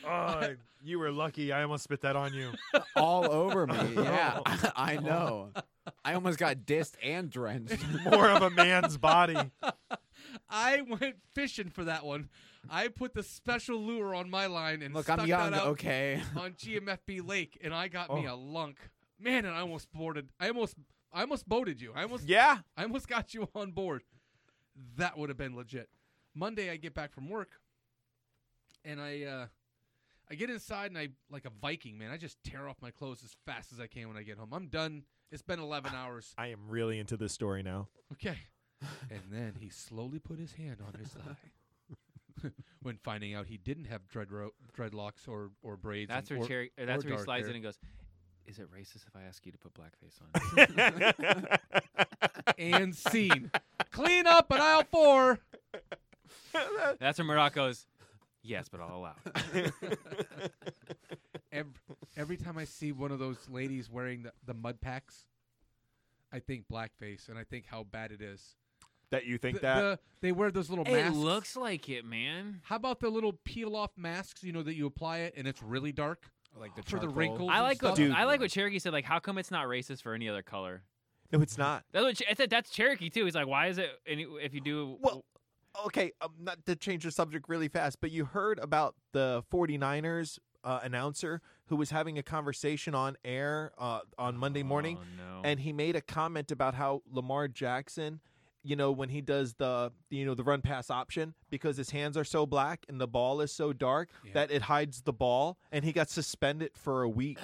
Speaker 12: Oh, you were lucky. I almost spit that on you. Oh.
Speaker 13: all over me. Yeah, I know. I almost got dissed and drenched.
Speaker 12: More of a man's body.
Speaker 7: I went fishing for that one. I put the special lure on my line and
Speaker 13: Look, I'm
Speaker 7: stuck
Speaker 13: young,
Speaker 7: that out
Speaker 13: okay.
Speaker 7: on GMFB Lake, and I got me a
Speaker 13: Oh.
Speaker 7: lunk. Man, and I almost boarded. I almost, I almost boated you. I almost,
Speaker 12: yeah.
Speaker 7: I almost got you on board. That would have been legit. Monday, I get back from work, and I, uh I get inside, and I like a Viking man. I just tear off my clothes as fast as I can when I get home. I'm done. It's been 11
Speaker 13: Ah.
Speaker 7: hours.
Speaker 12: I am really into this story now.
Speaker 7: Okay. And then he slowly put his hand on his thigh. when finding out he didn't have dread ro- dreadlocks or, or braids.
Speaker 11: that's
Speaker 7: and-
Speaker 11: where
Speaker 7: or-
Speaker 11: Cherry.
Speaker 7: or
Speaker 11: That's where he
Speaker 7: dark
Speaker 11: slides
Speaker 7: hair.
Speaker 11: in and goes, "Is it racist if I ask you to put blackface on?"
Speaker 7: and scene. Clean up at aisle four.
Speaker 11: That's where Murdoch goes. Yes, but I'll allow. it."
Speaker 7: Every, every time I see one of those ladies wearing the, the mud packs, I think blackface and I think how bad it is.
Speaker 12: That you think
Speaker 7: The-
Speaker 12: that?
Speaker 7: the- they wear those little
Speaker 11: it
Speaker 7: masks.
Speaker 11: looks like it, man.
Speaker 7: How about the little peel off masks, you know, that you apply it and it's really dark?
Speaker 13: Like the
Speaker 7: for the
Speaker 13: charcoal.
Speaker 7: wrinkles.
Speaker 11: I
Speaker 7: and
Speaker 11: like what
Speaker 7: stuff?
Speaker 11: I like what Cherokee said. Like, how come it's not racist for any other color?
Speaker 12: no, it's not.
Speaker 11: That's what Che- I said. That's Cherokee too. He's like, why is it? Any, if you do,
Speaker 12: Well, okay, um, not to change the subject really fast, but you heard about the 49ers uh, announcer who was having a conversation on air uh, on Monday morning,
Speaker 13: Oh.
Speaker 11: no.
Speaker 12: and he made a comment about how Lamar Jackson, you know, when he does the you know the run pass option because his hands are so black and the ball is so dark that it hides the ball, and he got suspended for a week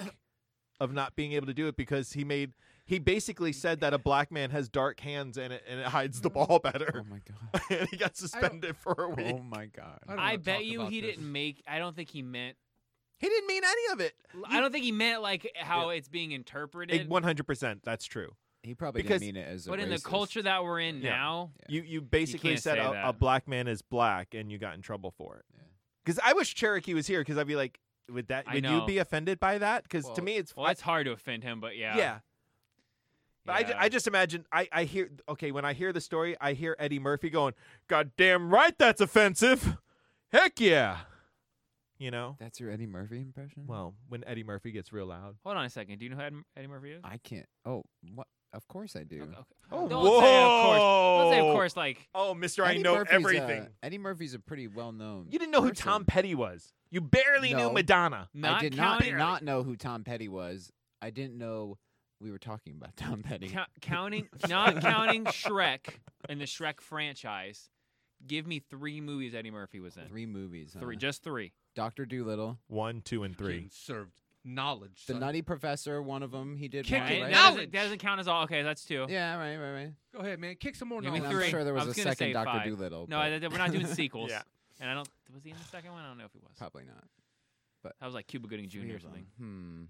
Speaker 12: of not being able to do it because he made. He basically said that a black man has dark hands and it, and it hides the ball better. Oh
Speaker 13: my god!
Speaker 12: and he got suspended for a week.
Speaker 13: Oh my god!
Speaker 7: I don't
Speaker 11: I
Speaker 7: wanna
Speaker 11: bet
Speaker 7: talk
Speaker 11: you
Speaker 7: about
Speaker 11: he
Speaker 7: this.
Speaker 11: didn't make. I don't think he meant.
Speaker 12: He didn't mean any of it.
Speaker 11: I don't think he meant like how it's being interpreted.
Speaker 12: One hundred percent, that's true.
Speaker 13: He probably
Speaker 12: Because-
Speaker 13: didn't mean it as a
Speaker 11: but in the
Speaker 13: racist.
Speaker 11: culture that we're in
Speaker 12: Yeah.
Speaker 11: now,
Speaker 12: You you basically
Speaker 11: can't
Speaker 12: said
Speaker 11: say
Speaker 12: a,
Speaker 11: that.
Speaker 12: a black man is black, and you got in trouble for it. Because I wish Cherokee was here, because I'd be like, would that
Speaker 11: I
Speaker 12: would you
Speaker 11: know.
Speaker 12: be offended by that? Because to
Speaker 11: Well-
Speaker 12: me, it's
Speaker 11: well, it's hard to offend him, but yeah,
Speaker 12: yeah. But I ju-
Speaker 11: Yeah.
Speaker 12: I, just imagine I, I hear okay when I hear the story I hear Eddie Murphy going God damn right that's offensive, heck yeah, you know
Speaker 13: That's your Eddie Murphy impression.
Speaker 12: well when Eddie Murphy gets real loud
Speaker 11: Hold on a second. Do you know who Ed- Eddie Murphy is?
Speaker 13: I can't. Oh, what? Of course I do.
Speaker 11: Oh, Don't say of course. Don't say of
Speaker 12: Whoa.
Speaker 11: course. Like
Speaker 12: oh Mister I
Speaker 13: Eddie
Speaker 12: know
Speaker 13: Murphy's a-
Speaker 12: everything
Speaker 13: Eddie Murphy's a pretty well-known.
Speaker 12: you didn't know who Tom Petty was you barely
Speaker 13: No.
Speaker 12: knew Madonna
Speaker 13: I
Speaker 11: Not
Speaker 13: did not
Speaker 11: counting-
Speaker 13: not know who Tom Petty was. I didn't know we were talking about Tom Petty.
Speaker 11: cou- counting, not counting Shrek and the Shrek franchise. Give me three movies Eddie Murphy was in.
Speaker 13: Three movies.
Speaker 11: Three,
Speaker 13: huh?
Speaker 11: just three.
Speaker 13: Doctor Doolittle,
Speaker 12: One, two, and three.
Speaker 7: Being served knowledge.
Speaker 13: The
Speaker 7: son.
Speaker 13: Nutty Professor, one of them. He did
Speaker 7: Kick
Speaker 13: one,
Speaker 7: it
Speaker 13: right?
Speaker 11: That doesn't, that doesn't count as all. Okay, that's two.
Speaker 13: Yeah, right, right, right.
Speaker 7: Go ahead, man. Kick some more
Speaker 11: Give me
Speaker 13: And
Speaker 7: knowledge.
Speaker 13: I'm
Speaker 11: three.
Speaker 13: sure there was
Speaker 11: I was
Speaker 13: a
Speaker 11: gonna
Speaker 13: second
Speaker 11: say
Speaker 13: Dr.
Speaker 11: five.
Speaker 13: Doolittle,
Speaker 11: No,
Speaker 13: but-
Speaker 11: I, we're not doing sequels.
Speaker 12: Yeah.
Speaker 11: And I don't. Was he in the second one? I don't know if he was.
Speaker 13: Probably not.
Speaker 11: That was like Cuba Gooding Jr.
Speaker 13: Three
Speaker 11: or
Speaker 13: of
Speaker 11: something.
Speaker 13: 'em.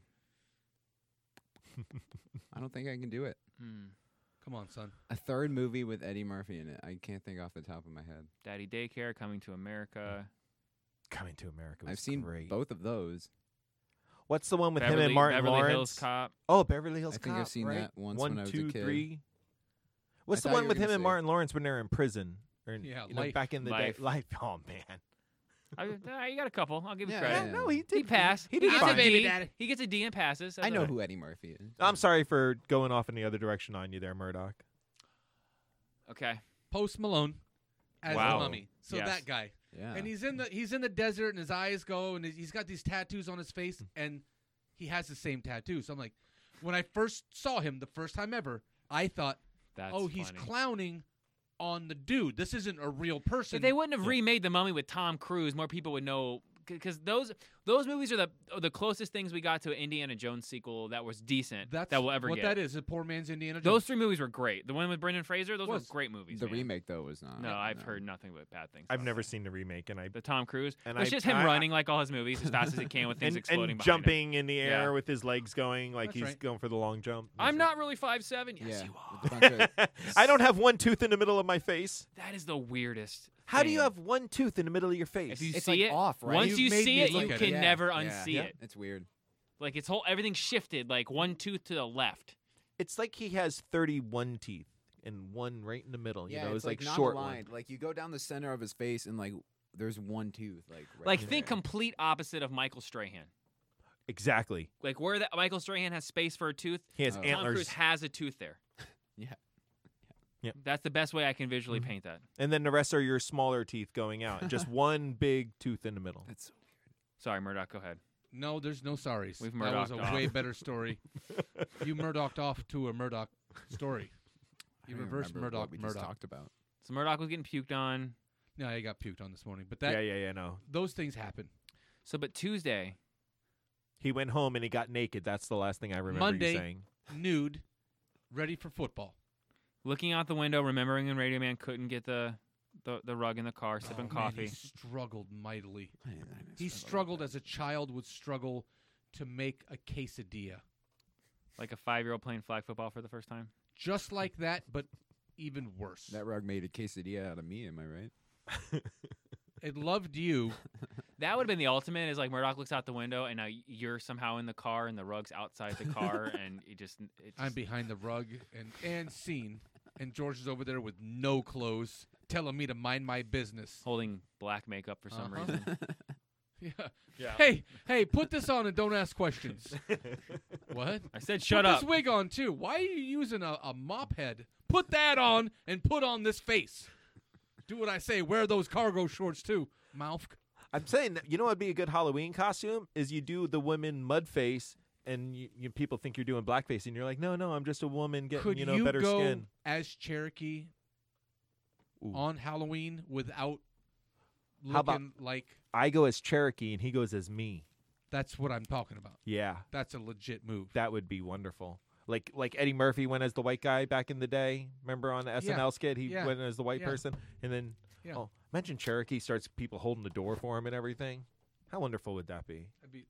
Speaker 13: Hmm. I don't think I can do it.
Speaker 7: Come on, son.
Speaker 13: A third movie with Eddie Murphy in it. I can't think off the top of my head.
Speaker 11: Daddy Daycare, Coming to America.
Speaker 12: Coming to America. Was
Speaker 13: I've seen
Speaker 12: great.
Speaker 13: both of those.
Speaker 12: What's the one with him
Speaker 11: Beverly-
Speaker 12: and Martin
Speaker 11: Beverly
Speaker 12: Lawrence?
Speaker 11: Hills Cop.
Speaker 12: Oh, Beverly Hills
Speaker 13: I think
Speaker 12: Cop.
Speaker 13: I've seen
Speaker 12: right?
Speaker 13: that once
Speaker 12: One,
Speaker 13: when I was a
Speaker 12: two,
Speaker 13: kid.
Speaker 12: three. What's the
Speaker 13: thought you
Speaker 12: one
Speaker 13: were
Speaker 12: with him
Speaker 13: gonna
Speaker 12: and
Speaker 13: say-
Speaker 12: Martin Lawrence when they're in prison? Or,
Speaker 7: Yeah,
Speaker 12: you know,
Speaker 7: Life.
Speaker 12: back in the
Speaker 11: Life.
Speaker 12: day. Life. Oh man.
Speaker 11: I, uh, you got a couple. I'll give you
Speaker 13: Yeah,
Speaker 11: credit.
Speaker 13: yeah.
Speaker 12: No, he did.
Speaker 11: He passed.
Speaker 12: He did
Speaker 11: gets
Speaker 12: fine.
Speaker 11: a
Speaker 7: baby
Speaker 11: D.
Speaker 7: daddy.
Speaker 11: He gets a D and passes.
Speaker 13: I
Speaker 11: That's
Speaker 13: know
Speaker 11: all right.
Speaker 13: who Eddie Murphy is.
Speaker 12: I'm sorry for going off in the other direction on you there, Murdoch.
Speaker 11: Okay.
Speaker 7: Post Malone. as
Speaker 12: Wow.
Speaker 7: the mummy. So
Speaker 12: Yes.
Speaker 7: that guy.
Speaker 12: Yeah.
Speaker 7: And he's in the he's in the desert and his eyes go and he's got these tattoos on his face and he has the same tattoo. So I'm like, when I first saw him the first time ever, I thought,
Speaker 11: That's
Speaker 7: oh, he's
Speaker 11: funny.
Speaker 7: clowning on the dude. This isn't a real person.
Speaker 11: If they wouldn't have remade the Mummy with Tom Cruise, more people would know because those those movies are the are the closest things we got to an Indiana Jones sequel that was decent
Speaker 7: That's
Speaker 11: that we'll ever
Speaker 7: what
Speaker 11: get.
Speaker 7: that is. A poor man's Indiana Jones.
Speaker 11: Those three movies were great. The one with Brendan Fraser, those
Speaker 7: Was.
Speaker 11: were great movies.
Speaker 13: The
Speaker 11: man.
Speaker 13: remake though was not.
Speaker 11: No, I've heard nothing but bad things.
Speaker 12: I've never seen the remake, and I
Speaker 11: the Tom Cruise.
Speaker 12: and
Speaker 11: it's
Speaker 12: I-
Speaker 11: just him
Speaker 12: I-
Speaker 11: running like all his movies as fast as he can with things
Speaker 12: and,
Speaker 11: exploding
Speaker 12: and
Speaker 11: behind him.
Speaker 12: jumping in the air
Speaker 11: Yeah.
Speaker 12: with his legs going like
Speaker 11: That's
Speaker 12: he's
Speaker 11: right.
Speaker 12: going for the long jump.
Speaker 11: I'm not really five seven. Yes,
Speaker 12: Yeah.
Speaker 11: you are.
Speaker 12: I don't have one tooth in the middle of my face.
Speaker 11: That is the weirdest.
Speaker 12: How do you have one tooth in the middle of your face?
Speaker 11: If you see it Once you see it, you can never unsee it.
Speaker 13: It's weird.
Speaker 11: Like its whole everything shifted like one tooth to the left.
Speaker 12: It's like he has 31 teeth and one right in the middle. You
Speaker 13: Yeah,
Speaker 12: know,
Speaker 13: it's,
Speaker 12: it's like,
Speaker 13: not
Speaker 12: short one.
Speaker 13: aligned. Like you go down the center of his face and like there's one tooth. Like right
Speaker 11: like
Speaker 13: there.
Speaker 11: think complete opposite of Michael Strahan.
Speaker 12: Exactly.
Speaker 11: Like where that Michael Strahan has space for a tooth.
Speaker 12: He has
Speaker 11: Tom
Speaker 12: antlers.
Speaker 11: Cruise has a tooth there.
Speaker 13: Yeah.
Speaker 12: Yeah.
Speaker 11: That's the best way I can visually paint that.
Speaker 12: And then the rest are your smaller teeth going out. Just one big tooth in the middle.
Speaker 13: That's so weird.
Speaker 11: Sorry, Murdoch, go ahead.
Speaker 7: No, there's no sorries.
Speaker 11: We've
Speaker 7: that was a
Speaker 11: Murdoch'd off.
Speaker 7: way better story. you Murdoch off to a Murdoch story. You
Speaker 13: don't even
Speaker 7: reverse
Speaker 13: remember what
Speaker 7: Murdoch
Speaker 13: we just
Speaker 7: Murdoch.
Speaker 13: talked about.
Speaker 11: So Murdoch was getting puked on.
Speaker 7: No, he got puked on this morning. But that
Speaker 12: yeah, yeah, yeah. No,
Speaker 7: those things happen.
Speaker 11: So but Tuesday,
Speaker 12: he went home and he got naked. That's the last thing I remember
Speaker 7: Monday,
Speaker 12: you saying.
Speaker 7: nude, ready for football.
Speaker 11: looking out the window, remembering when Radio Man couldn't get the the, the rug in the car, sipping
Speaker 7: Oh, man,
Speaker 11: coffee.
Speaker 7: he struggled mightily.
Speaker 13: didn't
Speaker 7: He struggled as a child would struggle to make a quesadilla,
Speaker 11: like a five year old playing flag football for the first time.
Speaker 7: just like that, but even worse.
Speaker 13: That rug made a quesadilla out of me. Am I right?
Speaker 7: It loved you.
Speaker 11: That would have been the ultimate. Is like Murdoch looks out the window, and now you're somehow in the car, and the rug's outside the car, and it just, it
Speaker 7: I'm
Speaker 11: just
Speaker 7: behind the rug and and seen, and George is over there with no clothes, telling me to mind my business.
Speaker 11: holding black makeup for some
Speaker 7: Uh-huh.
Speaker 11: reason.
Speaker 7: Yeah.
Speaker 12: Yeah.
Speaker 7: Hey, hey, put this on and don't ask questions. what?
Speaker 11: I said shut
Speaker 7: put
Speaker 11: up.
Speaker 7: This wig on too. Why are you using a, a mop head? Put that on and put on this face. Do what I say. Wear those cargo shorts too. Mouth.
Speaker 12: I'm saying that you know what would be a good Halloween costume is you do the woman mud face and you, you people think you're doing blackface and you're like, no, no, I'm just a woman getting
Speaker 7: Could
Speaker 12: you know better
Speaker 7: go
Speaker 12: skin.
Speaker 7: as Cherokee
Speaker 12: Ooh.
Speaker 7: on Halloween without looking
Speaker 12: How about-
Speaker 7: like?
Speaker 12: I go as Cherokee and he goes as me.
Speaker 7: That's what I'm talking about.
Speaker 12: Yeah,
Speaker 7: That's a legit move.
Speaker 12: that would be wonderful. Like like Eddie Murphy went as the white guy back in the day. Remember on the SNL skit, he
Speaker 7: Yeah.
Speaker 12: went as the white
Speaker 7: Yeah.
Speaker 12: person, and then
Speaker 7: Yeah.
Speaker 12: oh, imagine Cherokee starts people holding the door for him and everything. How wonderful would that be?
Speaker 7: That'd be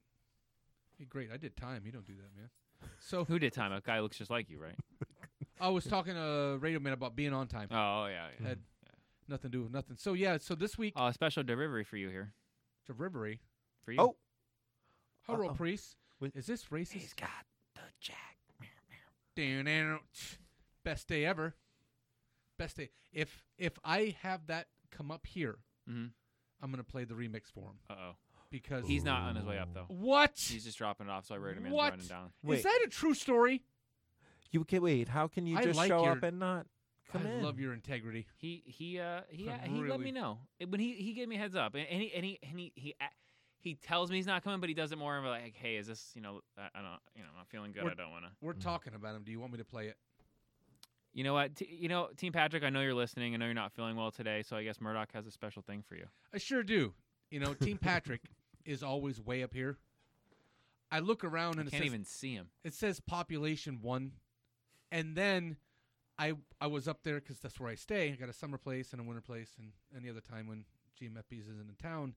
Speaker 7: hey, great. I did time. You don't do that, man. So
Speaker 11: Who did time? A guy looks just like you, right?
Speaker 7: I was talking to Radio Man about being on time.
Speaker 11: Oh yeah. yeah.
Speaker 7: Had nothing to do with nothing. So yeah. So this week, uh,
Speaker 11: Oh, a special delivery for you here.
Speaker 7: delivery.
Speaker 11: For you.
Speaker 12: Oh,
Speaker 7: Hello,
Speaker 12: Uh-oh.
Speaker 7: priest.
Speaker 12: With-
Speaker 7: Is this racist?
Speaker 12: got the jack.
Speaker 7: Down Best day ever. Best day. If if I have that come up here,
Speaker 11: Mhm.
Speaker 7: I'm gonna play the remix for him
Speaker 11: Uh oh.
Speaker 7: because
Speaker 11: He's not on his way up though.
Speaker 7: What?
Speaker 11: He's just dropping it off. So I wrote him in
Speaker 7: What?
Speaker 11: running down.
Speaker 7: Is
Speaker 12: Wait.
Speaker 7: that a true story?
Speaker 12: You can wait. How can you
Speaker 7: I
Speaker 12: just
Speaker 7: like
Speaker 12: show
Speaker 7: your-
Speaker 12: up and not come
Speaker 7: I
Speaker 12: in?
Speaker 7: love your integrity.
Speaker 11: He he uh he
Speaker 7: I'm
Speaker 11: he let
Speaker 7: really-
Speaker 11: me know Uh, when he he gave me a heads up and, and he and he and he he, a- he tells me he's not coming, but he does it more of a like, hey, is this you know I, I don't you know I'm not feeling good.
Speaker 7: We're-
Speaker 11: I don't want to.
Speaker 7: We're talking about him. Do you want me to play it?
Speaker 11: You know what? T- you know, Team Patrick, I know you're listening. I know you're not feeling well today, so I guess Murdoch has a special thing for you.
Speaker 7: I sure do. You know, Team Patrick is always way up here. I look around and
Speaker 11: I
Speaker 7: it
Speaker 11: can't
Speaker 7: says,
Speaker 11: even see him.
Speaker 7: it says population one, and then I I was up there because that's where I stay. I got a summer place and a winter place, and any other time when GMFBs isn't in town,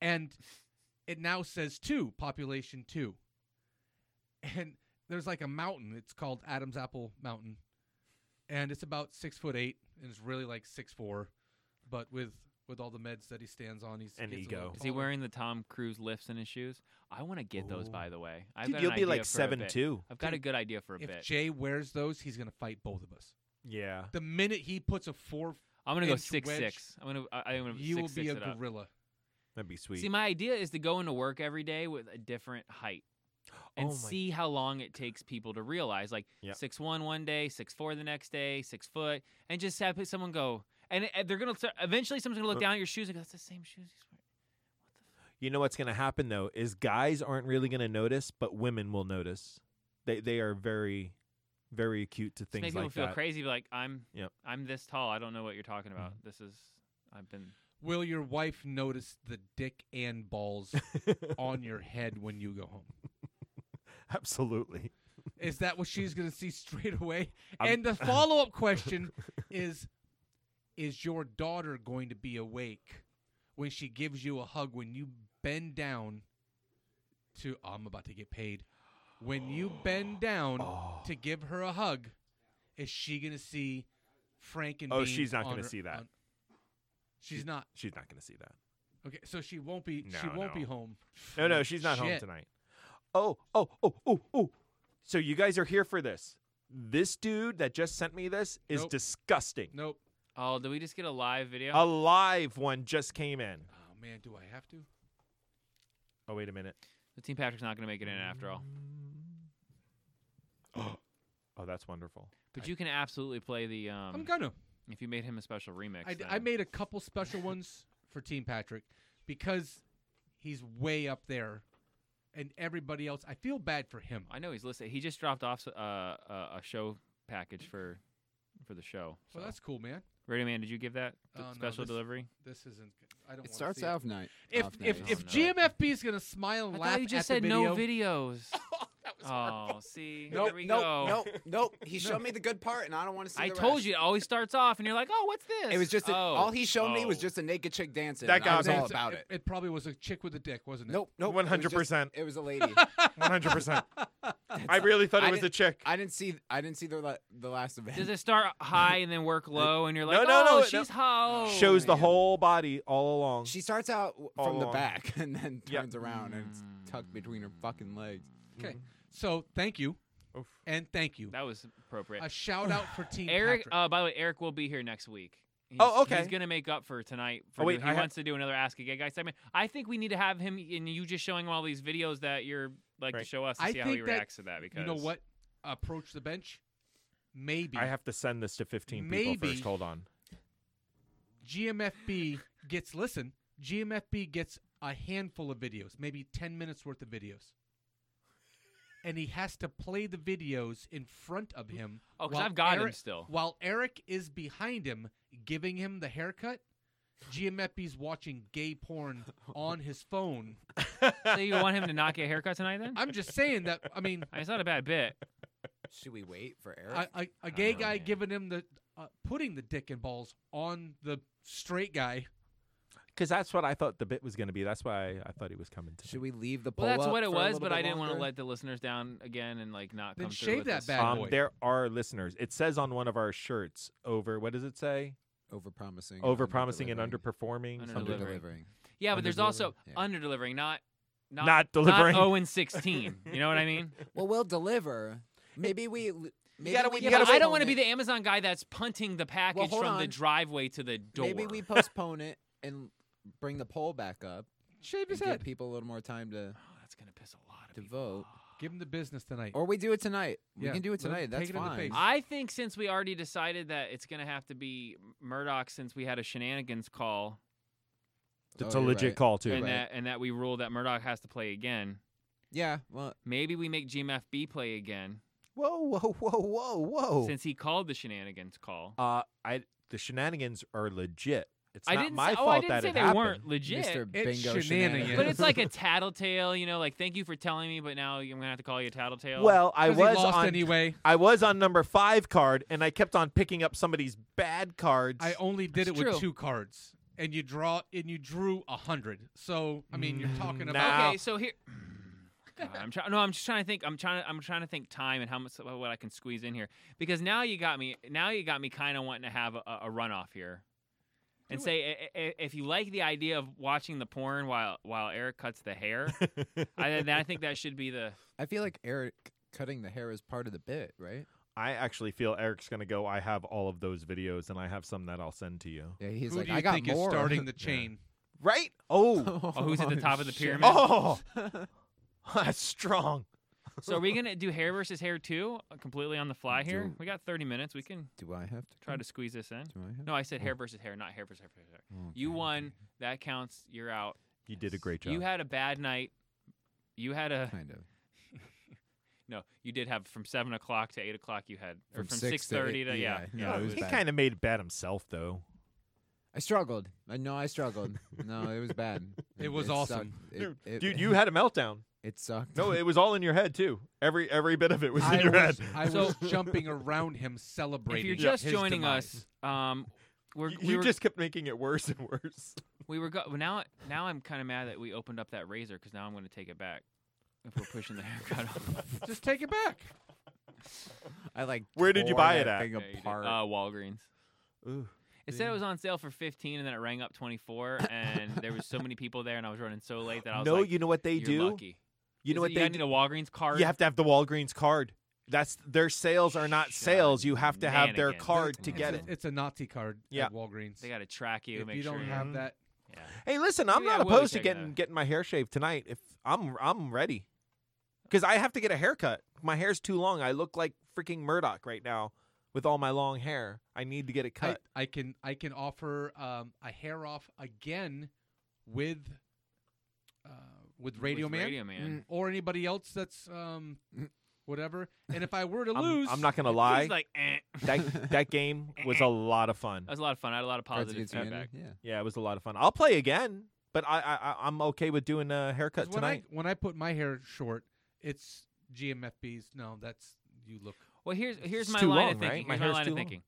Speaker 7: and it now says two population two, and there's like a mountain. It's called Adam's Apple Mountain, and it's about six foot eight, and it's really like six four, but with with all the meds that he stands on, he's
Speaker 12: And
Speaker 7: gets a little
Speaker 12: ego.
Speaker 11: Is he
Speaker 7: taller.
Speaker 11: wearing the Tom Cruise lifts in his shoes? I want to get those, by the way. I've
Speaker 12: Dude,
Speaker 11: got an
Speaker 12: you'll be
Speaker 11: idea
Speaker 12: like
Speaker 11: for a
Speaker 12: 7'2".
Speaker 11: bit. I've got a
Speaker 7: Dude,
Speaker 11: good idea for a
Speaker 7: If
Speaker 11: bit.
Speaker 7: Jay wears those, he's gonna fight both of us.
Speaker 12: Yeah.
Speaker 7: The minute he puts a four,
Speaker 11: I'm gonna go
Speaker 7: inch
Speaker 11: six
Speaker 7: wedge,
Speaker 11: six. I'm gonna I- I'm gonna
Speaker 7: You will
Speaker 11: six,
Speaker 7: be a
Speaker 11: six it up.
Speaker 7: gorilla.
Speaker 12: That'd be sweet.
Speaker 11: See, my idea is to go into work every day with a different height and
Speaker 12: Oh my-
Speaker 11: see how long it takes people to realize. Like
Speaker 12: Yep.
Speaker 11: six one one day, six four the next day, six foot, and just have someone go. and, and they're gonna start, eventually someone's gonna look down at your shoes and go, "That's the same shoes." he's wearing."
Speaker 12: You know what's going to happen though is guys aren't really going to notice, but women will notice. They they are very, very acute to
Speaker 11: Just
Speaker 12: things
Speaker 11: make
Speaker 12: like
Speaker 11: people feel
Speaker 12: that.
Speaker 11: crazy, be like, "I'm,
Speaker 12: Yep. Mm-hmm.
Speaker 11: I'm this tall. I don't know what you're talking about. This is, I've been."
Speaker 7: Will your wife notice the dick and balls on your head when you go home?
Speaker 12: Absolutely.
Speaker 7: Is that what she's going to see straight away?
Speaker 12: I'm-
Speaker 7: and the follow up question is Is your daughter going to be awake when she gives you a hug, when you bend down to, oh, I'm about to get paid? When you bend down
Speaker 12: Oh.
Speaker 7: to give her a hug, is she going to see Frank and Bean
Speaker 12: Oh, she's not
Speaker 7: going
Speaker 12: going to see that.
Speaker 7: she's not.
Speaker 12: She's not going to see that.
Speaker 7: Okay, so she won't be. she
Speaker 12: No,
Speaker 7: won't be
Speaker 12: no.
Speaker 7: home.
Speaker 12: No, no, she's not home
Speaker 7: Shit.
Speaker 12: tonight. Oh, oh, oh, oh, oh. So you guys are here for this. This dude that just sent me this is
Speaker 11: Nope.
Speaker 12: disgusting.
Speaker 7: Nope.
Speaker 11: Oh, did we just get a live video?
Speaker 12: A live one just came in.
Speaker 7: Oh man, do I have to?
Speaker 12: Oh, wait a minute.
Speaker 11: The team Patrick's not gonna make it in after all.
Speaker 12: Oh, that's wonderful.
Speaker 11: But you can absolutely play the. Um,
Speaker 7: I'm gonna.
Speaker 11: If you made him a special remix,
Speaker 7: I, d-
Speaker 11: then.
Speaker 7: I made a couple special ones for Team Patrick because he's way up there, and everybody else. I feel bad for him.
Speaker 11: I know he's listening. He just dropped off s- uh, a, a show package for for the show. so.
Speaker 7: Well, that's cool, man.
Speaker 11: Radio Man, did you give that th-
Speaker 7: Oh, no,
Speaker 11: special
Speaker 7: this-
Speaker 11: delivery?
Speaker 7: This isn't. good. I don't. wanna
Speaker 13: It starts
Speaker 7: see
Speaker 13: off night.
Speaker 7: If
Speaker 13: off
Speaker 7: if
Speaker 13: night.
Speaker 7: if GMFB is gonna smile and
Speaker 11: I
Speaker 7: laugh
Speaker 11: thought you just
Speaker 7: at
Speaker 11: said
Speaker 7: the
Speaker 11: no
Speaker 7: video-
Speaker 11: videos. oh, see,
Speaker 13: Nope,
Speaker 11: there we
Speaker 13: nope,
Speaker 11: go.
Speaker 13: nope, nope. He
Speaker 11: No.
Speaker 13: showed me the good part, and I don't want to see.
Speaker 11: I
Speaker 13: the
Speaker 11: told
Speaker 13: rest.
Speaker 11: you it always starts off, and you're like, "Oh, what's this?"
Speaker 13: It was just a,
Speaker 11: oh,
Speaker 13: all he showed me was
Speaker 11: oh.
Speaker 13: just a naked chick dancing.
Speaker 12: That
Speaker 13: and
Speaker 12: got
Speaker 13: I was
Speaker 12: me.
Speaker 13: all
Speaker 12: It's-
Speaker 13: about it.
Speaker 7: It probably was a chick with a dick, wasn't it?
Speaker 13: Nope, nope. it was just-
Speaker 12: 100%.
Speaker 13: It was a lady.
Speaker 12: 100%. I really thought it was a
Speaker 13: didn't-
Speaker 12: chick.
Speaker 13: I didn't see. I didn't see the la- the last event.
Speaker 11: Does it start high and then work low, and you're like,
Speaker 12: no, no,
Speaker 11: "Oh,
Speaker 12: no,
Speaker 11: she's
Speaker 12: no.
Speaker 11: hollow."
Speaker 12: Shows the whole body all along.
Speaker 13: She starts out w-
Speaker 12: All
Speaker 13: from the
Speaker 12: along.
Speaker 13: back and then
Speaker 12: Yeah.
Speaker 13: turns around and it's
Speaker 11: Mm.
Speaker 13: tucked between her fucking legs.
Speaker 7: Okay.
Speaker 13: Mm-hmm.
Speaker 7: So thank you,
Speaker 12: Oof.
Speaker 7: and thank you.
Speaker 11: That was appropriate.
Speaker 7: A shout out for Team
Speaker 11: Eric.
Speaker 7: Patrick.
Speaker 11: Uh, by the way, Eric will be here next week. He's,
Speaker 12: Oh, okay.
Speaker 11: He's gonna make up for tonight. For
Speaker 12: Oh, wait,
Speaker 11: doing-
Speaker 12: I
Speaker 11: he
Speaker 12: ha-
Speaker 11: wants to do another Ask a Gay Guy segment. I think we need to have him and you just showing him all these videos that you're like to
Speaker 12: Right.
Speaker 11: show us and
Speaker 7: I
Speaker 11: oh, see
Speaker 7: think
Speaker 11: how he
Speaker 7: that,
Speaker 11: reacts to that. Because
Speaker 7: you know what, approach the bench. Maybe
Speaker 12: I have to send this to 15 people
Speaker 7: Maybe.
Speaker 12: first. Hold on.
Speaker 7: GMFB gets listen. GMFB gets a handful of videos, maybe ten minutes worth of videos, and he has to play the videos in front of him.
Speaker 11: Oh, 'cause
Speaker 7: while
Speaker 11: I've got him
Speaker 7: Eric-
Speaker 11: still.
Speaker 7: While Eric is behind him, giving him the haircut. GMFB's watching gay porn on his phone.
Speaker 11: So you want him to not get a haircut tonight? Then
Speaker 7: I'm just saying that. I mean,
Speaker 11: I mean, it's not a bad bit.
Speaker 13: Should we wait for
Speaker 7: a,
Speaker 13: Eric?
Speaker 7: a, a gay
Speaker 11: Oh,
Speaker 7: guy
Speaker 11: man.
Speaker 7: giving him the uh, putting the dick and balls on the straight guy.
Speaker 12: Because that's what I thought the bit was going to be. That's why I thought he was coming to.
Speaker 13: Should we leave the poll
Speaker 11: Well, that's
Speaker 13: up
Speaker 11: what it
Speaker 13: for a
Speaker 11: was,
Speaker 13: little
Speaker 11: but
Speaker 13: bit
Speaker 11: I didn't want to
Speaker 13: longer?
Speaker 11: let the listeners down again and like not
Speaker 7: Then
Speaker 11: come through
Speaker 7: shave
Speaker 11: with
Speaker 7: that
Speaker 11: this.
Speaker 7: bad
Speaker 12: Um,
Speaker 7: boy.
Speaker 12: there are listeners. It says on one of our shirts over. What does it say?
Speaker 13: over promising,
Speaker 12: Over promising and underperforming.
Speaker 11: Under
Speaker 12: something.
Speaker 11: delivering.
Speaker 13: delivering.
Speaker 11: Yeah, but there's also
Speaker 13: Under-delivering, yeah.
Speaker 11: under delivering, not not
Speaker 12: Not delivering.
Speaker 11: Not 0 and 16. You know what I mean?
Speaker 13: Well, we'll deliver. Maybe we. l- Maybe
Speaker 12: gotta-
Speaker 13: we
Speaker 12: you gotta
Speaker 11: but I
Speaker 12: wait
Speaker 11: don't
Speaker 13: postpone
Speaker 11: want to be
Speaker 13: it.
Speaker 11: the Amazon guy that's punting the package
Speaker 13: hold
Speaker 11: from the
Speaker 13: on.
Speaker 11: driveway to the door.
Speaker 13: Maybe we postpone it and bring the poll back up.
Speaker 7: Shave his
Speaker 13: and give
Speaker 7: head.
Speaker 13: people a little more time to
Speaker 11: Oh, that's gonna piss a lot of
Speaker 13: to
Speaker 11: people.
Speaker 13: vote,
Speaker 7: Give him the business tonight.
Speaker 13: or we do it tonight. We
Speaker 7: Yeah,
Speaker 13: can do it
Speaker 7: let 'em
Speaker 13: tonight. That's
Speaker 7: take it in the
Speaker 13: fine.
Speaker 7: face.
Speaker 11: I think since we already decided that it's gonna have to be Murdoch, since we had a shenanigans call,
Speaker 12: It's
Speaker 13: Oh,
Speaker 12: a
Speaker 13: you're
Speaker 12: legit
Speaker 13: right.
Speaker 12: call too.
Speaker 13: You're
Speaker 11: and
Speaker 13: right.
Speaker 11: that and that we ruled that Murdoch has to play again.
Speaker 13: Yeah. Well,
Speaker 11: Maybe we make GMFB play again
Speaker 12: Whoa, whoa, whoa, whoa, whoa.
Speaker 11: since he called the shenanigans call.
Speaker 12: uh, I the shenanigans are legit. It's
Speaker 11: I
Speaker 12: not
Speaker 11: didn't.
Speaker 12: my
Speaker 11: say,
Speaker 12: fault
Speaker 11: oh, I didn't
Speaker 12: that
Speaker 11: say
Speaker 12: it
Speaker 11: they
Speaker 12: happened.
Speaker 11: weren't legit.
Speaker 13: Mr.
Speaker 7: It's
Speaker 13: Bingo
Speaker 7: shenanigans.
Speaker 13: shenanigans.
Speaker 11: But it's like a tattletale, you know, like thank you for telling me, but now I'm gonna have to call you a tattletale.
Speaker 12: Well, I
Speaker 7: 'Cause he
Speaker 12: was
Speaker 7: lost
Speaker 12: on
Speaker 7: anyway.
Speaker 12: I was on number five card, and I kept on picking up somebody's bad cards.
Speaker 7: I only did
Speaker 11: That's
Speaker 7: it
Speaker 11: true.
Speaker 7: with two cards, and you draw and you drew a hundred. So I mean, you're
Speaker 11: Mm,
Speaker 7: talking about
Speaker 12: now-
Speaker 11: okay, so here. God, I'm trying. No, I'm just trying to think. I'm trying. I'm trying to think time and how much what I can squeeze in here because now you got me. Now you got me kind of wanting to have a, a runoff here, and say i- i- if you like the idea of watching the porn while while Eric cuts the hair, I, then I think that should be the.
Speaker 13: I feel like Eric cutting the hair is part of the bit, right?
Speaker 12: I actually feel Eric's gonna go. I have all of those videos, and I have some that I'll send to you.
Speaker 13: Yeah, he's
Speaker 7: who
Speaker 13: like,
Speaker 7: do you
Speaker 13: I got
Speaker 7: think
Speaker 13: more.
Speaker 7: is starting the chain?
Speaker 12: Right? Oh,
Speaker 11: Oh, who's at the top of the
Speaker 13: shit.
Speaker 11: pyramid?
Speaker 12: oh, that's strong.
Speaker 11: So are we gonna do hair versus hair too, uh, completely on the fly here?
Speaker 13: Do-
Speaker 11: we got 30 minutes. We can
Speaker 13: Do I have to
Speaker 11: try to squeeze this in.
Speaker 13: Do I have
Speaker 11: No, I said
Speaker 13: Oh.
Speaker 11: hair versus hair, not hair versus hair. Versus hair.
Speaker 13: Oh,
Speaker 11: You won. That counts. You're out.
Speaker 12: You did a great job.
Speaker 11: You had a bad night. You had a
Speaker 13: kind of.
Speaker 11: no, you did have from seven o'clock to eight o'clock. You had or
Speaker 13: From
Speaker 11: from
Speaker 13: six
Speaker 11: six
Speaker 13: to eight,
Speaker 11: thirty to, yeah,
Speaker 13: yeah,
Speaker 11: yeah.
Speaker 13: it was
Speaker 12: he
Speaker 13: bad.
Speaker 12: kind of made it bad himself, though.
Speaker 13: I struggled. I know I struggled. No, it was bad.
Speaker 12: It was awesome.
Speaker 13: sucked.
Speaker 12: Dude, dude, you had a meltdown.
Speaker 13: It sucked.
Speaker 12: No, it was all in your head too. Every every bit of it was
Speaker 7: I
Speaker 12: in your
Speaker 7: was-
Speaker 12: head.
Speaker 7: I was jumping around him
Speaker 11: If
Speaker 7: celebrating.
Speaker 11: you're just
Speaker 7: his
Speaker 11: joining
Speaker 7: demise.
Speaker 11: us, um, we're
Speaker 12: You,
Speaker 11: we
Speaker 12: you
Speaker 11: were,
Speaker 12: just kept making it worse and worse.
Speaker 11: we were go- well, now. Now I'm kind of mad that we opened up that razor because now I'm going to take it back if we're pushing the haircut off.
Speaker 7: just take it back.
Speaker 13: I like.
Speaker 12: Where did you
Speaker 13: tore
Speaker 12: buy
Speaker 13: that
Speaker 12: it at?
Speaker 13: Thing
Speaker 11: Yeah, you did.
Speaker 13: apart.
Speaker 11: Uh, Walgreens.
Speaker 12: Ooh.
Speaker 11: It said it was on sale for 15 and then it rang up 24 and there was so many people there and I was running so late that I was
Speaker 12: No,
Speaker 11: like
Speaker 12: you know what they
Speaker 11: "You're
Speaker 12: do?
Speaker 11: lucky."
Speaker 12: You
Speaker 11: Is it
Speaker 12: know what
Speaker 11: you
Speaker 12: they
Speaker 11: gotta need a Walgreens card.
Speaker 12: You have to have the Walgreens card. That's their sales are not sales. You have to have their
Speaker 11: Shenanigans.
Speaker 12: card to
Speaker 7: It's
Speaker 12: get
Speaker 7: a-
Speaker 12: it.
Speaker 7: It's a Nazi card
Speaker 12: Yeah.
Speaker 7: at Walgreens.
Speaker 11: They got to track you
Speaker 7: if
Speaker 11: make
Speaker 7: you
Speaker 11: sure
Speaker 7: don't
Speaker 11: you- Mm-hmm.
Speaker 7: have that,
Speaker 11: Yeah.
Speaker 12: Hey, listen, I'm
Speaker 11: Maybe I
Speaker 12: not
Speaker 11: will be
Speaker 12: opposed to
Speaker 11: checking
Speaker 12: getting
Speaker 11: that.
Speaker 12: getting my hair shaved tonight. If I'm I'm ready, because I have to get a haircut. My hair's too long. I look like freaking Murdoch right now with all my long hair. I need to get it
Speaker 7: I,
Speaker 12: cut.
Speaker 7: I can I can offer um, a hair off again with uh, with Radio Man,
Speaker 11: Radio Man.
Speaker 7: or anybody else that's um,
Speaker 11: Mm.
Speaker 7: whatever. And if I were to
Speaker 12: I'm-
Speaker 7: lose,
Speaker 12: I'm, not gonna lie.
Speaker 11: He's like, Uh, eh.
Speaker 12: that that game was a lot of fun.
Speaker 11: That was a lot of fun. I had a lot of
Speaker 13: Cards
Speaker 11: positive
Speaker 13: Against Humanity?
Speaker 11: feedback.
Speaker 13: Yeah.
Speaker 12: Yeah, it was a lot of fun. I'll play again, but I, I I- I'm okay with doing a
Speaker 7: 'cause
Speaker 12: haircut
Speaker 7: when
Speaker 12: tonight.
Speaker 7: I when I put my hair short, it's GMFBs. No, that's you look.
Speaker 11: Well, here's here's
Speaker 12: It's
Speaker 11: my
Speaker 12: too
Speaker 11: line
Speaker 12: long,
Speaker 11: of thinking.
Speaker 12: right? My
Speaker 11: Here's my
Speaker 12: hair's
Speaker 11: line
Speaker 12: too
Speaker 11: of
Speaker 12: long.
Speaker 11: thinking.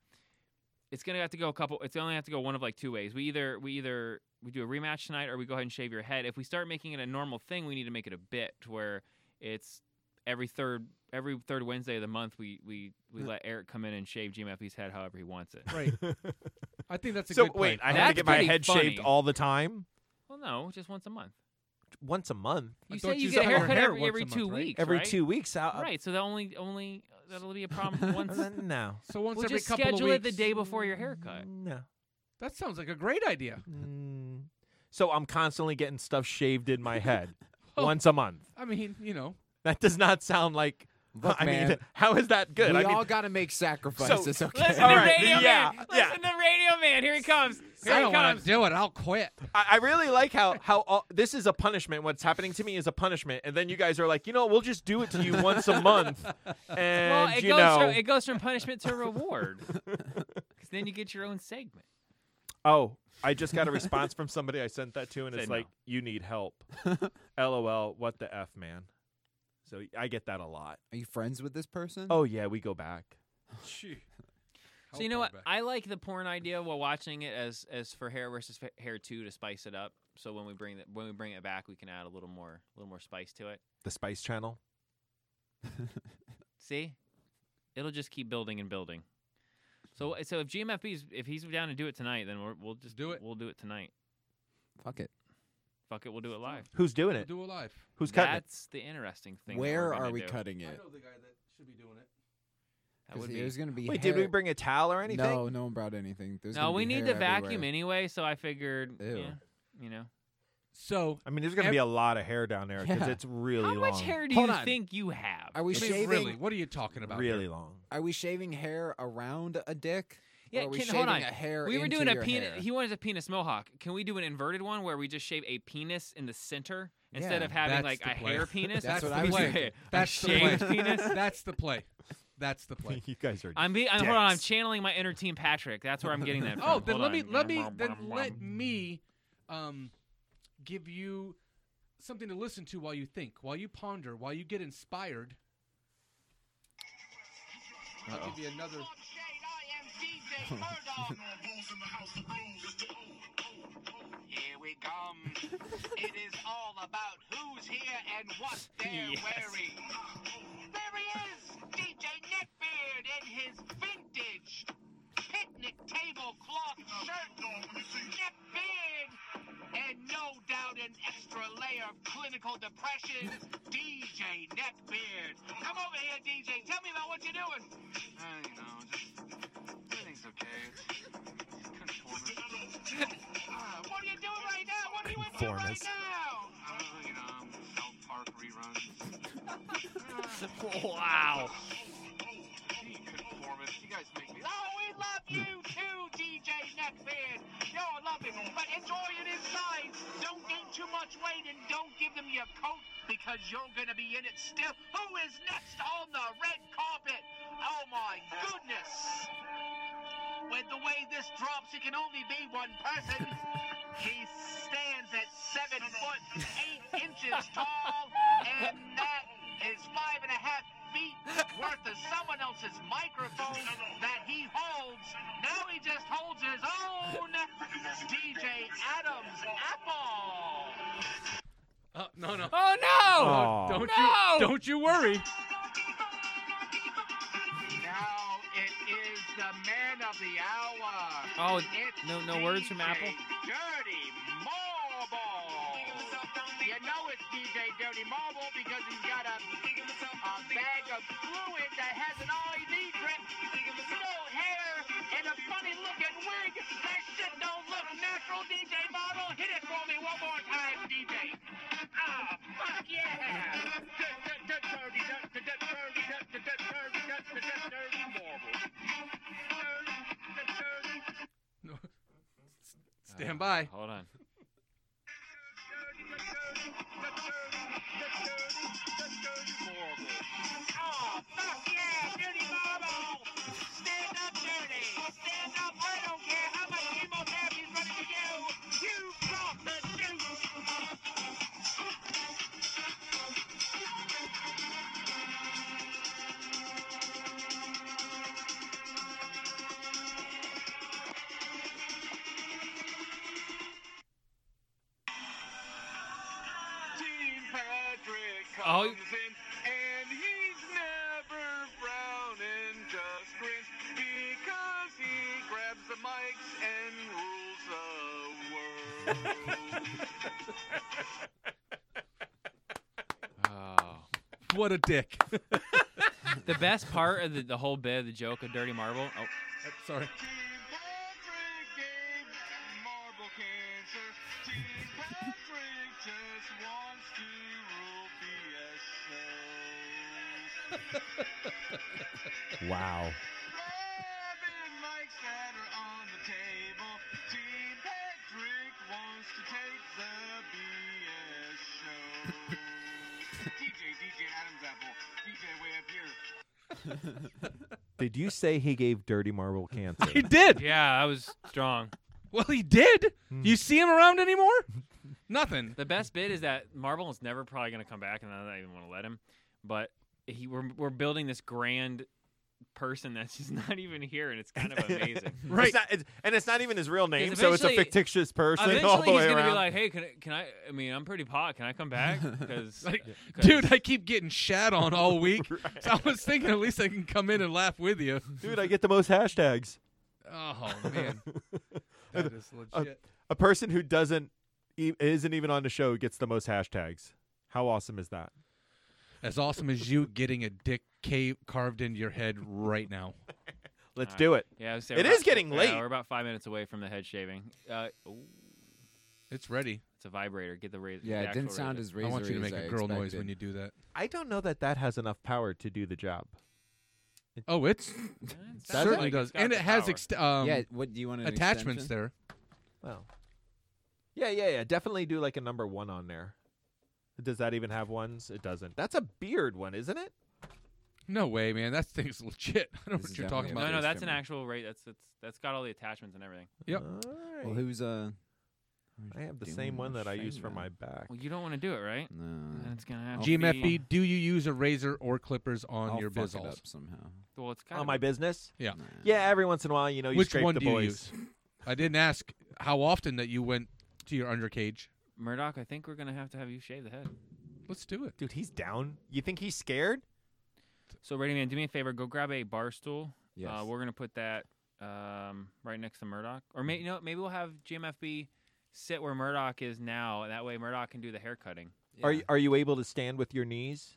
Speaker 11: It's gonna have to go a couple. It's only have to go one of like two ways. We either we either we do a rematch tonight, or we go ahead and shave your head. If we start making it a normal thing, we need to make it a bit to where it's every third every third Wednesday of the month. We we we let Eric come in and shave GMFB's head however he wants it.
Speaker 7: Right. I think that's a
Speaker 12: so
Speaker 7: good
Speaker 12: wait,
Speaker 7: plan.
Speaker 12: I have
Speaker 11: That's
Speaker 12: to get my
Speaker 11: pretty
Speaker 12: head
Speaker 11: funny.
Speaker 12: shaved all the time,
Speaker 11: Well, no, just once a month.
Speaker 12: once a month,
Speaker 11: You
Speaker 7: thought
Speaker 11: say you
Speaker 7: you
Speaker 11: get a
Speaker 7: saw your
Speaker 11: haircut
Speaker 7: hair
Speaker 11: every
Speaker 7: once
Speaker 11: every
Speaker 7: a month,
Speaker 11: two
Speaker 7: right?
Speaker 11: weeks.
Speaker 12: every
Speaker 11: right?
Speaker 12: two weeks. I'll,
Speaker 11: Right. So the only only that'll be a problem once.
Speaker 12: Uh, no,
Speaker 7: So once
Speaker 11: we'll
Speaker 7: every
Speaker 11: just
Speaker 7: couple
Speaker 11: schedule
Speaker 7: of
Speaker 11: it the
Speaker 7: weeks.
Speaker 11: day before your haircut.
Speaker 12: no.
Speaker 7: That sounds like a great idea.
Speaker 12: Mm. So I'm constantly getting stuff shaved in my head
Speaker 13: Oh.
Speaker 12: once a month.
Speaker 7: I mean, you know,
Speaker 12: That does not sound like.
Speaker 13: Look,
Speaker 12: I mean,
Speaker 13: man,
Speaker 12: how is that good?
Speaker 13: We
Speaker 12: I mean,
Speaker 13: all got to make sacrifices. okay.
Speaker 11: Listen
Speaker 12: All
Speaker 11: to
Speaker 12: right,
Speaker 11: Radio
Speaker 12: yeah,
Speaker 11: Man.
Speaker 12: yeah.
Speaker 11: Listen to Radio Man. Here he comes. Here
Speaker 7: I
Speaker 11: he
Speaker 7: don't want
Speaker 11: comes.
Speaker 7: to do it. I'll quit.
Speaker 12: I, I really like how how all, this is a punishment. What's happening to me is a punishment, and then you guys are like, you know, we'll just do it to you once a month, and
Speaker 11: well, it
Speaker 12: you
Speaker 11: goes
Speaker 12: know,
Speaker 11: from it goes from punishment to reward. Because then you get your own segment.
Speaker 12: oh, I just got a response from somebody I sent that to, and it's
Speaker 11: Said no.
Speaker 12: like, you need help. LOL, what the f, man. So I get that a lot.
Speaker 13: Are you friends with this person?
Speaker 12: Oh yeah, we go back.
Speaker 11: So you know what? I like the porn idea while watching it as as for hair versus fa- hair two to spice it up. So when we bring it when we bring it back, we can add a little more a little more spice to it.
Speaker 12: The Spice Channel.
Speaker 11: See, it'll just keep building and building. So so if GMFB's if he's down to do it tonight, then we're, we'll just
Speaker 7: Do it.
Speaker 11: We'll do it tonight.
Speaker 13: Fuck it.
Speaker 11: Fuck it, we'll do it live.
Speaker 12: Who's doing it?
Speaker 7: do a live.
Speaker 12: Who's cutting it?
Speaker 11: That's the interesting thing. that
Speaker 13: Where
Speaker 11: we're
Speaker 13: are
Speaker 11: gonna
Speaker 13: we
Speaker 11: do.
Speaker 13: cutting
Speaker 7: I
Speaker 13: it?
Speaker 7: know the guy that should be doing it.
Speaker 11: That
Speaker 13: 'Cause
Speaker 11: would be
Speaker 13: There's gonna be.
Speaker 12: Wait,
Speaker 13: hair.
Speaker 12: did we bring a towel or anything?
Speaker 13: No, no one brought anything. There's
Speaker 11: no,
Speaker 13: gonna
Speaker 11: we
Speaker 13: be
Speaker 11: need
Speaker 13: hair
Speaker 11: the vacuum
Speaker 13: everywhere.
Speaker 11: anyway, so I figured,
Speaker 13: Ew.
Speaker 11: yeah, you know,
Speaker 7: So
Speaker 12: I mean, there's going to be a lot of hair down there because
Speaker 13: Yeah.
Speaker 12: it's really
Speaker 11: how
Speaker 12: long.
Speaker 11: much hair do
Speaker 13: Hold
Speaker 11: you
Speaker 13: on.
Speaker 11: think you have?
Speaker 13: Are we
Speaker 7: I mean,
Speaker 13: shaving?
Speaker 7: really, what are you talking about?
Speaker 12: Really
Speaker 7: here?
Speaker 12: long.
Speaker 13: Are we shaving hair around a dick?
Speaker 11: yeah,
Speaker 13: or are we
Speaker 11: can,
Speaker 13: shaving
Speaker 11: hold on.
Speaker 13: a hair
Speaker 11: we were
Speaker 13: into
Speaker 11: doing a
Speaker 13: your
Speaker 11: penis.
Speaker 13: hair?
Speaker 11: He wanted a penis mohawk. Can we do an inverted one where we just shave a penis in the center instead
Speaker 13: Yeah,
Speaker 11: of having
Speaker 7: that's
Speaker 11: like
Speaker 7: the
Speaker 11: a
Speaker 7: play.
Speaker 11: hair penis?
Speaker 13: That's what
Speaker 7: the
Speaker 13: I was
Speaker 7: play.
Speaker 13: thinking.
Speaker 7: That's
Speaker 11: a
Speaker 7: the play.
Speaker 11: shaved penis.
Speaker 7: That's the play. That's the play.
Speaker 12: you guys are.
Speaker 11: I'm, be, I'm hold on. I'm
Speaker 12: dicks.
Speaker 11: channeling my inner team Patrick. That's where I'm getting that. From.
Speaker 7: Oh, then
Speaker 11: Hold
Speaker 7: let me
Speaker 11: on.
Speaker 7: let me then let me um give you something to listen to while you think, while you ponder, while you get inspired. I'll give you another
Speaker 15: Here we come. it is all about who's here and what they're
Speaker 11: Yes.
Speaker 15: wearing. There he is, DJ Neckbeard in his vintage picnic tablecloth shirt. Neckbeard! And no doubt an extra layer of clinical depression, DJ Neckbeard. Come over here, DJ. Tell me about what you're doing. Uh, you know, just everything's okay. Uh, what are you doing right now? What are you into right
Speaker 12: Conformist.
Speaker 15: now? Uh, you know, South Park reruns. Uh,
Speaker 11: wow.
Speaker 15: Oh, we love you too, DJ Neckbeard. Y'all love it, but enjoy it in size. Don't gain too much weight and don't give them your coat because you're gonna be in it still. Who is next on the red carpet? Oh my goodness! With the way this drops, it can only be one person. He stands at seven foot eight inches tall, and that is five and a half feet worth of someone else's microphone that he holds. Now he just holds his own. DJ Adams Apple.
Speaker 7: Uh, no, no.
Speaker 11: Oh no!
Speaker 7: No, don't
Speaker 11: No!
Speaker 7: you don't you worry.
Speaker 15: Now it is the man of the hour.
Speaker 11: Oh,
Speaker 15: It's
Speaker 11: no, no words from Apple.
Speaker 15: Dirty Marble. You know it's DJ Dirty Marble because he's got a, a bag of fluid that has an IV drip, no hair, and a funny looking wig. That shit don't look natural, DJ Marble. Hit it for me one more time, DJ. Ah, fuck yeah. Dirty, dirty, dirty, dirty, dirty, dirty, dirty, dirty, dirty, dirty Marble.
Speaker 7: Stand by.
Speaker 11: Hold on.
Speaker 15: Oh, fuck yeah, Dirty Marble! Stand up, Dirty! Stand up, I don't care how much chemotherapy's running to you! You brought the juice! Gene Patrick
Speaker 11: Oh.
Speaker 15: comes in, and he's never brown and just grins because he grabs the mics and rules the
Speaker 11: Oh.
Speaker 7: What a dick.
Speaker 11: the best part of the, the whole bit of the joke of Dirty Marble. Oh,
Speaker 7: sorry.
Speaker 12: Wow. Did you say he gave Dirty Marble cancer?
Speaker 7: He did.
Speaker 11: Yeah, that was strong.
Speaker 7: Well, he did. You see him around anymore? Nothing.
Speaker 11: The best bit is that Marble is never probably going to come back, and I don't even want to let him. But he, we're we're building this grand person that's just not even here, and it's kind of amazing.
Speaker 12: It's not, it's, and it's not even his real name,
Speaker 11: Because
Speaker 12: so it's a
Speaker 11: eventually-
Speaker 12: fictitious person
Speaker 11: Eventually,
Speaker 12: all the way
Speaker 11: he's gonna
Speaker 12: around.
Speaker 11: be like, "Hey, can I, can I? I mean, I'm pretty pot. Can I come back? Because,
Speaker 7: Like, dude, I keep getting shat on all week. So I was thinking at least I can come in and laugh with you.
Speaker 12: Dude, I get the most hashtags.
Speaker 7: Oh man. That is
Speaker 12: A,
Speaker 7: legit.
Speaker 12: a person who doesn't e- isn't even on the show gets the most hashtags. How awesome is that?
Speaker 7: As awesome as you getting a dick cave carved into your head right now.
Speaker 12: Let's
Speaker 11: All
Speaker 12: do
Speaker 11: right.
Speaker 12: it.
Speaker 11: Yeah, I was
Speaker 12: It
Speaker 11: we're
Speaker 12: is
Speaker 11: about-
Speaker 12: getting
Speaker 11: yeah,
Speaker 12: late.
Speaker 11: we're about five minutes away from the head shaving. Uh,
Speaker 7: it's ready.
Speaker 11: It's a vibrator. Get the razor.
Speaker 13: Yeah,
Speaker 11: the
Speaker 13: it didn't
Speaker 11: actual
Speaker 13: sound
Speaker 11: razor.
Speaker 13: as
Speaker 7: I want you to
Speaker 13: razory as
Speaker 7: make a girl noise
Speaker 13: expected.
Speaker 7: when you do that.
Speaker 12: I don't know that that has enough power to do the job.
Speaker 7: Oh, it's certainly does, and it has ex- um,
Speaker 12: Yeah, what, do you want an
Speaker 7: attachments
Speaker 12: extension?
Speaker 7: there.
Speaker 12: Well, yeah, yeah, yeah. Definitely do like a number one on there. Does that even have ones? It doesn't. That's a beard one, isn't it?
Speaker 7: No way, man. That thing's legit. I don't know what you're talking about.
Speaker 11: No, no, that's an actual razor. That's that's that's got all the attachments and everything.
Speaker 7: Yep.
Speaker 13: Well, who's uh?
Speaker 12: I have the same one that I use for my back.
Speaker 11: Well, you don't want to do it, right?
Speaker 7: Mm.
Speaker 11: No. Then it's gonna have to
Speaker 7: GMFB,
Speaker 11: be-
Speaker 7: do you use a razor or clippers on
Speaker 13: I'll
Speaker 7: your
Speaker 13: fuck it
Speaker 7: bizzles?
Speaker 13: up somehow.
Speaker 11: Well, it's kind
Speaker 12: on
Speaker 11: of
Speaker 12: my business.
Speaker 7: Yeah.
Speaker 12: Yeah, every once in a while, you know, you
Speaker 7: Which
Speaker 12: scrape
Speaker 7: one
Speaker 12: the
Speaker 7: do you
Speaker 12: boys.
Speaker 7: use? I didn't ask how often that you went to your undercage.
Speaker 11: Murdoch. I think we're gonna have to have you shave the head.
Speaker 7: Let's do it,
Speaker 12: dude. He's down. You think he's scared?
Speaker 11: So, Brady man, do me a favor. Go grab a bar stool. Uh,
Speaker 12: Yes.
Speaker 11: we're gonna put that um, right next to Murdoch, or maybe you know, maybe we'll have GMFB sit where Murdoch is now, and that way Murdoch can do the hair cutting.
Speaker 12: Are you, are you able to stand with your knees?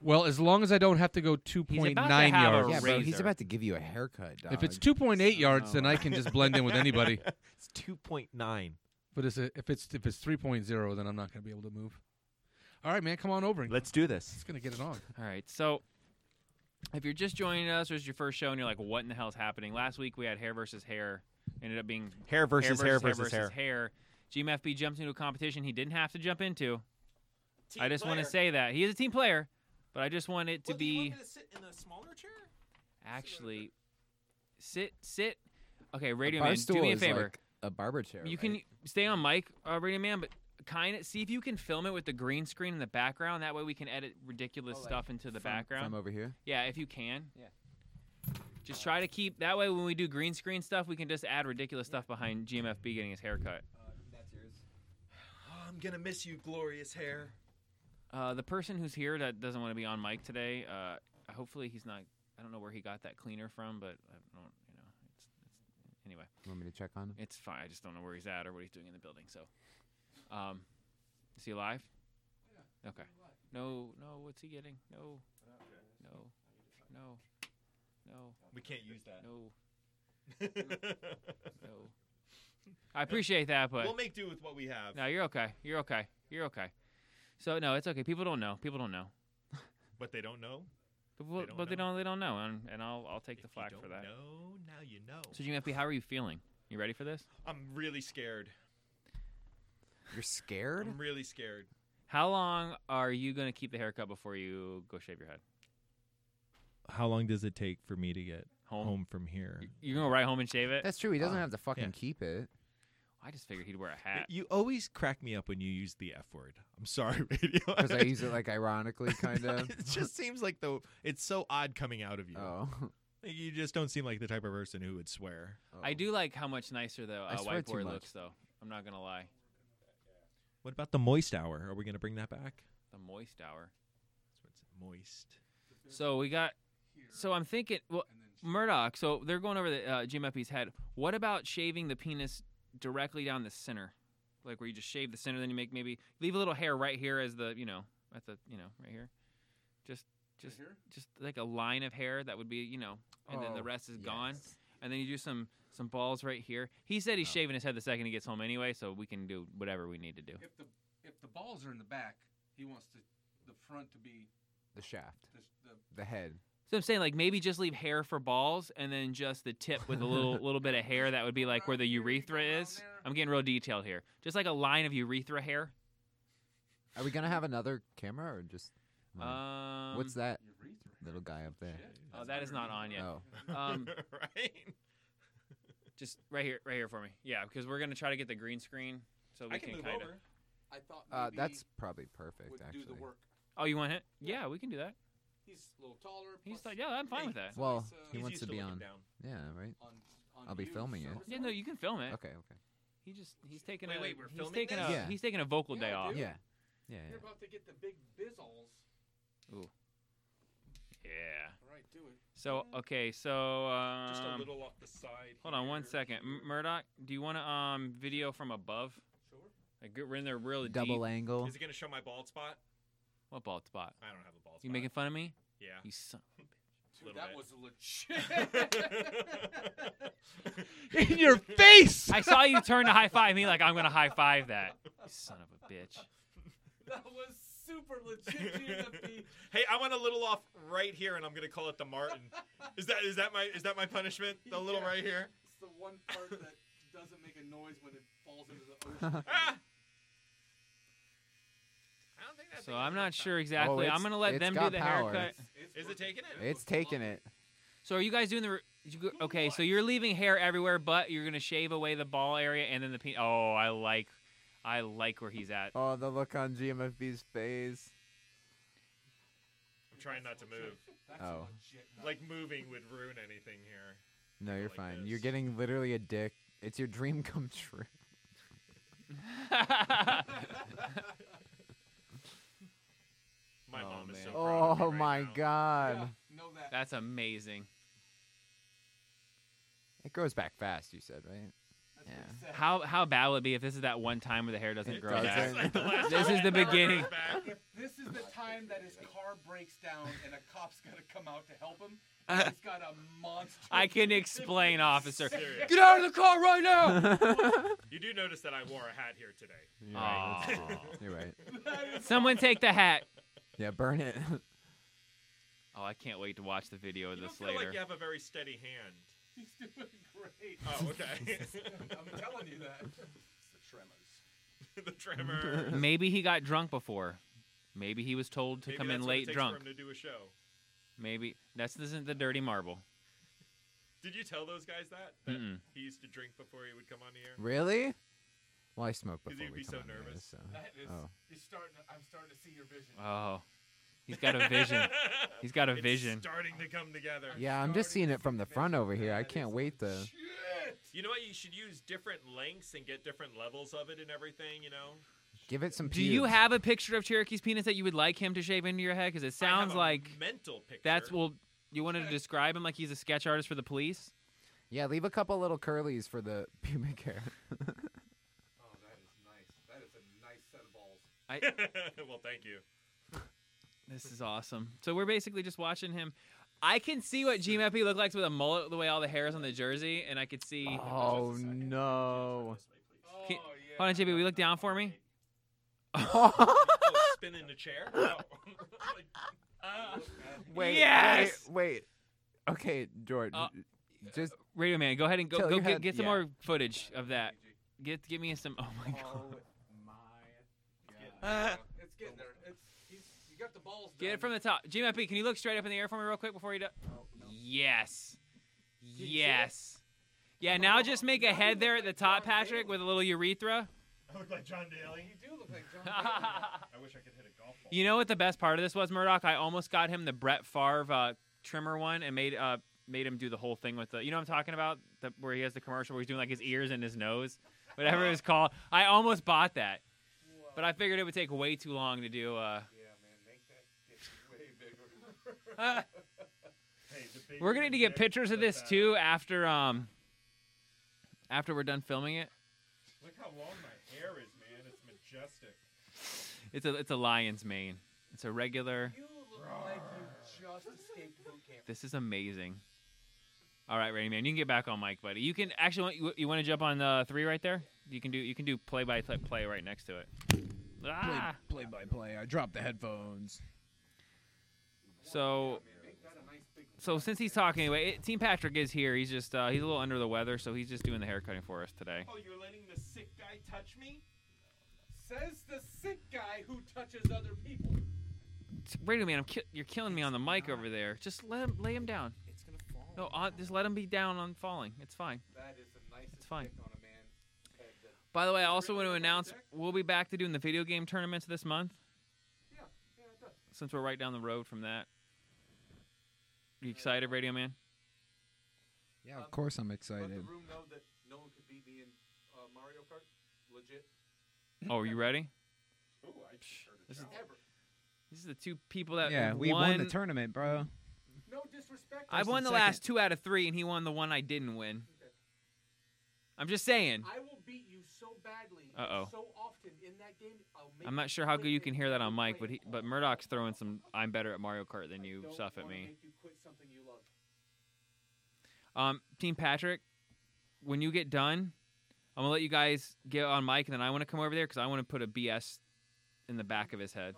Speaker 7: Well, as long as I don't have to go 2.9 yards.
Speaker 13: yeah, bro, he's about to give you a haircut. Dog.
Speaker 7: If it's 2.8 yards, then I can just blend in with anybody.
Speaker 12: It's two point nine.
Speaker 7: But is it, if it's if it's 3.0, then I'm not going to be able to move. All right, man, come on over. And
Speaker 12: Let's do this.
Speaker 7: It's gonna get it on.
Speaker 11: All right. So, if you're just joining us, or it's your first show, and you're like, "What in the hell's happening?" Last week we had hair versus hair. Ended up being
Speaker 12: Hair versus hair versus
Speaker 11: hair. GMFB jumped into a competition he didn't have to jump into.
Speaker 16: Team
Speaker 11: I just want to
Speaker 16: player.
Speaker 11: say that he is a team player, but I just want it to
Speaker 16: What, do
Speaker 11: be
Speaker 16: you want me to sit in a smaller chair?
Speaker 11: actually sit sit. Okay, Radio Man,
Speaker 13: Our
Speaker 11: do me a
Speaker 13: is
Speaker 11: favor.
Speaker 13: like a barber chair.
Speaker 11: You can stay on mic, uh, Radio Man, but kind of see if you can film it with the green screen in the background. That way we can edit ridiculous stuff into the background.
Speaker 13: Oh, from over here?
Speaker 11: Yeah, if you can. Yeah. Just try to keep that way. When we do green screen stuff, we can just add ridiculous stuff behind GMFB getting his haircut.
Speaker 16: Oh, I'm gonna miss you, glorious hair.
Speaker 11: Uh, the person who's here that doesn't want to be on mic today, uh, hopefully he's not. I don't know where he got that cleaner from, but I don't. You know, it's, it's anyway.
Speaker 13: Want me to check on him?
Speaker 11: It's fine. I just don't know where he's at or what he's doing in the building. So, um, is he alive? Yeah. Okay. No, no. What's he getting? No. No. No. No.
Speaker 12: We can't use that.
Speaker 11: No. no. I appreciate that, but
Speaker 12: We'll make do with what we have.
Speaker 11: No, you're okay. You're okay. You're okay. So no, it's okay. People don't know. People don't know.
Speaker 12: But they don't know.
Speaker 11: People, but they don't. They don't know, and, and I'll I'll take the flack for that.
Speaker 12: No, now you know.
Speaker 11: So GMFB, how are you feeling? You ready for this?
Speaker 12: I'm really scared.
Speaker 13: You're scared?
Speaker 12: I'm really scared.
Speaker 11: How long are you gonna keep the haircut before you go shave your head?
Speaker 12: How long does it take for me to get home, from here?
Speaker 11: You gonna go right home and shave it?
Speaker 13: That's true. He doesn't have to fucking keep it.
Speaker 11: I just figured he'd wear a hat.
Speaker 12: You always crack me up when you use the F word. I'm sorry, radio.
Speaker 13: Because I use it like ironically, kind of.
Speaker 12: it just seems like the it's so odd coming out of you.
Speaker 13: Oh.
Speaker 12: You just don't seem like the type of person who would swear.
Speaker 11: I
Speaker 13: Oh.
Speaker 11: do like how much nicer the
Speaker 12: I
Speaker 11: uh,
Speaker 12: swear
Speaker 11: white
Speaker 12: too
Speaker 11: boy
Speaker 12: much.
Speaker 11: looks, though. I'm not gonna lie.
Speaker 12: What about the moist hour? Are we going to bring that back?
Speaker 11: The moist hour.
Speaker 12: Moist.
Speaker 11: So we got. So I'm thinking, well, Murdoch. So they're going over the uh, GMFB's head. What about shaving the penis directly down the center, like where you just shave the center, then you make maybe leave a little hair right here as the you know at the you know right here, just just just like a line of hair that would be you know, and then the
Speaker 16: Oh,
Speaker 11: rest is gone, and then you do some some balls right here. He said
Speaker 13: Oh.
Speaker 11: he's shaving his head the second he gets home anyway, so we can do whatever we need to do.
Speaker 7: If the if the balls are in the back, he wants to, the front to be
Speaker 13: The shaft.
Speaker 7: the,
Speaker 13: The head.
Speaker 11: So I'm saying like maybe just leave hair for balls and then just the tip with a little little bit of hair that would be like where the urethra is. I'm getting real detailed here. Just like a line of urethra hair.
Speaker 13: Are we gonna have another camera or just? no?
Speaker 11: Um,
Speaker 13: Hmm.
Speaker 12: Mm.
Speaker 13: What's that little guy up there?
Speaker 11: Oh, that is not on yet.
Speaker 13: Oh.
Speaker 11: Um, right. Just right here, right here for me. Yeah, because we're gonna try to get the green screen so we
Speaker 7: I can move
Speaker 11: kind of.
Speaker 7: over. I thought
Speaker 13: Uh,
Speaker 7: maybe
Speaker 13: that's probably perfect,
Speaker 7: do the
Speaker 13: actually.
Speaker 7: work.
Speaker 11: Oh, you want it? Yeah. we can do that.
Speaker 7: He's a little taller.
Speaker 11: He's like, yeah, I'm fine with that.
Speaker 13: Well, he wants to be on. Yeah, right.
Speaker 7: on
Speaker 13: I'll be filming it.
Speaker 11: Yeah, no, you can film it.
Speaker 13: Okay, okay.
Speaker 11: He just he's taking
Speaker 7: Wait,
Speaker 11: a
Speaker 7: wait, we're
Speaker 11: he's
Speaker 7: filming
Speaker 11: taking
Speaker 7: this?
Speaker 11: a
Speaker 13: Yeah.
Speaker 11: he's taking a vocal day off.
Speaker 7: dude.
Speaker 13: Yeah. Yeah. yeah.
Speaker 7: You're about to get the big bizzles.
Speaker 11: Ooh. Yeah.
Speaker 7: All right, do it.
Speaker 11: So okay, so um,
Speaker 12: Just a little off the side.
Speaker 11: Hold on one second, M- Murdoch. Do you want to um video from above? Sure. Like get- we're in there really
Speaker 13: Double
Speaker 11: deep.
Speaker 13: angle.
Speaker 12: Is it going to show my bald spot?
Speaker 11: What bald spot?
Speaker 12: I don't have a bald spot.
Speaker 11: You making fun of me?
Speaker 12: Yeah.
Speaker 11: You son. of
Speaker 7: Dude, that was
Speaker 11: a
Speaker 7: legit.
Speaker 11: bitch. I saw you turn to high five me like I'm gonna high five that. You son of a bitch.
Speaker 7: That was super legit. GMFB.
Speaker 12: hey, I want a little off right here, and I'm gonna call it the Martin. Is that is that my is that my punishment? The little
Speaker 7: Yeah.
Speaker 12: right here.
Speaker 7: It's the one part that doesn't make a noise when it falls into the ocean.
Speaker 11: So I'm not sure exactly. I'm
Speaker 13: it's-
Speaker 11: gonna let
Speaker 13: Oh, it's
Speaker 11: them do
Speaker 13: got
Speaker 11: the
Speaker 13: power.
Speaker 11: haircut.
Speaker 12: Is it taking it?
Speaker 13: It's taking it.
Speaker 11: So are you guys doing the? re- You go, okay, so you're leaving hair everywhere, but you're gonna shave away the ball area and then the pe- Oh, I like, I like where he's at.
Speaker 13: Oh, the look on GMFB's face.
Speaker 12: I'm trying not to move.
Speaker 13: Oh.
Speaker 12: Like moving would ruin anything here.
Speaker 13: No, you're fine. You're getting literally a dick. It's your dream come true.
Speaker 12: My mom is so proud.
Speaker 13: Oh my god.
Speaker 11: That's amazing.
Speaker 13: It grows back fast, you said, right? yeah.
Speaker 11: How how bad will it be if this is that one time where the hair doesn't
Speaker 13: It
Speaker 11: grow
Speaker 13: doesn't. It's like the
Speaker 11: back?
Speaker 13: last
Speaker 11: this
Speaker 13: time
Speaker 11: is the
Speaker 13: it never
Speaker 11: beginning.
Speaker 13: grows back.
Speaker 7: If this is the time that his car breaks down and a cop's gonna come out to help him, He's got a monster.
Speaker 11: I can explain, officer.
Speaker 7: Serious.
Speaker 11: Get out of the car right now.
Speaker 17: you do notice that I wore a hat here today.
Speaker 11: Aw.
Speaker 13: You're right.
Speaker 11: Someone take the hat.
Speaker 13: Yeah, burn it.
Speaker 11: Oh, I can't wait to watch the video of
Speaker 17: You
Speaker 11: this
Speaker 17: don't feel
Speaker 11: later.
Speaker 17: like you have a very steady hand.
Speaker 7: He's doing great.
Speaker 17: Oh, okay.
Speaker 7: I'm telling you that.
Speaker 17: It's the tremors. the tremors.
Speaker 11: Maybe he got drunk before. Maybe he was told to
Speaker 17: Maybe
Speaker 11: come
Speaker 17: that's
Speaker 11: in
Speaker 17: what it
Speaker 11: late
Speaker 17: takes
Speaker 11: drunk.
Speaker 17: For him to do a show.
Speaker 11: Maybe that's this isn't the dirty marble.
Speaker 17: Did you tell those guys that? that
Speaker 11: Mm-mm.
Speaker 17: he used to drink before he would come on the air.
Speaker 13: Really? Well, I smoke
Speaker 17: Because
Speaker 13: before we
Speaker 17: he'd be
Speaker 13: come
Speaker 17: so
Speaker 13: on the air,
Speaker 17: nervous.
Speaker 13: so-
Speaker 17: That is-
Speaker 13: oh.
Speaker 7: He's starting. I'm starting to see your vision.
Speaker 11: Oh, he's got a vision. he's got a
Speaker 17: It's
Speaker 11: vision.
Speaker 17: starting to come together.
Speaker 13: Yeah, I'm just seeing it from the front over here. I can't wait to.
Speaker 17: You know what? You should use different lengths and get different levels of it and everything. You know.
Speaker 13: Give it some
Speaker 11: Do you
Speaker 13: pubes.
Speaker 11: have a picture of Cherokee's penis that you would like him to shave into your head? Because it sounds
Speaker 17: a
Speaker 11: like
Speaker 17: mental picture.
Speaker 11: That's well. You wanted to describe him like he's a sketch artist for the police.
Speaker 13: Yeah, leave a couple little curlies for the pubic hair.
Speaker 7: Oh, That is a nice set of balls.
Speaker 11: I,
Speaker 17: well, thank you.
Speaker 11: This is awesome. So we're basically just watching him. I can see what G Meppy looked like with a mullet, the way all the hair is on the jersey, and I could see.
Speaker 13: oh no!
Speaker 11: Can- Hold on, JB. Will you look down for me?
Speaker 17: oh, spin in the chair. No. Like, ah.
Speaker 13: Wait,
Speaker 11: Yes!
Speaker 13: wait, wait. Okay, Jordan.
Speaker 11: Uh,
Speaker 13: just
Speaker 11: Radio man, go ahead and go
Speaker 13: Tell
Speaker 11: go
Speaker 13: your
Speaker 11: get,
Speaker 13: head-
Speaker 11: get some
Speaker 13: yeah.
Speaker 11: more footage of that. Get get me some. Oh my god.
Speaker 7: Uh, It's getting there. It's he's you got the balls.
Speaker 11: Get it from the top. G Meppy, can you look straight up in the air for me real quick before you do?
Speaker 7: Oh,
Speaker 11: Yes. Yes.
Speaker 7: Oh,
Speaker 11: Yeah. Now just make a head there at the top, Patrick, with a little urethra.
Speaker 17: I look like John Daly.
Speaker 7: You do look like John.
Speaker 17: I wish I could hit a golf ball.
Speaker 11: You know what the best part of this was, Murdoch? I almost got him the Brett Favre uh, trimmer one and made uh, made him do the whole thing with the. You know what I'm talking about? The, where he has the commercial where he's doing like his ears and his nose, whatever it was called. I almost bought that, but I figured it would take way too long to do. Uh, we're gonna need to get pictures of this too after um after we're done filming it.
Speaker 17: Look how long my hair is, man. It's majestic.
Speaker 11: It's a it's a lion's mane. It's a regular.
Speaker 7: You look like you just escaped boot camp.
Speaker 11: This is amazing. All right, Rainy Man, you can get back on mic, buddy. You can actually you, you want to jump on uh, three right there. You can do you can do play by play, play right next to it. Ah.
Speaker 18: Play, play by play. I dropped the headphones.
Speaker 11: So so since he's talking anyway, it, Team Patrick is here. He's just uh, he's a little under the weather, so he's just doing the hair cutting for us today.
Speaker 7: Oh, you're letting the sick guy touch me? Says the sick guy who touches other people.
Speaker 11: Radio Man, I'm ki- you're killing me on the mic over there. Just let him lay him down.
Speaker 7: It's gonna fall.
Speaker 11: No, uh, just let him be down on falling. It's fine.
Speaker 7: That is the nicest
Speaker 11: It's fine.
Speaker 7: dick on a man. head that-
Speaker 11: By the way, I also want to announce we'll be back to doing the video game tournaments this month.
Speaker 7: Yeah, yeah, it does.
Speaker 11: since we're right down the road from that. You excited, Radio Man?
Speaker 13: Yeah, of course I'm
Speaker 7: Let Um, the
Speaker 13: excited.
Speaker 7: room know that no one could beat me in uh, Mario Kart. Legit.
Speaker 11: Oh, are you ready?
Speaker 7: Ooh, I
Speaker 11: This is,
Speaker 7: Ever.
Speaker 11: this is the two people that
Speaker 18: Yeah, we won the tournament, bro.
Speaker 7: No disrespect.
Speaker 11: I won the last two out of three, and he won the one I didn't win. I'm just saying.
Speaker 7: I will beat you so badly,
Speaker 11: Uh-oh. Uh,
Speaker 7: so often in that game. I'll make
Speaker 11: I'm not sure how good you can hear that on mic, but he, but Murdoch's throwing some "I'm better at Mario Kart than you"
Speaker 7: don't
Speaker 11: stuff at
Speaker 7: wanna
Speaker 11: me.
Speaker 7: Make you quit something you love.
Speaker 11: Um, Team Patrick, when you get done, I'm gonna let you guys get on mic, and then I want to come over there because I want to put a BS in the back of his head.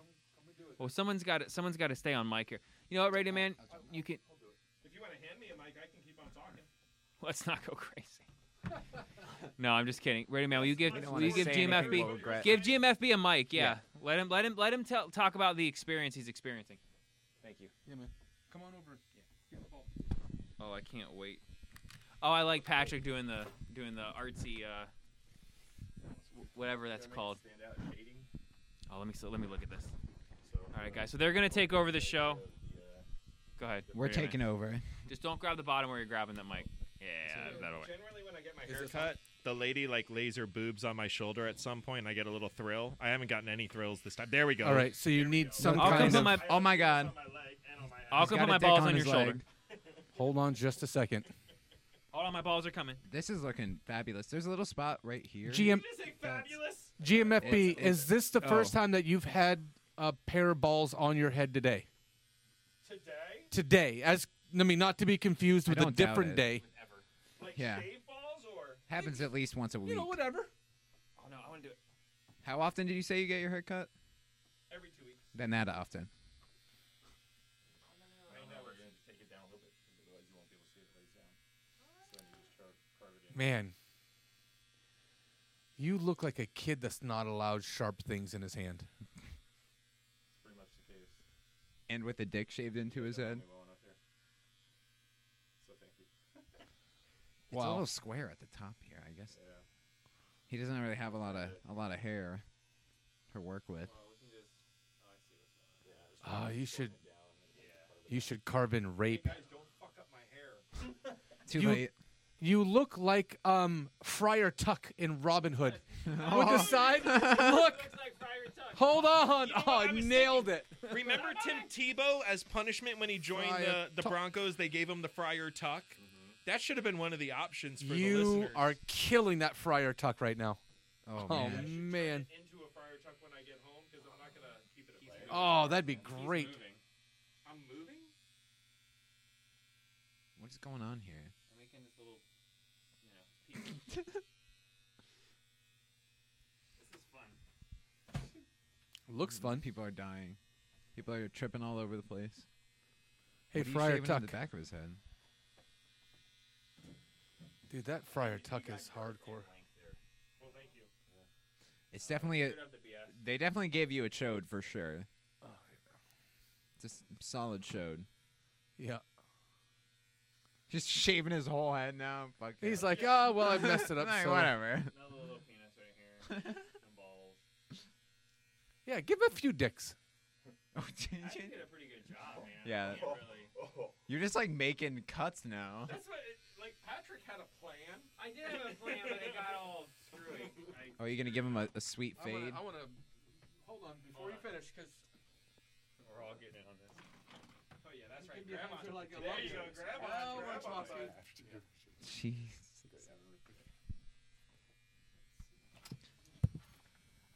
Speaker 11: Well, someone's got to someone's got to stay on mic here. You know what, Radio Man? You can.
Speaker 17: If you want to hand me a mic, I can keep on talking.
Speaker 11: Let's not go crazy. No, I'm just kidding. Radio Man, will you give
Speaker 13: We don't
Speaker 11: will
Speaker 13: wanna
Speaker 11: you give
Speaker 13: say anything we'll
Speaker 11: GMFB
Speaker 13: regret.
Speaker 11: give GMFB a mic? Yeah,
Speaker 13: Yeah.
Speaker 11: let him let him let him tell, talk about the experience he's experiencing. Thank you.
Speaker 7: Yeah, man. Come on over. Yeah. Give the ball.
Speaker 11: Oh, I can't wait. Oh, I like Patrick doing the doing the artsy uh, wh- whatever that's called. Oh, let me so let me look at this. All right, guys. So they're gonna take over the show. Go ahead.
Speaker 18: We're
Speaker 11: Radio Man.
Speaker 18: taking over.
Speaker 11: Just don't grab the bottom where you're grabbing that mic. Yeah, that'll work.
Speaker 17: Generally, when I get my
Speaker 11: Is it
Speaker 17: haircut, the lady like laser boobs on my shoulder at some point. And I get a little thrill. I haven't gotten any thrills this time. There we go.
Speaker 18: All right, so you
Speaker 17: There we
Speaker 18: need
Speaker 17: go.
Speaker 18: some I'll come kind put of- my- oh my God.
Speaker 11: I'll
Speaker 18: He's
Speaker 11: come
Speaker 18: got
Speaker 11: put
Speaker 18: a
Speaker 11: my
Speaker 18: dick
Speaker 11: balls
Speaker 18: on
Speaker 11: on your
Speaker 18: his
Speaker 11: shoulder.
Speaker 18: leg. Hold on just a second.
Speaker 11: Hold on, my balls are coming.
Speaker 13: This is looking fabulous. There's a little spot right here.
Speaker 18: GM
Speaker 19: GMFB,
Speaker 13: It's- it's-
Speaker 19: is this the
Speaker 13: oh.
Speaker 19: first time that you've had a pair of balls on your head today? Today? Today, as
Speaker 7: I mean, not to be confused
Speaker 11: I
Speaker 7: with a
Speaker 11: don't doubt
Speaker 7: different
Speaker 11: it.
Speaker 7: day.
Speaker 11: yeah. Happens at least once a week.
Speaker 7: You know, whatever.
Speaker 12: Oh no, I want to do it
Speaker 11: How often did you say you get your hair cut?
Speaker 12: every two weeks.
Speaker 11: Then that often.
Speaker 12: Right now we're going to take it down a little bit, otherwise you won't be able to see it lays down. So then you just try to carve it in.
Speaker 7: Man, you look like a kid that's not allowed sharp things in his hand.
Speaker 12: It's pretty much the case.
Speaker 11: And with a dick shaved into his head.
Speaker 12: Well enough here. So thank you.
Speaker 11: It's a
Speaker 12: Wow.
Speaker 11: little square at the top here, I guess. He doesn't really have a lot of a lot of hair to work with.
Speaker 7: Ah, you should, you should carve in rape.
Speaker 11: Too
Speaker 7: you,
Speaker 11: late.
Speaker 7: You look like um Friar Tuck in Robin Hood. With the side, look. Hold on. oh, I nailed it.
Speaker 20: Remember Tim Tebow as punishment when he joined
Speaker 7: Friar
Speaker 20: the, the
Speaker 7: Tuck.
Speaker 20: Broncos? They gave him the Friar Tuck. That should have been one of the options for the
Speaker 7: You
Speaker 20: listeners.
Speaker 7: are killing that Friar Tuck right now.
Speaker 11: Oh,
Speaker 7: man.
Speaker 12: Into a fryer truck when I get home because I'm not gonna keep it. At
Speaker 7: Oh, that'd be great.
Speaker 12: I'm moving.
Speaker 11: What is going on here?
Speaker 12: I'm making this little, you know. this is fun.
Speaker 7: Looks fun.
Speaker 11: Hmm. People are dying. People are tripping all over the place.
Speaker 7: Hey,
Speaker 11: What are you
Speaker 7: Friar
Speaker 11: shaving on the
Speaker 7: Tuck.
Speaker 11: back of his head.
Speaker 7: Dude, that Friar Tuck is hardcore.
Speaker 12: Well, thank you.
Speaker 11: It's definitely a.
Speaker 12: you'd have to be asked.
Speaker 11: They definitely gave you a chode for sure. Just solid chode.
Speaker 7: Yeah.
Speaker 11: Just shaving his whole head now. Fuck
Speaker 7: He's
Speaker 11: it.
Speaker 7: like, oh, well, I messed it up.
Speaker 11: Like,
Speaker 7: so-
Speaker 11: Whatever.
Speaker 12: Another little penis right here. and balls.
Speaker 7: Yeah, give a few dicks.
Speaker 12: I think you did a pretty good job, man.
Speaker 11: Yeah.
Speaker 12: I can't really.
Speaker 11: You're just like making cuts now.
Speaker 12: That's what. It, like Patrick had a plan. I did have a plan, but it got all screwy. I,
Speaker 11: Oh, you're gonna give him a, a sweet
Speaker 7: I wanna-
Speaker 11: fade.
Speaker 7: I want to hold on before you finish because
Speaker 12: we're all getting in on this. Oh yeah, that's right.
Speaker 7: give me a
Speaker 12: Grandma.
Speaker 7: picture like a
Speaker 12: there you go,
Speaker 7: lump.
Speaker 12: Grandma.
Speaker 7: Well,
Speaker 12: Grandma.
Speaker 7: lunchbox, dude.
Speaker 11: Jeez.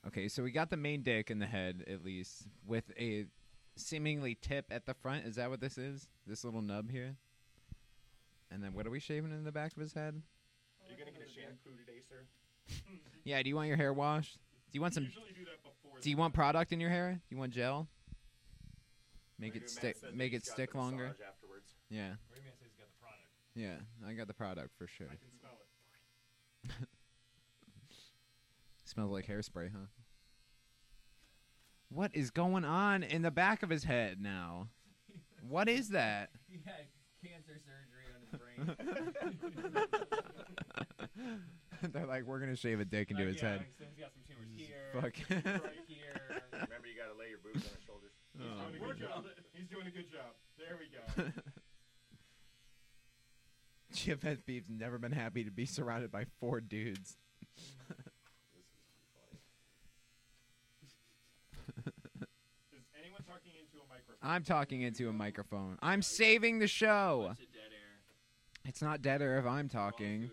Speaker 11: Okay, so we got the main dick in the head at least, with a seemingly tip at the front. Is that what this is? This little nub here. And then what are we shaving in the back of his head?
Speaker 12: Are you gonna get a shampoo today, sir?
Speaker 11: Yeah. Do you want your hair washed? Do you want some?
Speaker 12: Usually do that before.
Speaker 11: Do you want product in your hair? Do you want gel? Make it stick. Make it stick longer.
Speaker 12: Afterwards.
Speaker 11: Yeah.
Speaker 12: Rayman says he's got the product.
Speaker 11: Yeah. I got the product for sure.
Speaker 12: I can smell it.
Speaker 11: Smells like hairspray, huh? What is going on in the back of his head now? What is that?
Speaker 21: He had cancer surgery on his brain.
Speaker 11: They're like, we're gonna shave a dick into his head.
Speaker 12: He's got some tumors here.
Speaker 11: Fuck.
Speaker 12: right here. Remember, you gotta lay your boobs on his shoulders. He's
Speaker 11: Oh,
Speaker 12: doing a
Speaker 11: man.
Speaker 12: good job. He's doing a good job. There we go.
Speaker 11: Chiphead Beeb's never been happy to be surrounded by four dudes.
Speaker 12: Is anyone talking into a microphone?
Speaker 11: I'm talking into a microphone. I'm saving the show. It's not dead air if I'm talking.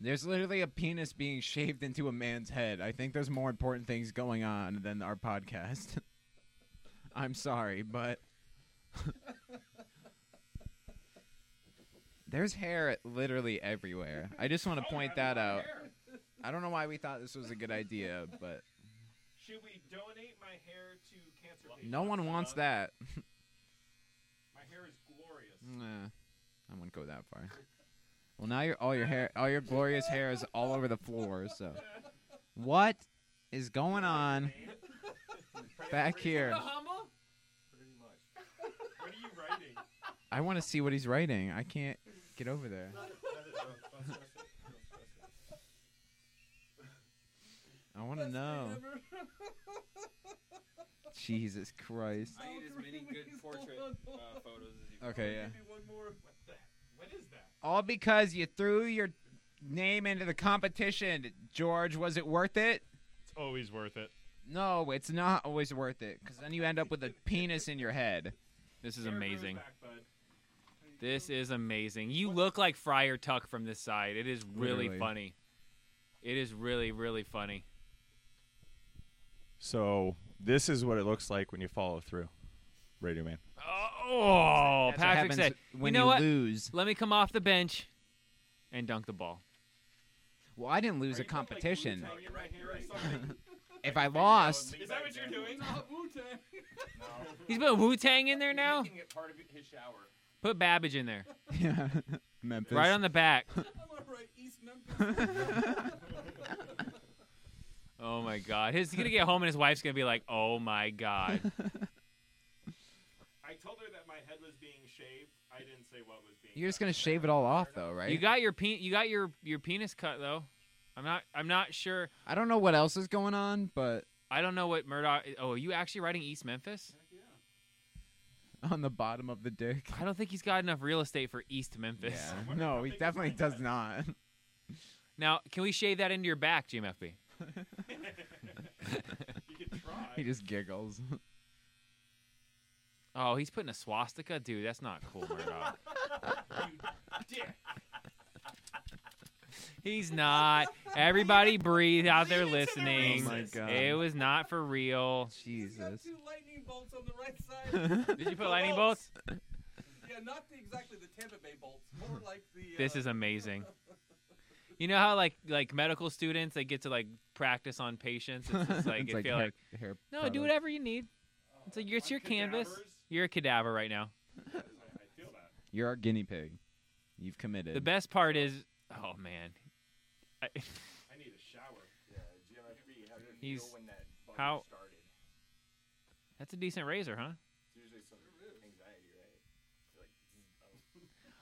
Speaker 11: There's literally a penis being shaved into a man's head. I think there's more important things going on than our podcast. I'm sorry, but there's hair literally everywhere. I just want to point that out. I don't know why we thought this was a good idea, but
Speaker 12: Should we donate my hair to cancer patients?
Speaker 11: no one wants that.
Speaker 12: My hair is glorious.
Speaker 11: Nah, I wouldn't go that far. Well, now your all your hair, all your glorious hair is all over the floor. So, what is going on back here?
Speaker 12: Humble? Pretty much. What are you writing?
Speaker 11: I want to see what he's writing. I can't get over there. I want to know. Jesus Christ.
Speaker 12: I need as many good portrait uh, photos as you
Speaker 11: Okay, yeah.
Speaker 12: Maybe one more. What the? What is that?
Speaker 11: All because you threw your name into the competition, George. Was it worth it?
Speaker 20: It's
Speaker 12: Oh,
Speaker 20: always worth it.
Speaker 11: No, it's not always worth it because then you end up with a penis in your head.
Speaker 22: This is amazing.
Speaker 12: Back, bud.
Speaker 22: This is amazing. You look like Friar Tuck from this side. It is really
Speaker 23: Literally.
Speaker 22: funny. It is really, really funny.
Speaker 24: So this is what it looks like when you follow through, Radio Man.
Speaker 22: Oh,
Speaker 11: Oh,
Speaker 15: That's what
Speaker 11: Patrick
Speaker 15: happens
Speaker 11: said.
Speaker 15: when
Speaker 11: you know
Speaker 15: you
Speaker 11: what?
Speaker 15: lose.
Speaker 11: Let me come off the bench and dunk the ball.
Speaker 15: Well, I didn't lose a competition. if I lost,
Speaker 7: Is that what you're doing?
Speaker 11: He's put Wu Tang in there now.
Speaker 4: He can get part of his shower.
Speaker 11: Put Babbage in there.
Speaker 15: Yeah, Memphis.
Speaker 11: Right on the back. oh my God. His, he's gonna get home and his wife's gonna be like, "Oh my God."
Speaker 4: I told her that my head was being shaved. I didn't say what was being.
Speaker 15: you're just gonna shave it all off, though, right?
Speaker 11: You got your pe- you got your your penis cut though. I'm not I'm not sure.
Speaker 15: I don't know what else is going on, but
Speaker 11: I don't know what Murdoch. Oh, are you actually writing East Memphis?
Speaker 15: on the bottom of the dick.
Speaker 11: I don't think he's got enough real estate for East Memphis.
Speaker 15: Yeah. No, he definitely does not.
Speaker 11: Now, can we shave that into your back, GMFB?
Speaker 15: he just giggles.
Speaker 11: Oh, he's putting a swastika, dude. That's not cool, Murdoch. He's not. Everybody breathe out there listening.
Speaker 15: Oh my God.
Speaker 11: It was not for real.
Speaker 15: Jesus.
Speaker 7: lightning bolts on the right side.
Speaker 11: Did you put lightning bolts?
Speaker 7: Yeah, not the, exactly the Tampa Bay bolts. More like the.
Speaker 11: This
Speaker 7: uh,
Speaker 11: is amazing. You know how like like medical students they get to like practice on patients. It's just like
Speaker 15: It's
Speaker 11: it
Speaker 15: like
Speaker 11: feel
Speaker 15: hair-
Speaker 11: like
Speaker 15: hair
Speaker 11: no,
Speaker 15: products.
Speaker 11: do whatever you need. It's like it's your canvas. You're a cadaver right now.
Speaker 15: You're our guinea pig. You've committed.
Speaker 11: The best part is, oh man, I,
Speaker 4: I need a shower. Yeah, GMFB. How did you
Speaker 11: He's-
Speaker 4: feel when that bug
Speaker 11: how-
Speaker 4: started?
Speaker 11: that's a decent razor, huh?
Speaker 4: It's usually some anxiety, right?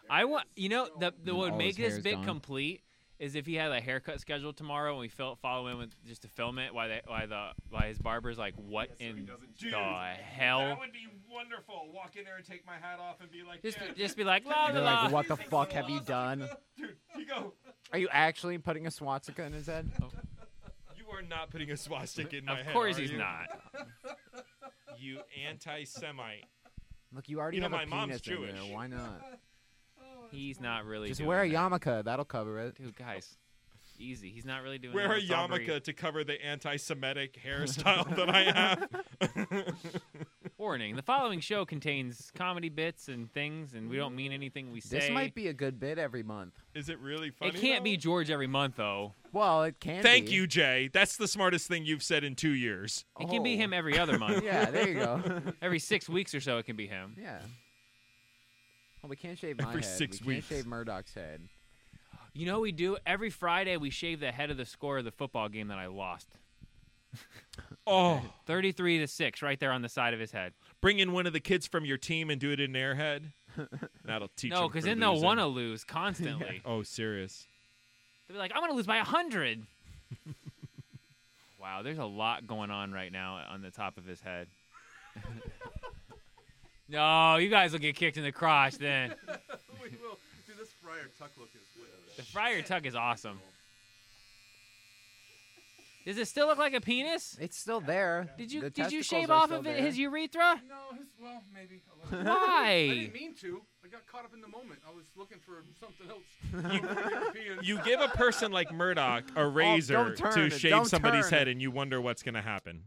Speaker 4: You're like,
Speaker 11: I want you know the the
Speaker 15: And
Speaker 11: what
Speaker 15: all
Speaker 11: would make
Speaker 15: his hair
Speaker 11: this
Speaker 15: is
Speaker 11: bit
Speaker 15: gone.
Speaker 11: complete is if he had a haircut scheduled tomorrow and we fil- follow him with just to film it. Why they why the why his barber's like what in
Speaker 4: Dude,
Speaker 11: the
Speaker 4: That
Speaker 11: hell?
Speaker 4: would be wonderful. Walk in there and take my hat off and be like,
Speaker 11: Just
Speaker 4: yeah,
Speaker 11: just be like la
Speaker 7: uh,
Speaker 11: la la.
Speaker 15: what the fuck have you done?
Speaker 4: dude, you go.
Speaker 15: Are you actually putting a swastika in his head?
Speaker 7: Oh.
Speaker 12: You are not putting a swastika in my
Speaker 11: Of
Speaker 12: head.
Speaker 11: course
Speaker 12: are
Speaker 11: he's
Speaker 12: you?
Speaker 11: not.
Speaker 12: You anti-Semite.
Speaker 15: Look, you already
Speaker 12: You know,
Speaker 15: have a
Speaker 12: my mom's
Speaker 15: penis in there.
Speaker 12: Jewish.
Speaker 15: Why not?
Speaker 11: He's not really.
Speaker 15: Just
Speaker 11: doing
Speaker 15: wear a
Speaker 11: that.
Speaker 15: yarmulke. That'll cover it.
Speaker 11: Dude, guys, easy. He's not really doing.
Speaker 12: Wear
Speaker 11: that.
Speaker 12: a
Speaker 11: It's all greed.
Speaker 12: yarmulke to cover the anti-Semitic hairstyle that I have.
Speaker 11: Warning: The following show contains comedy bits and things, and we don't mean anything we say.
Speaker 15: This might be a good bid every month.
Speaker 12: Is it really funny?
Speaker 11: It can't
Speaker 12: though?
Speaker 11: be George every month though.
Speaker 15: Well, it can.
Speaker 12: Thank
Speaker 15: be.
Speaker 12: you, Jay. That's the smartest thing you've said in two years.
Speaker 11: It can be him every other month.
Speaker 15: Yeah, there you go.
Speaker 11: Every six weeks or so, it can be him.
Speaker 15: Yeah. Well, we can't shave my
Speaker 11: Every
Speaker 15: head.
Speaker 11: six
Speaker 15: we
Speaker 11: weeks.
Speaker 15: can't shave Murdoch's head.
Speaker 11: You know, we do every Friday. We shave the head of the score of the football game that I lost.
Speaker 12: Oh,
Speaker 11: Thirty-three to six, right there on the side of his head.
Speaker 12: bring in one of the kids from your team and do it in their head. That'll teach.
Speaker 11: no,
Speaker 12: because
Speaker 11: then they'll want to lose constantly.
Speaker 12: Oh, serious.
Speaker 11: They'll be like, "I'm gonna lose by hundred. wow, there's a lot going on right now on the top of his head. no, you guys will get kicked in the crotch then.
Speaker 7: we will. Dude, this Friar Tuck look is good.
Speaker 11: The Friar Tuck is awesome. Does it still look like a penis?
Speaker 15: It's still there.
Speaker 11: Did you
Speaker 15: The
Speaker 11: did you
Speaker 15: testicles
Speaker 11: shave
Speaker 15: are
Speaker 11: off
Speaker 15: still
Speaker 11: of it,
Speaker 15: there.
Speaker 11: his urethra?
Speaker 7: No, his, well, maybe. a little bit.
Speaker 11: Why?
Speaker 7: I didn't mean to. I got caught up in the moment. I was looking for something else. More European.
Speaker 12: You give a person like Murdoch a razor
Speaker 15: Oh, turn
Speaker 12: to
Speaker 15: it,
Speaker 12: shave
Speaker 15: don't
Speaker 12: somebody's
Speaker 15: turn
Speaker 12: head,
Speaker 15: it.
Speaker 12: and you wonder what's going to happen.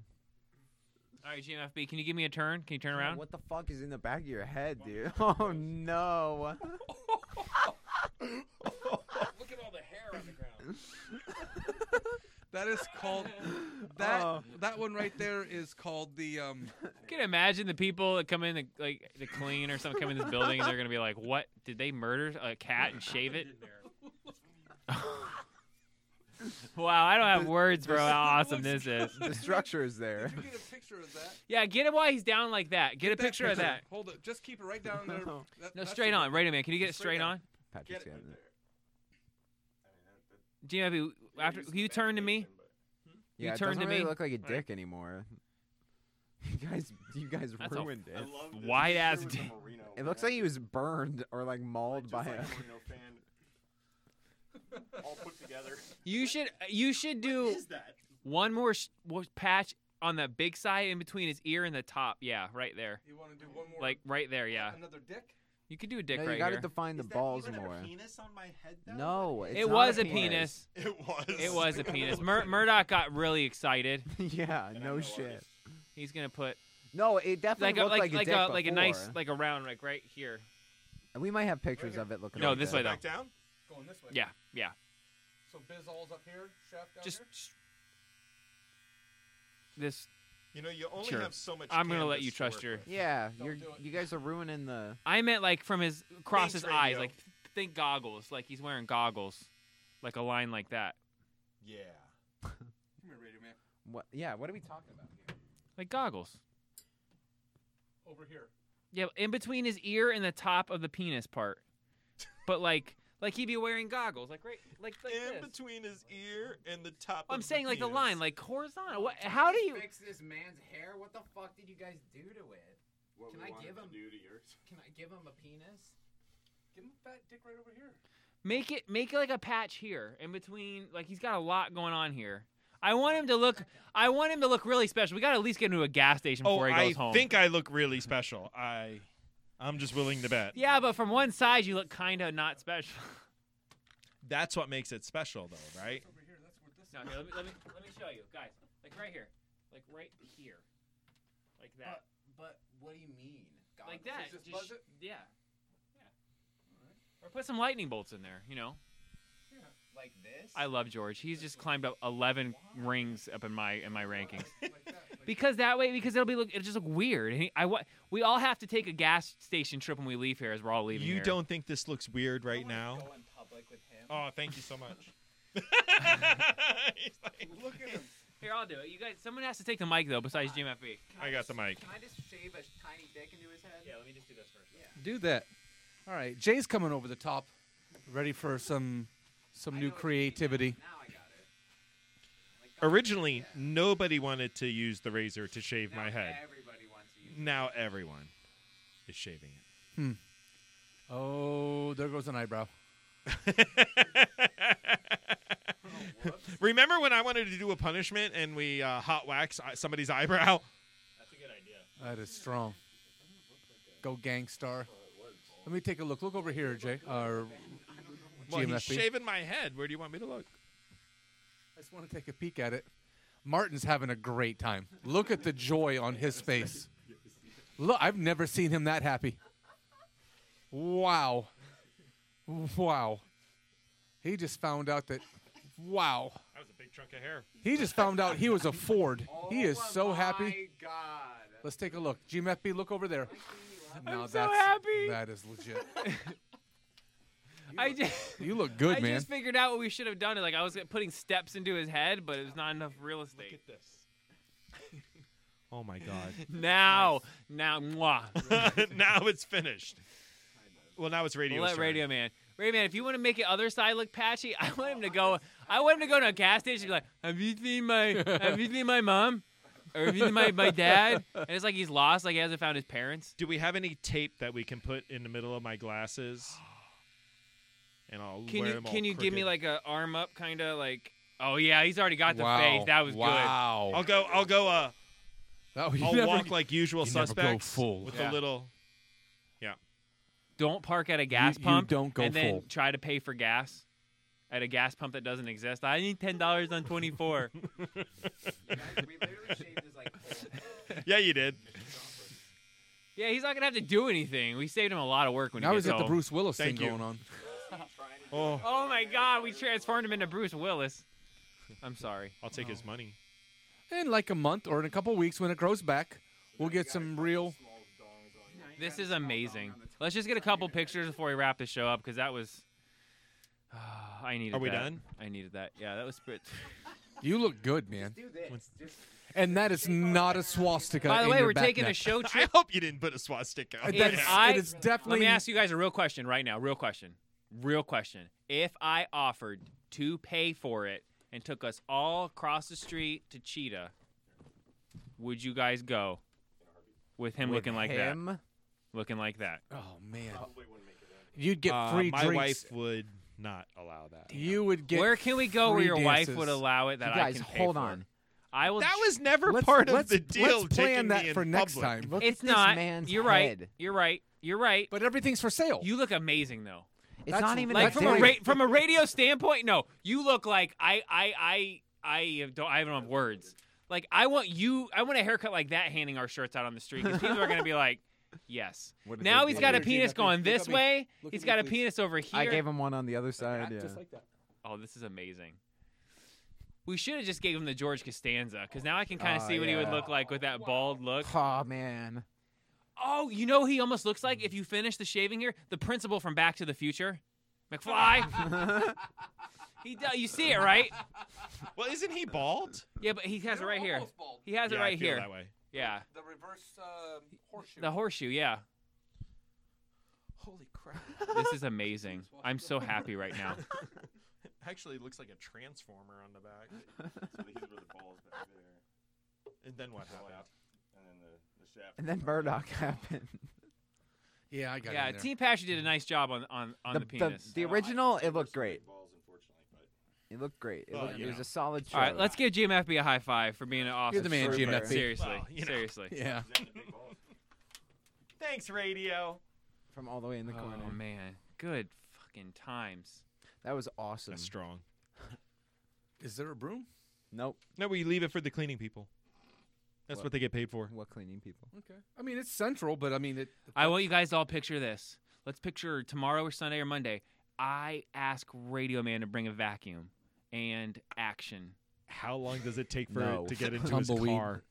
Speaker 11: All right, GMFB, can you give me a turn? Can you turn around?
Speaker 15: What the fuck is in the back of your head, dude? Oh no.
Speaker 4: Look at all the hair on the ground.
Speaker 7: That is called that.
Speaker 11: Oh.
Speaker 7: That one right there is called the. Um,
Speaker 11: Can you imagine the people that come in, the, like the clean or something, come in this building and they're gonna be like, "What did they murder a cat and shave it?" wow, I don't have words for how awesome this is.
Speaker 15: The structure is there.
Speaker 7: you get a picture of that.
Speaker 11: Yeah, get him while he's down like that. Get, a
Speaker 7: That
Speaker 11: picture, of that.
Speaker 7: Hold it. Just keep it right down there.
Speaker 15: No.
Speaker 7: That-
Speaker 11: No,
Speaker 7: that's
Speaker 11: straight
Speaker 7: the-
Speaker 11: on. Right, man. Can you get it straight on?
Speaker 15: Patrick's
Speaker 7: Get it.
Speaker 15: getting it.
Speaker 11: GMFB, after you turn to me.
Speaker 15: Yeah,
Speaker 11: you
Speaker 15: it
Speaker 11: turn
Speaker 15: doesn't
Speaker 11: to
Speaker 15: really
Speaker 11: me.
Speaker 15: look like a
Speaker 11: All
Speaker 15: dick
Speaker 11: right.
Speaker 15: anymore. You guys, you guys
Speaker 11: That's a
Speaker 15: ruined it.
Speaker 11: wide ass dick.
Speaker 15: It looks like he was burned or like mauled by a.
Speaker 4: Merino fan. All put together.
Speaker 11: You should you should do
Speaker 4: Is that?
Speaker 11: one more sh- wa- patch on the big side in between his ear and the top. Yeah, right there.
Speaker 7: You want to do one more?
Speaker 11: Like right there. Yeah,
Speaker 7: another dick?
Speaker 11: you could do a dick
Speaker 15: no, you
Speaker 11: right
Speaker 15: gotta
Speaker 11: here.
Speaker 15: define the
Speaker 4: Is that
Speaker 15: balls
Speaker 4: even
Speaker 15: more.
Speaker 4: A penis on my head, though?
Speaker 15: No, it's
Speaker 11: it
Speaker 15: not
Speaker 11: was
Speaker 15: a
Speaker 11: a penis.
Speaker 4: It was.
Speaker 11: It was a penis. Mur- Murdoch got really excited.
Speaker 15: yeah, no shit.
Speaker 11: He's gonna put
Speaker 15: No, it definitely
Speaker 11: like a,
Speaker 15: looked
Speaker 11: like
Speaker 15: like,
Speaker 11: like
Speaker 15: a, dick
Speaker 11: a, like a nice
Speaker 15: before.
Speaker 11: like a round like right here.
Speaker 15: And we might have pictures of it looking.
Speaker 11: No,
Speaker 15: like
Speaker 11: this
Speaker 15: that.
Speaker 11: way though.
Speaker 12: down?
Speaker 7: Going this way.
Speaker 11: Yeah, yeah.
Speaker 7: So Bizall's up here, Chef down
Speaker 11: Just-
Speaker 7: here?
Speaker 11: This.
Speaker 12: You know, you only
Speaker 11: Sure.
Speaker 12: have so much.
Speaker 11: I'm gonna let
Speaker 12: canvas
Speaker 11: you
Speaker 12: to
Speaker 11: trust
Speaker 12: work
Speaker 11: your.
Speaker 12: with.
Speaker 15: Yeah, you're you guys are ruining the.
Speaker 11: I meant like from his across his
Speaker 15: Thanks,
Speaker 11: eyes,
Speaker 15: radio.
Speaker 11: like think goggles, like he's wearing goggles, like a line like that,
Speaker 12: Yeah.
Speaker 7: Come here, Radio Man.
Speaker 15: What? Yeah. What are we talking about here?
Speaker 11: like goggles.
Speaker 7: Over here.
Speaker 11: Yeah, in between his ear and the top of the penis part, but like like he'd be wearing goggles, like right, like like this.
Speaker 12: In between his ear and the top.
Speaker 11: I'm
Speaker 12: of
Speaker 11: saying
Speaker 12: the
Speaker 11: like the
Speaker 12: penis.
Speaker 11: line, like horizontal. What, how do you?
Speaker 15: fix this man's hair? What the fuck did you guys do to it?
Speaker 25: What
Speaker 15: Can
Speaker 25: we
Speaker 15: I
Speaker 25: wanted
Speaker 15: give
Speaker 25: to
Speaker 15: him-
Speaker 25: do to yours.
Speaker 15: Can I give him a penis?
Speaker 7: Give him a fat dick right over here.
Speaker 11: Make it make it like a patch here in between. Like he's got a lot going on here. I want him to look. I want him to look really special. We got to at least get him to a gas station
Speaker 12: Oh,
Speaker 11: before he goes
Speaker 12: I
Speaker 11: home.
Speaker 12: think I look really special. I, I'm just willing to bet.
Speaker 11: yeah, but from one side you look kind of not special.
Speaker 12: That's what makes it special, though, right?
Speaker 11: no, here, let me, let me let me show you guys. Like right here, like right here, like that,
Speaker 15: But what do you mean?
Speaker 11: like that.
Speaker 7: Just
Speaker 11: Just
Speaker 7: buzz
Speaker 11: sh-
Speaker 7: it?
Speaker 11: Yeah, yeah. Or put some lightning bolts in there. You know.
Speaker 15: Like this?
Speaker 11: I love George. He's just climbed up 11 rings up in my in my rankings. because that way, because it'll be look, it'll just look weird. And he- I wa- we all have to take a gas station trip when we leave here, as we're all leaving.
Speaker 12: You
Speaker 11: here.
Speaker 12: don't think this looks weird right now?
Speaker 15: in public with him.
Speaker 12: Oh, thank you so much.
Speaker 15: Look at him.
Speaker 11: Here, I'll do it. You guys, someone has to take the mic though. Besides GMFB,
Speaker 12: I got the mic.
Speaker 15: Can I just shave a tiny dick into his head? Yeah, let me just do this first. Yeah.
Speaker 7: Do that. All right, Jay's coming over the top, ready for some some new creativity.
Speaker 12: Originally, nobody wanted to use the razor to shave my head.
Speaker 15: Everybody wants you.
Speaker 12: Now everyone is shaving it.
Speaker 7: Hmm. Oh, there goes an eyebrow.
Speaker 12: Remember when I wanted to do a punishment and we uh, hot wax uh, somebody's eyebrow?
Speaker 26: That's a good idea.
Speaker 7: That is strong. Go gangstar. Let me take a look. Look over here, Jay. Or
Speaker 12: Well, he's
Speaker 7: GMFB.
Speaker 12: shaving my head. Where do you want me to look?
Speaker 7: I just want to take a peek at it. Martin's having a great time. Look at the joy on his face. Look, I've never seen him that happy. Wow. Wow. He just found out that, wow.
Speaker 12: That was a big chunk of hair.
Speaker 7: He just found out he was a Ford. he is so
Speaker 15: My
Speaker 7: happy.
Speaker 15: God.
Speaker 7: Let's take a look. GMFB, look over there.
Speaker 11: I'm so happy.
Speaker 7: That is legit.
Speaker 11: I just
Speaker 7: You look good,
Speaker 11: I
Speaker 7: man.
Speaker 11: just figured out what we should have done. Like I was putting steps into his head, but it was not enough real estate. Look at this.
Speaker 12: Oh my god.
Speaker 11: Now, now, mwah.
Speaker 12: now it's finished. Well, now it's radio.
Speaker 11: We'll let
Speaker 12: started.
Speaker 11: Radio Man. Radio Man, if you want to make it other side look patchy, I want him to
Speaker 7: Oh,
Speaker 11: go. I want him to go to a gas station and be like, "Have you seen my? Have you seen my mom? Or have you seen my my dad?" And it's like he's lost, like he hasn't found his parents.
Speaker 12: Do we have any tape that we can put in the middle of my glasses? And I'll
Speaker 11: Can
Speaker 12: wear
Speaker 11: you
Speaker 12: them all
Speaker 11: can you give me like
Speaker 12: crooked.
Speaker 11: a arm up kind of like? Oh yeah, he's already got the
Speaker 7: Wow.
Speaker 11: face. That was
Speaker 7: Wow.
Speaker 11: good.
Speaker 12: I'll go. I'll go. Uh,
Speaker 7: Oh, you
Speaker 12: I'll
Speaker 7: never-
Speaker 12: walk like usual
Speaker 7: you never go
Speaker 12: suspects.
Speaker 7: full.
Speaker 12: with
Speaker 11: Yeah.
Speaker 12: a little. Yeah.
Speaker 11: Don't park at a gas
Speaker 7: you
Speaker 11: pump.
Speaker 7: don't go
Speaker 11: and then
Speaker 7: full.
Speaker 11: try to pay for gas at a gas pump that doesn't exist. I need ten dollars on twenty four.
Speaker 12: Yeah, you did.
Speaker 11: yeah, he's not gonna have to do anything. We saved him a lot of work when
Speaker 7: Now
Speaker 11: he
Speaker 7: he's
Speaker 11: gets
Speaker 7: got the
Speaker 11: home.
Speaker 7: Bruce Willis
Speaker 12: Thank
Speaker 7: thing
Speaker 12: you.
Speaker 7: going on.
Speaker 12: Oh,
Speaker 11: Oh my God, we transformed him into Bruce Willis. I'm sorry.
Speaker 12: I'll take his money.
Speaker 7: In like a month or in a couple weeks when it grows back, we'll get some real.
Speaker 11: This is amazing. Let's just get a couple pictures before we wrap the show up because that was. I needed.
Speaker 12: Are we
Speaker 11: that.
Speaker 12: done?
Speaker 11: I needed that. Yeah, that was sprit.
Speaker 7: You look good, man. And that is not a swastika.
Speaker 11: By the
Speaker 7: in
Speaker 11: way,
Speaker 7: your
Speaker 11: we're
Speaker 7: back
Speaker 11: taking
Speaker 7: neck.
Speaker 11: a show trip.
Speaker 12: I hope you didn't put a swastika. on
Speaker 7: It-
Speaker 12: it.
Speaker 7: that's-
Speaker 11: If I,
Speaker 7: it is
Speaker 11: Let
Speaker 7: definitely-
Speaker 11: me ask you guys a real question right now. Real question. Real question. If I offered to pay for it and took us all across the street to Cheetah, would you guys go with him looking like that?
Speaker 15: him?
Speaker 11: Looking like that.
Speaker 7: Oh man. You'd get
Speaker 12: Uh,
Speaker 7: free
Speaker 12: my
Speaker 7: drinks.
Speaker 12: wife would not allow that.
Speaker 7: You would get.
Speaker 11: Where can we go where
Speaker 7: free
Speaker 11: your
Speaker 7: dances.
Speaker 11: wife would allow it that
Speaker 15: You guys,
Speaker 11: I can pay
Speaker 15: hold
Speaker 11: for it?
Speaker 15: on.
Speaker 11: I will.
Speaker 12: That
Speaker 11: ch-
Speaker 12: was never
Speaker 7: Let's-
Speaker 12: part of
Speaker 7: let's-
Speaker 12: the deal.
Speaker 7: Let's plan
Speaker 12: taking
Speaker 7: that
Speaker 12: me in
Speaker 7: for next
Speaker 12: public.
Speaker 7: time.
Speaker 15: Look
Speaker 11: It's
Speaker 15: at this
Speaker 11: not.
Speaker 15: man's
Speaker 11: You're right.
Speaker 15: head.
Speaker 11: You're right. You're right.
Speaker 7: But everything's for sale.
Speaker 11: You look amazing though.
Speaker 15: It's
Speaker 7: That's-
Speaker 15: not even
Speaker 11: Like
Speaker 7: that's
Speaker 11: from a
Speaker 7: right.
Speaker 11: ra- from a radio standpoint, no. You look like I I I I don't I don't have words. Like I want you. I want a haircut like that, handing our shirts out on the street. 'cause people are gonna be like, "Yes."
Speaker 5: What is
Speaker 11: Now
Speaker 5: it?
Speaker 11: he's
Speaker 5: Look
Speaker 11: got a
Speaker 5: at me,
Speaker 11: penis
Speaker 5: look at me,
Speaker 11: going
Speaker 5: look
Speaker 11: this
Speaker 5: at me.
Speaker 11: way.
Speaker 5: Look
Speaker 11: He's
Speaker 5: at
Speaker 11: got
Speaker 5: me,
Speaker 11: a
Speaker 5: please.
Speaker 11: penis over here.
Speaker 5: I gave him one on the other side. yeah.
Speaker 11: Oh, this is amazing. We should have just gave him the George Costanza because now I can kind of
Speaker 5: Oh,
Speaker 11: see what he would
Speaker 5: yeah.
Speaker 11: look like with that bald look.
Speaker 5: Oh man.
Speaker 11: Oh, you know who he almost looks like if you finish the shaving here, the principal from Back to the Future, McFly. he do- you see it right?
Speaker 12: Well, isn't he bald?
Speaker 11: Yeah, but he has it right here. He has it
Speaker 12: Yeah, I
Speaker 11: right
Speaker 12: feel
Speaker 11: here.
Speaker 12: that way.
Speaker 11: Yeah,
Speaker 15: The reverse uh, horseshoe.
Speaker 11: the horseshoe. Yeah,
Speaker 15: Holy crap.
Speaker 11: this is amazing. I'm so happy right now.
Speaker 12: Actually, it looks like a transformer on the back.
Speaker 15: so he's where the ball's back there.
Speaker 12: And then what happened?
Speaker 15: And then the, the shaft.
Speaker 5: And then Murdoch happened.
Speaker 7: Yeah, I got
Speaker 11: yeah,
Speaker 7: it. in there.
Speaker 11: Team Pasher did a nice job on on, on the, penis.
Speaker 5: The, original, it looked great. It looked great. It,
Speaker 11: Well,
Speaker 5: looked,
Speaker 11: you
Speaker 5: it was
Speaker 11: know.
Speaker 5: a solid show.
Speaker 11: All right, let's give GMFB a high five for being an awesome.
Speaker 5: the man,
Speaker 11: server.
Speaker 5: GMFB.
Speaker 11: Seriously,
Speaker 5: Well,
Speaker 12: you know.
Speaker 11: seriously.
Speaker 12: Yeah. Thanks, radio.
Speaker 5: From all the way in the corner.
Speaker 11: Oh man, good fucking times.
Speaker 5: That was awesome.
Speaker 12: That's strong.
Speaker 7: Is there a broom?
Speaker 5: Nope.
Speaker 12: No, we leave it for the cleaning people. That's
Speaker 5: What?
Speaker 12: what they get paid for.
Speaker 5: What cleaning people?
Speaker 7: Okay. I mean, it's central, but I mean, it.
Speaker 11: I want you guys to all picture this. Let's picture tomorrow or Sunday or Monday. I ask Radio Man to bring a vacuum and action.
Speaker 12: How long does it take
Speaker 11: for
Speaker 5: No.
Speaker 12: to get into
Speaker 5: Tumbleweed.
Speaker 12: his car?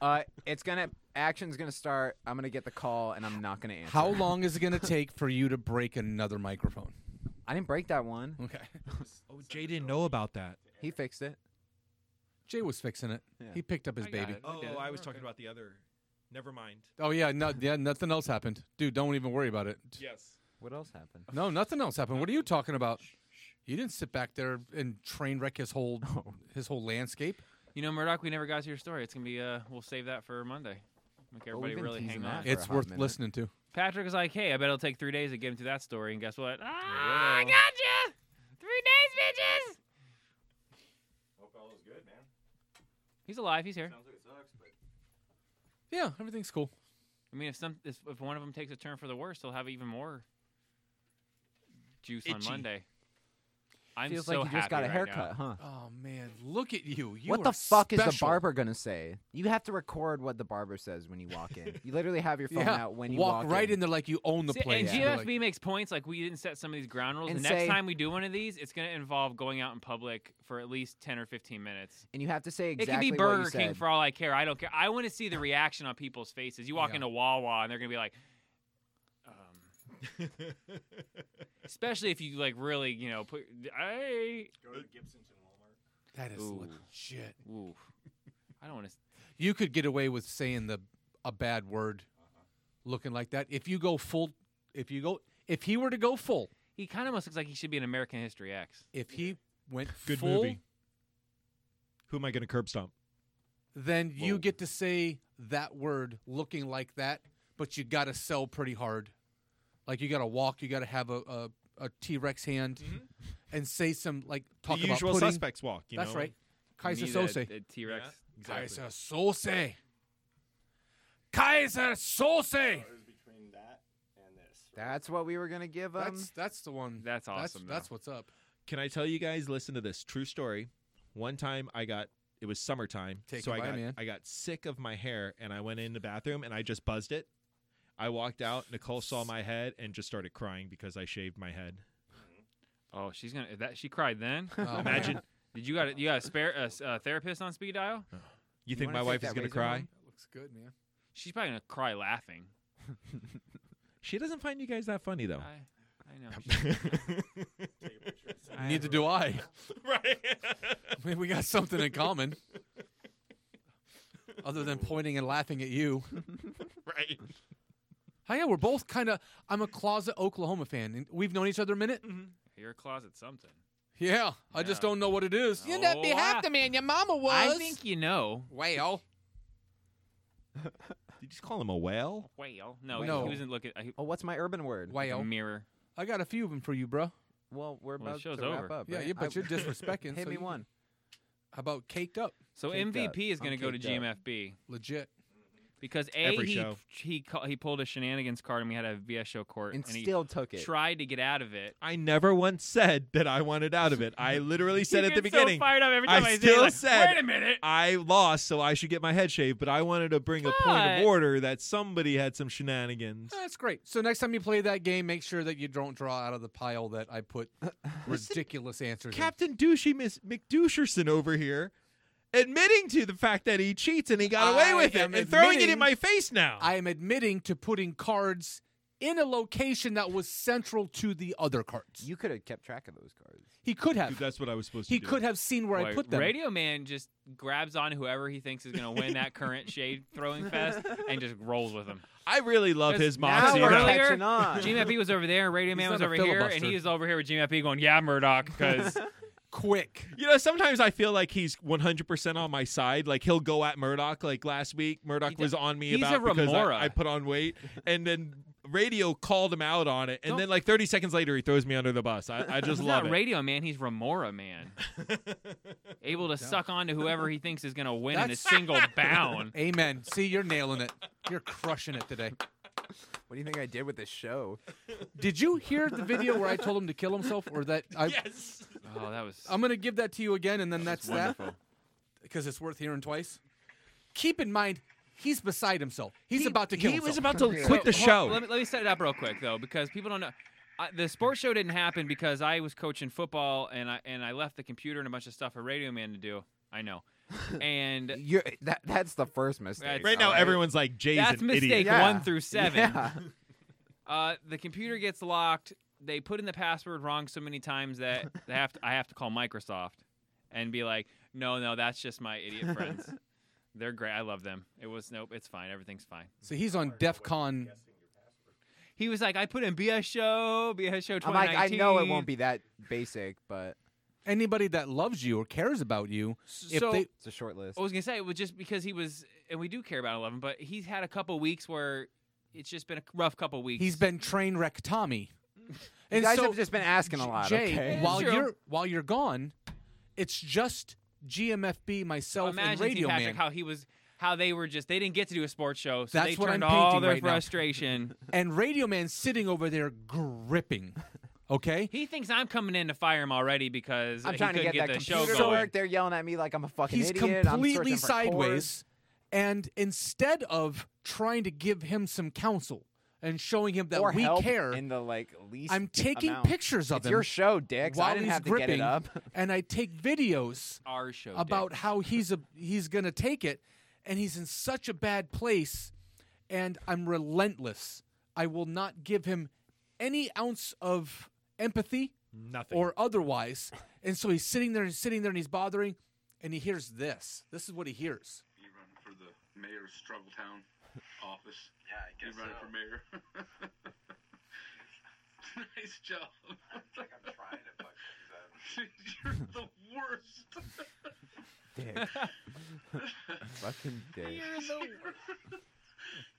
Speaker 5: Uh, it's gonna action's gonna start. I'm gonna get the call, and I'm not gonna answer.
Speaker 7: How long is it going to take for you to break another microphone?
Speaker 5: I didn't break that one.
Speaker 7: Okay.
Speaker 12: Oh, Jay didn't know about that.
Speaker 5: He fixed it.
Speaker 7: Jay was fixing it.
Speaker 5: Yeah.
Speaker 7: He picked up his
Speaker 12: I got
Speaker 7: baby.
Speaker 12: it. Oh, I was talking about the other. Never mind.
Speaker 7: Oh yeah, no, yeah, nothing else happened, dude. Don't even worry about it.
Speaker 12: Yes.
Speaker 5: What else happened?
Speaker 7: No, nothing else happened. What are you talking about? You didn't sit back there and train wreck his whole
Speaker 5: Oh.
Speaker 7: his whole landscape.
Speaker 11: You know, Murdoch, we never got to your story. It's gonna be. Uh, we'll save that for Monday. Make everybody
Speaker 5: been
Speaker 11: really hang
Speaker 5: teasing that
Speaker 11: on.
Speaker 5: for a
Speaker 7: It's
Speaker 5: hot
Speaker 7: worth
Speaker 5: minute.
Speaker 7: listening to.
Speaker 11: Patrick was like, "Hey, I bet it'll take three days to get into that story." And guess what? Ah,
Speaker 27: I
Speaker 11: I gotcha. Three days, bitches.
Speaker 15: Hope all is good, man.
Speaker 11: He's alive. He's here.
Speaker 15: Sounds like it sucks, but
Speaker 7: Yeah, everything's cool.
Speaker 11: I mean, if some if if one of them takes a turn for the worse, he'll have even more juice on
Speaker 7: Itchy.
Speaker 11: Monday. I'm
Speaker 5: Feels
Speaker 11: so
Speaker 5: like you just got a
Speaker 11: happy right
Speaker 5: haircut,
Speaker 11: now.
Speaker 5: huh?
Speaker 7: Oh man, look at you. you
Speaker 5: what
Speaker 7: are
Speaker 5: the fuck is the
Speaker 7: special.
Speaker 5: barber gonna say? You have to record what the barber says when you walk in. You literally have your phone
Speaker 7: Yeah,
Speaker 5: out when you
Speaker 7: walk
Speaker 5: walk,
Speaker 7: right in there like you own the
Speaker 11: See,
Speaker 7: place.
Speaker 11: And
Speaker 7: You're
Speaker 11: GFB
Speaker 7: like-
Speaker 11: makes points like we didn't set some of these ground rules.
Speaker 5: And
Speaker 11: the next
Speaker 5: say-
Speaker 11: time we do one of these, it's going to involve going out in public for at least 10 or 15 minutes.
Speaker 5: And you have to say
Speaker 11: it could
Speaker 5: exactly
Speaker 11: be
Speaker 5: what you
Speaker 11: Burger King
Speaker 5: said.
Speaker 11: for all I care. I don't care. I want to see the reaction on people's faces. You walk
Speaker 5: Yeah.
Speaker 11: into Wawa and they're going to be like, um, especially if you like really, you know, put, hey.
Speaker 15: go to the Gibson's and Walmart.
Speaker 7: That is
Speaker 11: Ooh.
Speaker 7: legit.
Speaker 11: Ooh. I don't want to.
Speaker 7: You could get away with saying the a bad word,
Speaker 5: Uh-huh.
Speaker 7: looking like that. If you go full, if you go, if he were to go full,
Speaker 11: He kind of almost looks like he should be an American History X.
Speaker 7: if he went
Speaker 12: Good
Speaker 7: full,
Speaker 12: movie. Who am I going to curb stomp?
Speaker 7: then you
Speaker 12: Whoa.
Speaker 7: get to say that word looking like that, but you got to sell pretty hard. Like you got to walk, you got to have a, a, a T Rex hand, and say some like talk about
Speaker 12: Mm-hmm. usual
Speaker 7: pudding.
Speaker 12: suspects walk, you e-,
Speaker 7: That's
Speaker 12: know?
Speaker 7: right. Kaiser
Speaker 11: You need a-
Speaker 7: Sose.
Speaker 11: a T-Rex. Exactly.
Speaker 7: Kaiser Sose. Kaiser Sose.
Speaker 15: Between that and this.
Speaker 5: That's what we were gonna give him.
Speaker 7: That's that's the one.
Speaker 11: That's
Speaker 7: That's
Speaker 11: awesome. though.
Speaker 7: that's what's up.
Speaker 12: Can I tell you guys? Listen to this true story. One time, I got it was summertime,
Speaker 7: Take
Speaker 12: so
Speaker 7: it
Speaker 12: I
Speaker 7: by,
Speaker 12: got
Speaker 7: man.
Speaker 12: I got sick of my hair, and I went in the bathroom and I just buzzed it. I walked out. Nicole saw my head and just started crying because I shaved my head.
Speaker 11: Oh, she's gonna. That she cried then.
Speaker 7: Um,
Speaker 12: Oh, Imagine. man.
Speaker 11: Did you got a, you got a spare a, s- a therapist on speed dial?
Speaker 12: You, think my wife is gonna cry?
Speaker 7: That looks good, man.
Speaker 11: She's probably gonna cry laughing.
Speaker 12: She doesn't find you guys that funny though.
Speaker 11: I, I know.
Speaker 7: Neither do I.
Speaker 12: right.
Speaker 7: I mean, we got something in common. Other than pointing and laughing at you.
Speaker 12: right.
Speaker 7: Oh, yeah, we're both kind of. I'm a closet Oklahoma fan. and We've known each other a minute.
Speaker 11: Your closet something.
Speaker 7: Yeah, I just don't know what it is.
Speaker 11: You know, be half the
Speaker 7: man your mama
Speaker 11: I think you know.
Speaker 7: Whale.
Speaker 12: Did you just call him a whale?
Speaker 11: Whale. No,
Speaker 7: No.
Speaker 11: He, he wasn't looking. I,
Speaker 5: Oh, what's my urban word?
Speaker 7: Whale.
Speaker 11: mirror.
Speaker 7: I got a few of them for you, bro.
Speaker 5: Well, we're
Speaker 11: Well, the
Speaker 5: about
Speaker 11: show's
Speaker 5: to wrap
Speaker 11: over.
Speaker 5: up.
Speaker 7: Yeah,
Speaker 5: right?
Speaker 7: yeah, but
Speaker 5: I-
Speaker 7: you're disrespecting.
Speaker 5: Hit
Speaker 7: so
Speaker 5: me
Speaker 7: you-
Speaker 5: one.
Speaker 7: How about caked up?
Speaker 11: So
Speaker 5: Caked
Speaker 11: MVP is
Speaker 5: up.
Speaker 11: gonna
Speaker 5: I'm
Speaker 11: go to
Speaker 5: caked up.
Speaker 11: GMFB.
Speaker 7: Legit.
Speaker 11: Because a
Speaker 12: Every
Speaker 11: he
Speaker 12: show.
Speaker 11: he ca- he pulled a shenanigans card and we had a VS show court
Speaker 12: And
Speaker 11: he
Speaker 12: still took it.
Speaker 11: Tried to get out of it.
Speaker 12: I never once said that I wanted out of it. I literally said at the
Speaker 11: get so
Speaker 12: beginning.
Speaker 11: fired up every time I say it,
Speaker 12: still
Speaker 11: like,
Speaker 12: said,
Speaker 11: "Wait a minute."
Speaker 12: I lost, so I should get my head shaved. But I wanted to bring a point
Speaker 7: But-
Speaker 12: of order that somebody had some shenanigans.
Speaker 7: That's great. So next time you play that game, make sure that you don't draw out of the pile that I put ridiculous answers. in.
Speaker 12: Captain Douchey Miss McDoucherson over here, admitting to the fact that he cheats and he got away
Speaker 7: I
Speaker 12: with it
Speaker 7: am
Speaker 12: and throwing it in
Speaker 7: admitting-
Speaker 12: my face now.
Speaker 7: I am admitting to putting cards in a location that was central to the other cards. You could have kept track of those cards. He could have.
Speaker 12: that's what I was supposed
Speaker 7: He could have seen where I
Speaker 11: Boy,
Speaker 7: put them.
Speaker 11: Radio Man just grabs on whoever he thinks is going to win that current shade throwing fest and just rolls with him.
Speaker 12: I really love
Speaker 11: Because
Speaker 12: his
Speaker 11: now
Speaker 12: moxie.
Speaker 11: we're
Speaker 12: though.
Speaker 11: earlier, GMFB was over there, and Radio Man
Speaker 12: He's
Speaker 11: was
Speaker 12: not a
Speaker 11: over here, and
Speaker 12: filibuster.
Speaker 11: he was over here with GMFB going, "Yeah, Murdoch," because
Speaker 7: quick.
Speaker 12: You know, sometimes I feel like he's 100% on my side. Like he'll go at Murdoch. Like last week, Murdoch was on me
Speaker 11: he's
Speaker 12: about
Speaker 11: a
Speaker 12: because
Speaker 11: Remora.
Speaker 12: I, I put on weight, and then radio called him out on it, and then like 30 seconds later, he throws me under the bus. I, I
Speaker 11: he's
Speaker 12: just love
Speaker 11: not
Speaker 12: it.
Speaker 11: Radio Man, he's Remora Man, able to suck on to whoever he thinks is going to win in a
Speaker 7: That's-
Speaker 11: single bound.
Speaker 7: Amen. See, you're nailing it. You're crushing it today.
Speaker 5: What do you think I did with this show?
Speaker 7: Did you hear the video where I told him to kill himself, or that? I,
Speaker 12: yes.
Speaker 11: Oh, that was.
Speaker 7: I'm gonna give that to you again, and then that's that,
Speaker 11: wonderful.
Speaker 7: because it's worth hearing twice. Keep in mind, he's beside himself. He's about to kill. himself.
Speaker 11: So, hold- Let me, let me set it up real quick though, because people don't know. I, the sports show didn't happen because I was coaching football and I and I left the computer and a bunch of stuff for Radio Man to do. I know, and
Speaker 5: You're, that, that's the first mistake.
Speaker 11: That's- Right now, everyone's
Speaker 12: like,
Speaker 5: Jay's
Speaker 11: That's
Speaker 5: an
Speaker 11: mistake
Speaker 5: idiot.
Speaker 11: one
Speaker 5: Yeah.
Speaker 11: through seven.
Speaker 5: Yeah.
Speaker 11: Uh, the computer gets locked. They put in the password wrong so many times that they have to, I have to call Microsoft and be like, "No, no, that's just my idiot friends. They're great. I love them. It was nope. It's fine. Everything's fine."
Speaker 7: So he's on DEF CON.
Speaker 11: He was like, "I put in BS show, BS show
Speaker 5: I'm
Speaker 11: 2019."
Speaker 5: like, I know it won't be that basic, but
Speaker 7: Anybody that loves you or cares about you, if
Speaker 11: So-
Speaker 7: they
Speaker 5: it's a short list.
Speaker 11: I was gonna say it was just because he was, and we do care about Eleven, but he's had a couple weeks where it's just been a rough couple weeks.
Speaker 7: he's been train wreck Tommy.
Speaker 11: You guys have
Speaker 5: just been asking a lot,
Speaker 7: Jay,
Speaker 5: okay?
Speaker 7: while
Speaker 11: True.
Speaker 7: you're while you're gone, it's just GMFB, myself, and
Speaker 11: Imagine see,
Speaker 7: Radio Man.
Speaker 11: Patrick how he was, how they were just they didn't get to do a sports show, so
Speaker 7: That's
Speaker 11: they
Speaker 7: what I'm
Speaker 11: turned all
Speaker 7: painting
Speaker 11: their
Speaker 7: right now.
Speaker 11: frustration.
Speaker 7: and Radio Man sitting over there gripping. Okay,
Speaker 11: he thinks I'm coming in to fire him already because
Speaker 5: I'm
Speaker 11: he
Speaker 5: trying to
Speaker 11: couldn't
Speaker 5: get that
Speaker 11: the show
Speaker 5: computer to
Speaker 11: going.
Speaker 5: work. They're yelling at me like I'm a fucking
Speaker 7: He's
Speaker 5: idiot. I'm
Speaker 7: completely
Speaker 5: searching for
Speaker 7: sideways. And instead of trying to give him some counsel and showing him that
Speaker 5: Or
Speaker 7: we
Speaker 5: help
Speaker 7: care
Speaker 5: in the like least.
Speaker 7: I'm taking
Speaker 5: amount.
Speaker 7: pictures of
Speaker 5: it's
Speaker 7: him.
Speaker 5: your show, Dix.
Speaker 7: While
Speaker 5: I didn't
Speaker 7: he's
Speaker 5: have to
Speaker 7: gripping,
Speaker 5: get it up.
Speaker 7: and I take videos
Speaker 11: Our show,
Speaker 7: about
Speaker 11: Dix.
Speaker 7: how he's a, he's gonna take it, and he's in such a bad place, and I'm relentless. I will not give him any ounce of empathy,
Speaker 12: nothing
Speaker 7: or otherwise. And so he's sitting there and sitting there, and he's bothering, and he hears this. This is what he hears.
Speaker 15: You run for the mayor's struggle town office. Yeah, I guess You running for mayor. nice job. I'm like I'm trying to fuck things up. You're the worst.
Speaker 5: Fucking dick.
Speaker 15: You're the worst.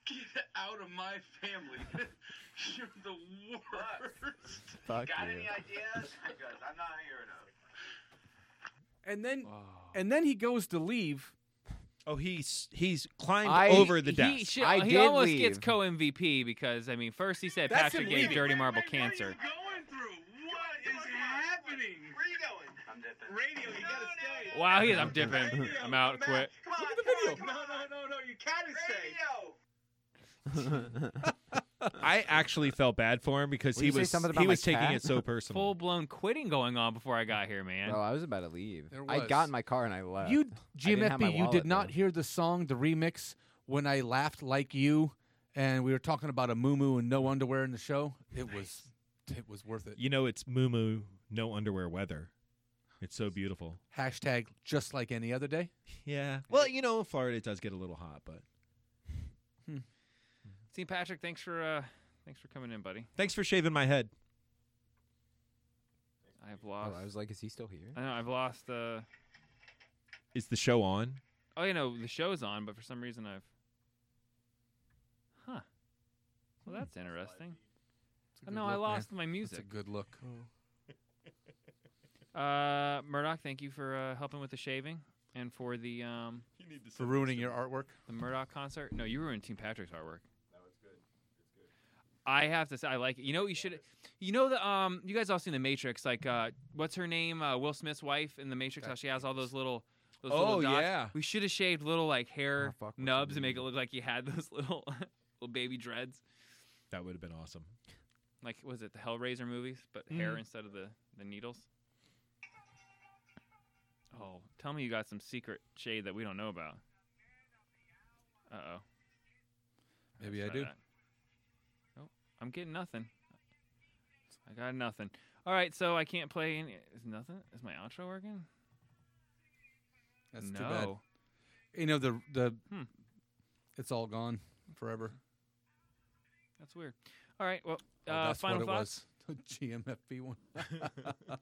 Speaker 15: Get out of my family. You're the worst.
Speaker 5: Fuck
Speaker 15: Got
Speaker 5: you.
Speaker 15: any ideas? Because I'm not here enough.
Speaker 7: And then, and then he goes to leave.
Speaker 12: Oh, he's he's climbed
Speaker 11: I-
Speaker 12: over the
Speaker 11: he
Speaker 12: desk.
Speaker 11: should- he almost gets co MVP because I mean, first he said
Speaker 15: That's
Speaker 11: Patrick
Speaker 15: him
Speaker 11: gave
Speaker 15: leaving.
Speaker 11: Dirty
Speaker 15: Wait,
Speaker 11: Marble cancer.
Speaker 15: Going through. What is happening? Where are you going? I'm dipping. Radio, you gotta stay.
Speaker 11: Wow, he is. I'm dipping. I'm out. Quit.
Speaker 15: Come on, look at the video. No, no, no, no. You gotta stay. Radio.
Speaker 12: I actually felt bad for him because
Speaker 11: Were
Speaker 12: he
Speaker 11: you say
Speaker 12: was
Speaker 11: something
Speaker 12: he
Speaker 11: about my
Speaker 12: was taking
Speaker 11: cat?
Speaker 12: it so personal.
Speaker 11: Full blown quitting going on before I got here, man.
Speaker 5: Bro, Oh, I was about to leave.
Speaker 11: There
Speaker 5: I
Speaker 11: was.
Speaker 5: got in my car and I left.
Speaker 7: You
Speaker 5: I didn't have my
Speaker 7: GMFB, you
Speaker 5: wallet,
Speaker 7: did not hear the song, the remix when I laughed like you, and we were talking about a moo moo and no underwear in the show. It was, it was worth it.
Speaker 12: You know, it's moo moo, no underwear weather. It's so beautiful.
Speaker 7: Hashtag just like any other day.
Speaker 12: Yeah. Well, you know, in Florida it does get a little hot, but
Speaker 11: See, Patrick, thanks for uh, thanks for coming in, buddy.
Speaker 12: thanks for shaving my head.
Speaker 11: I have lost.
Speaker 5: I was like, is he still here?
Speaker 11: I know I've lost. Uh,
Speaker 12: Is the show on?
Speaker 11: oh, you know the show's on, but for some reason I've. Huh. Well, that's interesting. Oh, no, I lost my music. Oh.
Speaker 7: Hmm. That's a good look.
Speaker 11: Uh, Murdoch, thank you for uh, helping with the shaving. And for the um,
Speaker 16: You need to
Speaker 7: For ruining your artwork.
Speaker 11: the Murdoch concert. No, you ruined Team Patrick's artwork.
Speaker 16: No, it's good.
Speaker 11: I have to say, I like it. You know, what you should. You know the um, you guys all seen the Matrix? Like, uh, what's her name? Uh, Will Smith's wife in the Matrix. How she has all those little. Those
Speaker 8: Oh,
Speaker 11: little dots.
Speaker 8: yeah.
Speaker 11: We should have shaved little like hair nubs and make it look like you had those little little baby dreads.
Speaker 17: That would have been awesome.
Speaker 11: Like, was it the Hellraiser movies, but hair
Speaker 17: Mm.
Speaker 11: instead of the the needles? Oh, tell me you got some secret shade that we don't know about. Uh oh.
Speaker 8: Maybe I
Speaker 11: Let's
Speaker 8: do.
Speaker 11: try that. uh, Nope, I'm getting nothing. I got nothing. All right, so I can't play any. Is nothing? Is my outro working?
Speaker 7: That's
Speaker 11: no.
Speaker 7: too bad. You know the the
Speaker 11: Hmm.
Speaker 7: it's all gone forever.
Speaker 11: That's weird. All right, well,
Speaker 7: Oh,
Speaker 11: uh,
Speaker 7: that's
Speaker 11: final
Speaker 7: what
Speaker 11: thoughts.
Speaker 7: it was. GMFB one.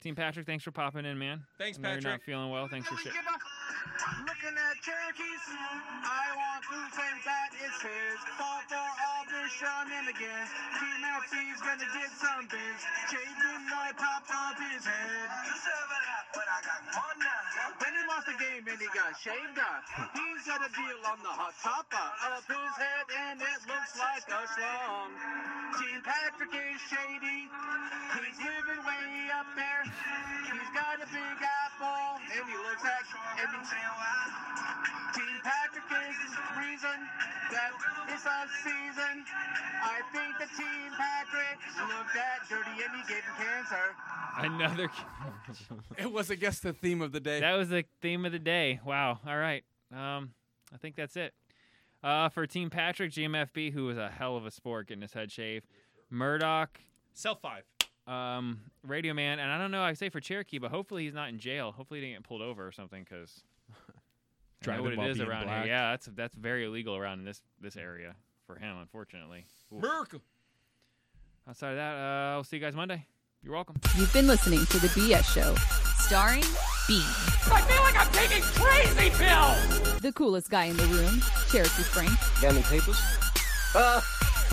Speaker 11: Team Patrick, thanks for popping in, man.
Speaker 7: Thanks,
Speaker 11: I know You're not
Speaker 7: Patrick.
Speaker 11: feeling well. Thanks for
Speaker 15: Give
Speaker 11: shit.
Speaker 15: up. Looking at Cherokees, I want two things that is his. Fall for all this shenanigans. Team LC's gonna get some biz. Jaden White popped off his head. Then he lost the game and he got shaved off. He's got a deal on the hot topper of his head and it looks like a slum. Team Patrick is shady. He's living way up there. He's got a big apple and he looks at and he- Team Patrick is the reason that it's a season. I think the team Patrick looked at dirty and he gave him cancer.
Speaker 11: Another.
Speaker 7: it was, I guess, the theme of the day.
Speaker 11: That was the theme of the day. Wow. All right. Um, I think that's it. Uh, for Team Patrick, GMFB, who was a hell of a sport getting his head shaved. Murdoch.
Speaker 17: Self five.
Speaker 11: Um, Radio Man, and I don't know. I say for Cherokee, but hopefully he's not in jail. Hopefully he didn't get pulled over or something, because. I know
Speaker 17: Driving
Speaker 11: what it
Speaker 17: while
Speaker 11: is
Speaker 17: being
Speaker 11: around
Speaker 17: black.
Speaker 11: here. Yeah, that's that's very illegal around this this area for him, unfortunately. Oof.
Speaker 7: Miracle.
Speaker 11: Outside of that, uh, I'll see you guys Monday. You're welcome.
Speaker 2: You've been listening to The BS Show, starring B.
Speaker 15: I feel like I'm taking crazy pills!
Speaker 2: The coolest guy in the room, Cherokee Frank.
Speaker 15: Got any papers?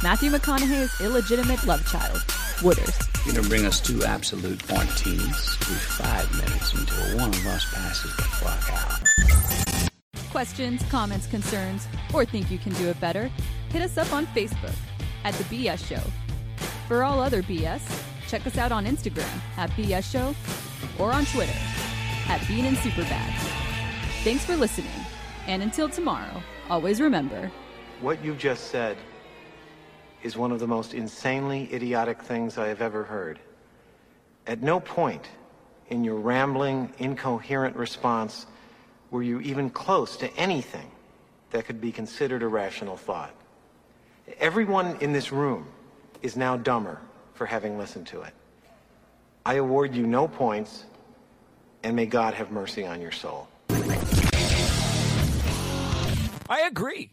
Speaker 2: Matthew McConaughey's illegitimate love child, Wooders.
Speaker 28: You're going to bring us two absolute martinis through five minutes until one of us passes the fuck out.
Speaker 2: Questions, comments, concerns, or think you can do it better? Hit us up on Facebook at The BS Show. For all other BS, check us out on Instagram at BS Show or on Twitter at Bean and Superbad. Thanks for listening, and until tomorrow, always remember.
Speaker 29: What you just said is one of the most insanely idiotic things I have ever heard. At no point in your rambling, incoherent response were you even close to anything that could be considered a rational thought. Everyone in this room is now dumber for having listened to it. I award you no points, and may God have mercy on your soul.
Speaker 30: I agree.